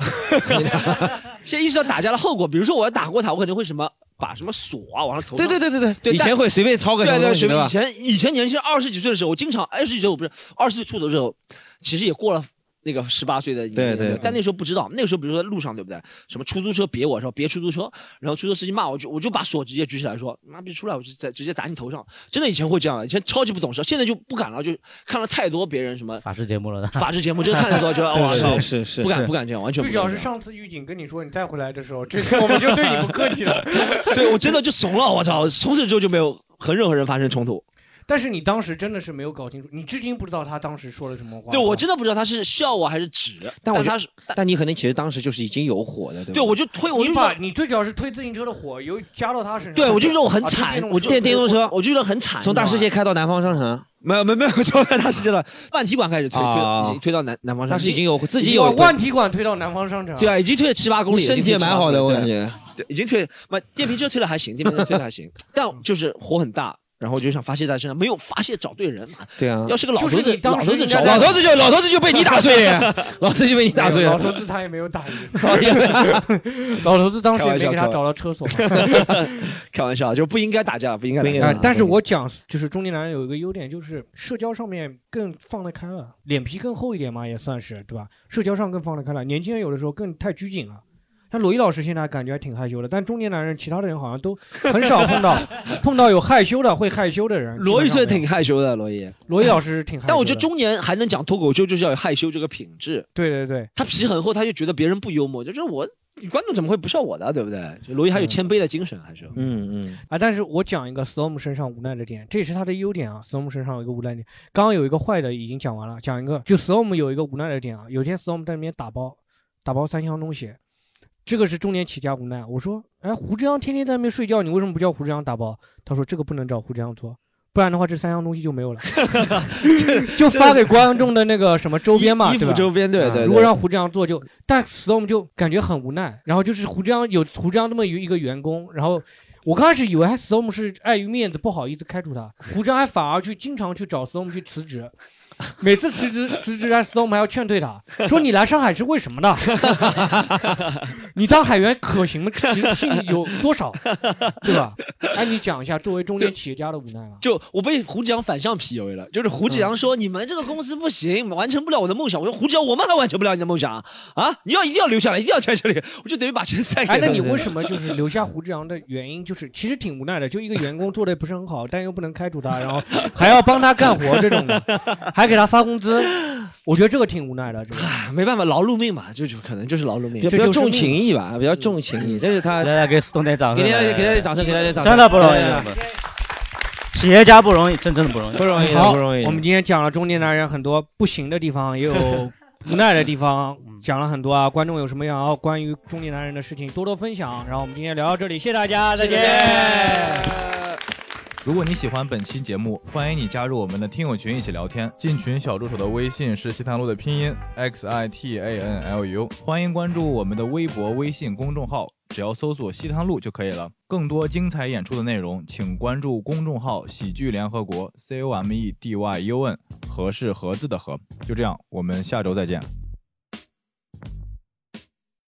现在意识到打架的后果。比如说，我要打过他，我肯定会什么把什么锁啊往上头上。对对对对对对以前但会随便抄个什么对对，东西随对便。吧以前以前年轻二十几岁的时候，我经常二十几岁我不是二十岁出头的时候，其实也过了。那个十八岁的对年龄对但那时候不知道，那个时候比如说在路上对不对？什么出租车别我说别出租车，然后出租车司机骂我就我就把锁直接举起来说妈逼出来我就直直接砸你头上，真的以前会这样的，以前超级不懂事，现在就不敢了，就看了太多别人什么法制节目了，法制节目真的看得 多，觉得哇对靠，是是是不敢不敢这样，完全就不只要敢是上次狱警跟你说你再回来的时候，这次我们就对你不客气 了。所以我真的就怂了，我操！从此之后就没有和任何人发生冲突。但是你当时真的是没有搞清楚，你至今不知道他当时说了什么话。啊对我真的不知道他是笑我还是指，但我他是觉得但你可能其实当时就是已经有火了，对吧？对我就推我就你把你最主要是推自行车的火油加到他身上。对我就觉得我很啊推惨电，动我就车电动车我就觉得很惨。从大世你知道吗界开到南方商城，没有没有没有， 从大世 界到万体馆开始推啊推已经推到南南方但上，是已经有自己已经把有万体馆推到南方商场。对啊，已经推了七八公里了，身体也蛮好的我感觉。对，已经推，那电瓶车推的还行，电瓶车推的 还行，但就是火很大，然后就想发泄在身上，没有发泄找对人嘛。对啊要是个老头子就是你当时老头子找应我，老头该在子就老头子就被你打碎 了，老头子就被你打碎没有了老。头子他也没有打赢 老头子当时也开玩没笑给他找到车锁嘛。 开玩笑，就不应该打架，不应该打啊架。但是我讲就是中年男人有一个优点，就是社交上面更放得开了，脸皮更厚一点嘛，也算是对吧？社交上更放得开了，年轻人有的时候更太拘谨了。像罗毅老师现在感觉还挺害羞的，但中年男人其他的人好像都很少碰到 碰到有害羞的会害羞的人。罗毅基本上是没有挺害羞的，罗毅，罗毅老师是挺害羞的但我觉得中年还能讲脱口秀，就是要有害羞这个品质。对对对，他皮很厚，他就觉得别人不幽默，就是我观众怎么会不笑我的，对不对？就罗毅嗯还有谦卑的精神，还是嗯嗯。啊，但是我讲一个 Storm 身上无奈的点，这也是他的优点啊。Storm 身上有一个无奈点，刚刚有一个坏的已经讲完了，讲一个就 Storm 有一个无奈的点啊。有一天 Storm 在那边打包打包三箱东西，这个是中年起家无奈。我说，哎，胡志阳天天在那边睡觉，你为什么不叫胡志阳打包？他说这个不能找胡志阳做。不然的话，这三样东西就 没有了，就发给观众的那个什么周边嘛，衣衣服对吧？周边对啊对如果对让胡志阳做就，但 Storm 就感觉很无奈。然后就是胡志阳有胡志阳这么一个员工，然后我刚开始以为 Storm 是碍于面子不好意思开除他，胡志阳还反而去经常去找 Storm 去辞职。每次辞职辞职来，Storm 还要劝退他，说你来上海是为什么呢？ 你当海员可行吗？可行性有多少，对吧？哎，你讲一下作为中年企业家的无奈啊嗯吧。就我被胡志阳反向 PUA 了，就是胡志阳说、你们这个公司不行，完成不了我的梦想。我说胡志阳，我们还完成不了你的梦想啊！啊你要一定要留下来，一定要在这里，我就等于把钱塞给他。哎，那你为什么就是留下胡志阳的原因，就是其实挺无奈的，就一个员工做的不是很好，但又不能开除他，然后还要帮他干活这种的，还给他发工资，我觉得这个挺无奈的，这个。没办法，劳碌命嘛，就就可能就是劳碌命，比较比这较就是重命情义吧，比较重情 义，这是他。来来，给宋队掌声！给大家来给大家掌声，给大家掌声，真的不容易对对对企业家不容易，真真的不容易，好我们今天讲了中年男人很多不行的地方，也有无奈的地方，嗯讲了很多啊。观众有什么想要关于中年男人的事情，多多分享。然后我们今天聊到这里，谢谢大家，再见。如果你喜欢本期节目，欢迎你加入我们的听友群一起聊天。进群小助手的微信是西塘路的拼音 x i t a n l u，欢迎关注我们的微博、微信公众号，只要搜索西塘路就可以了。更多精彩演出的内容，请关注公众号“喜剧联合国 ”（C O M E D Y U N），和是盒子的和。就这样，我们下周再见。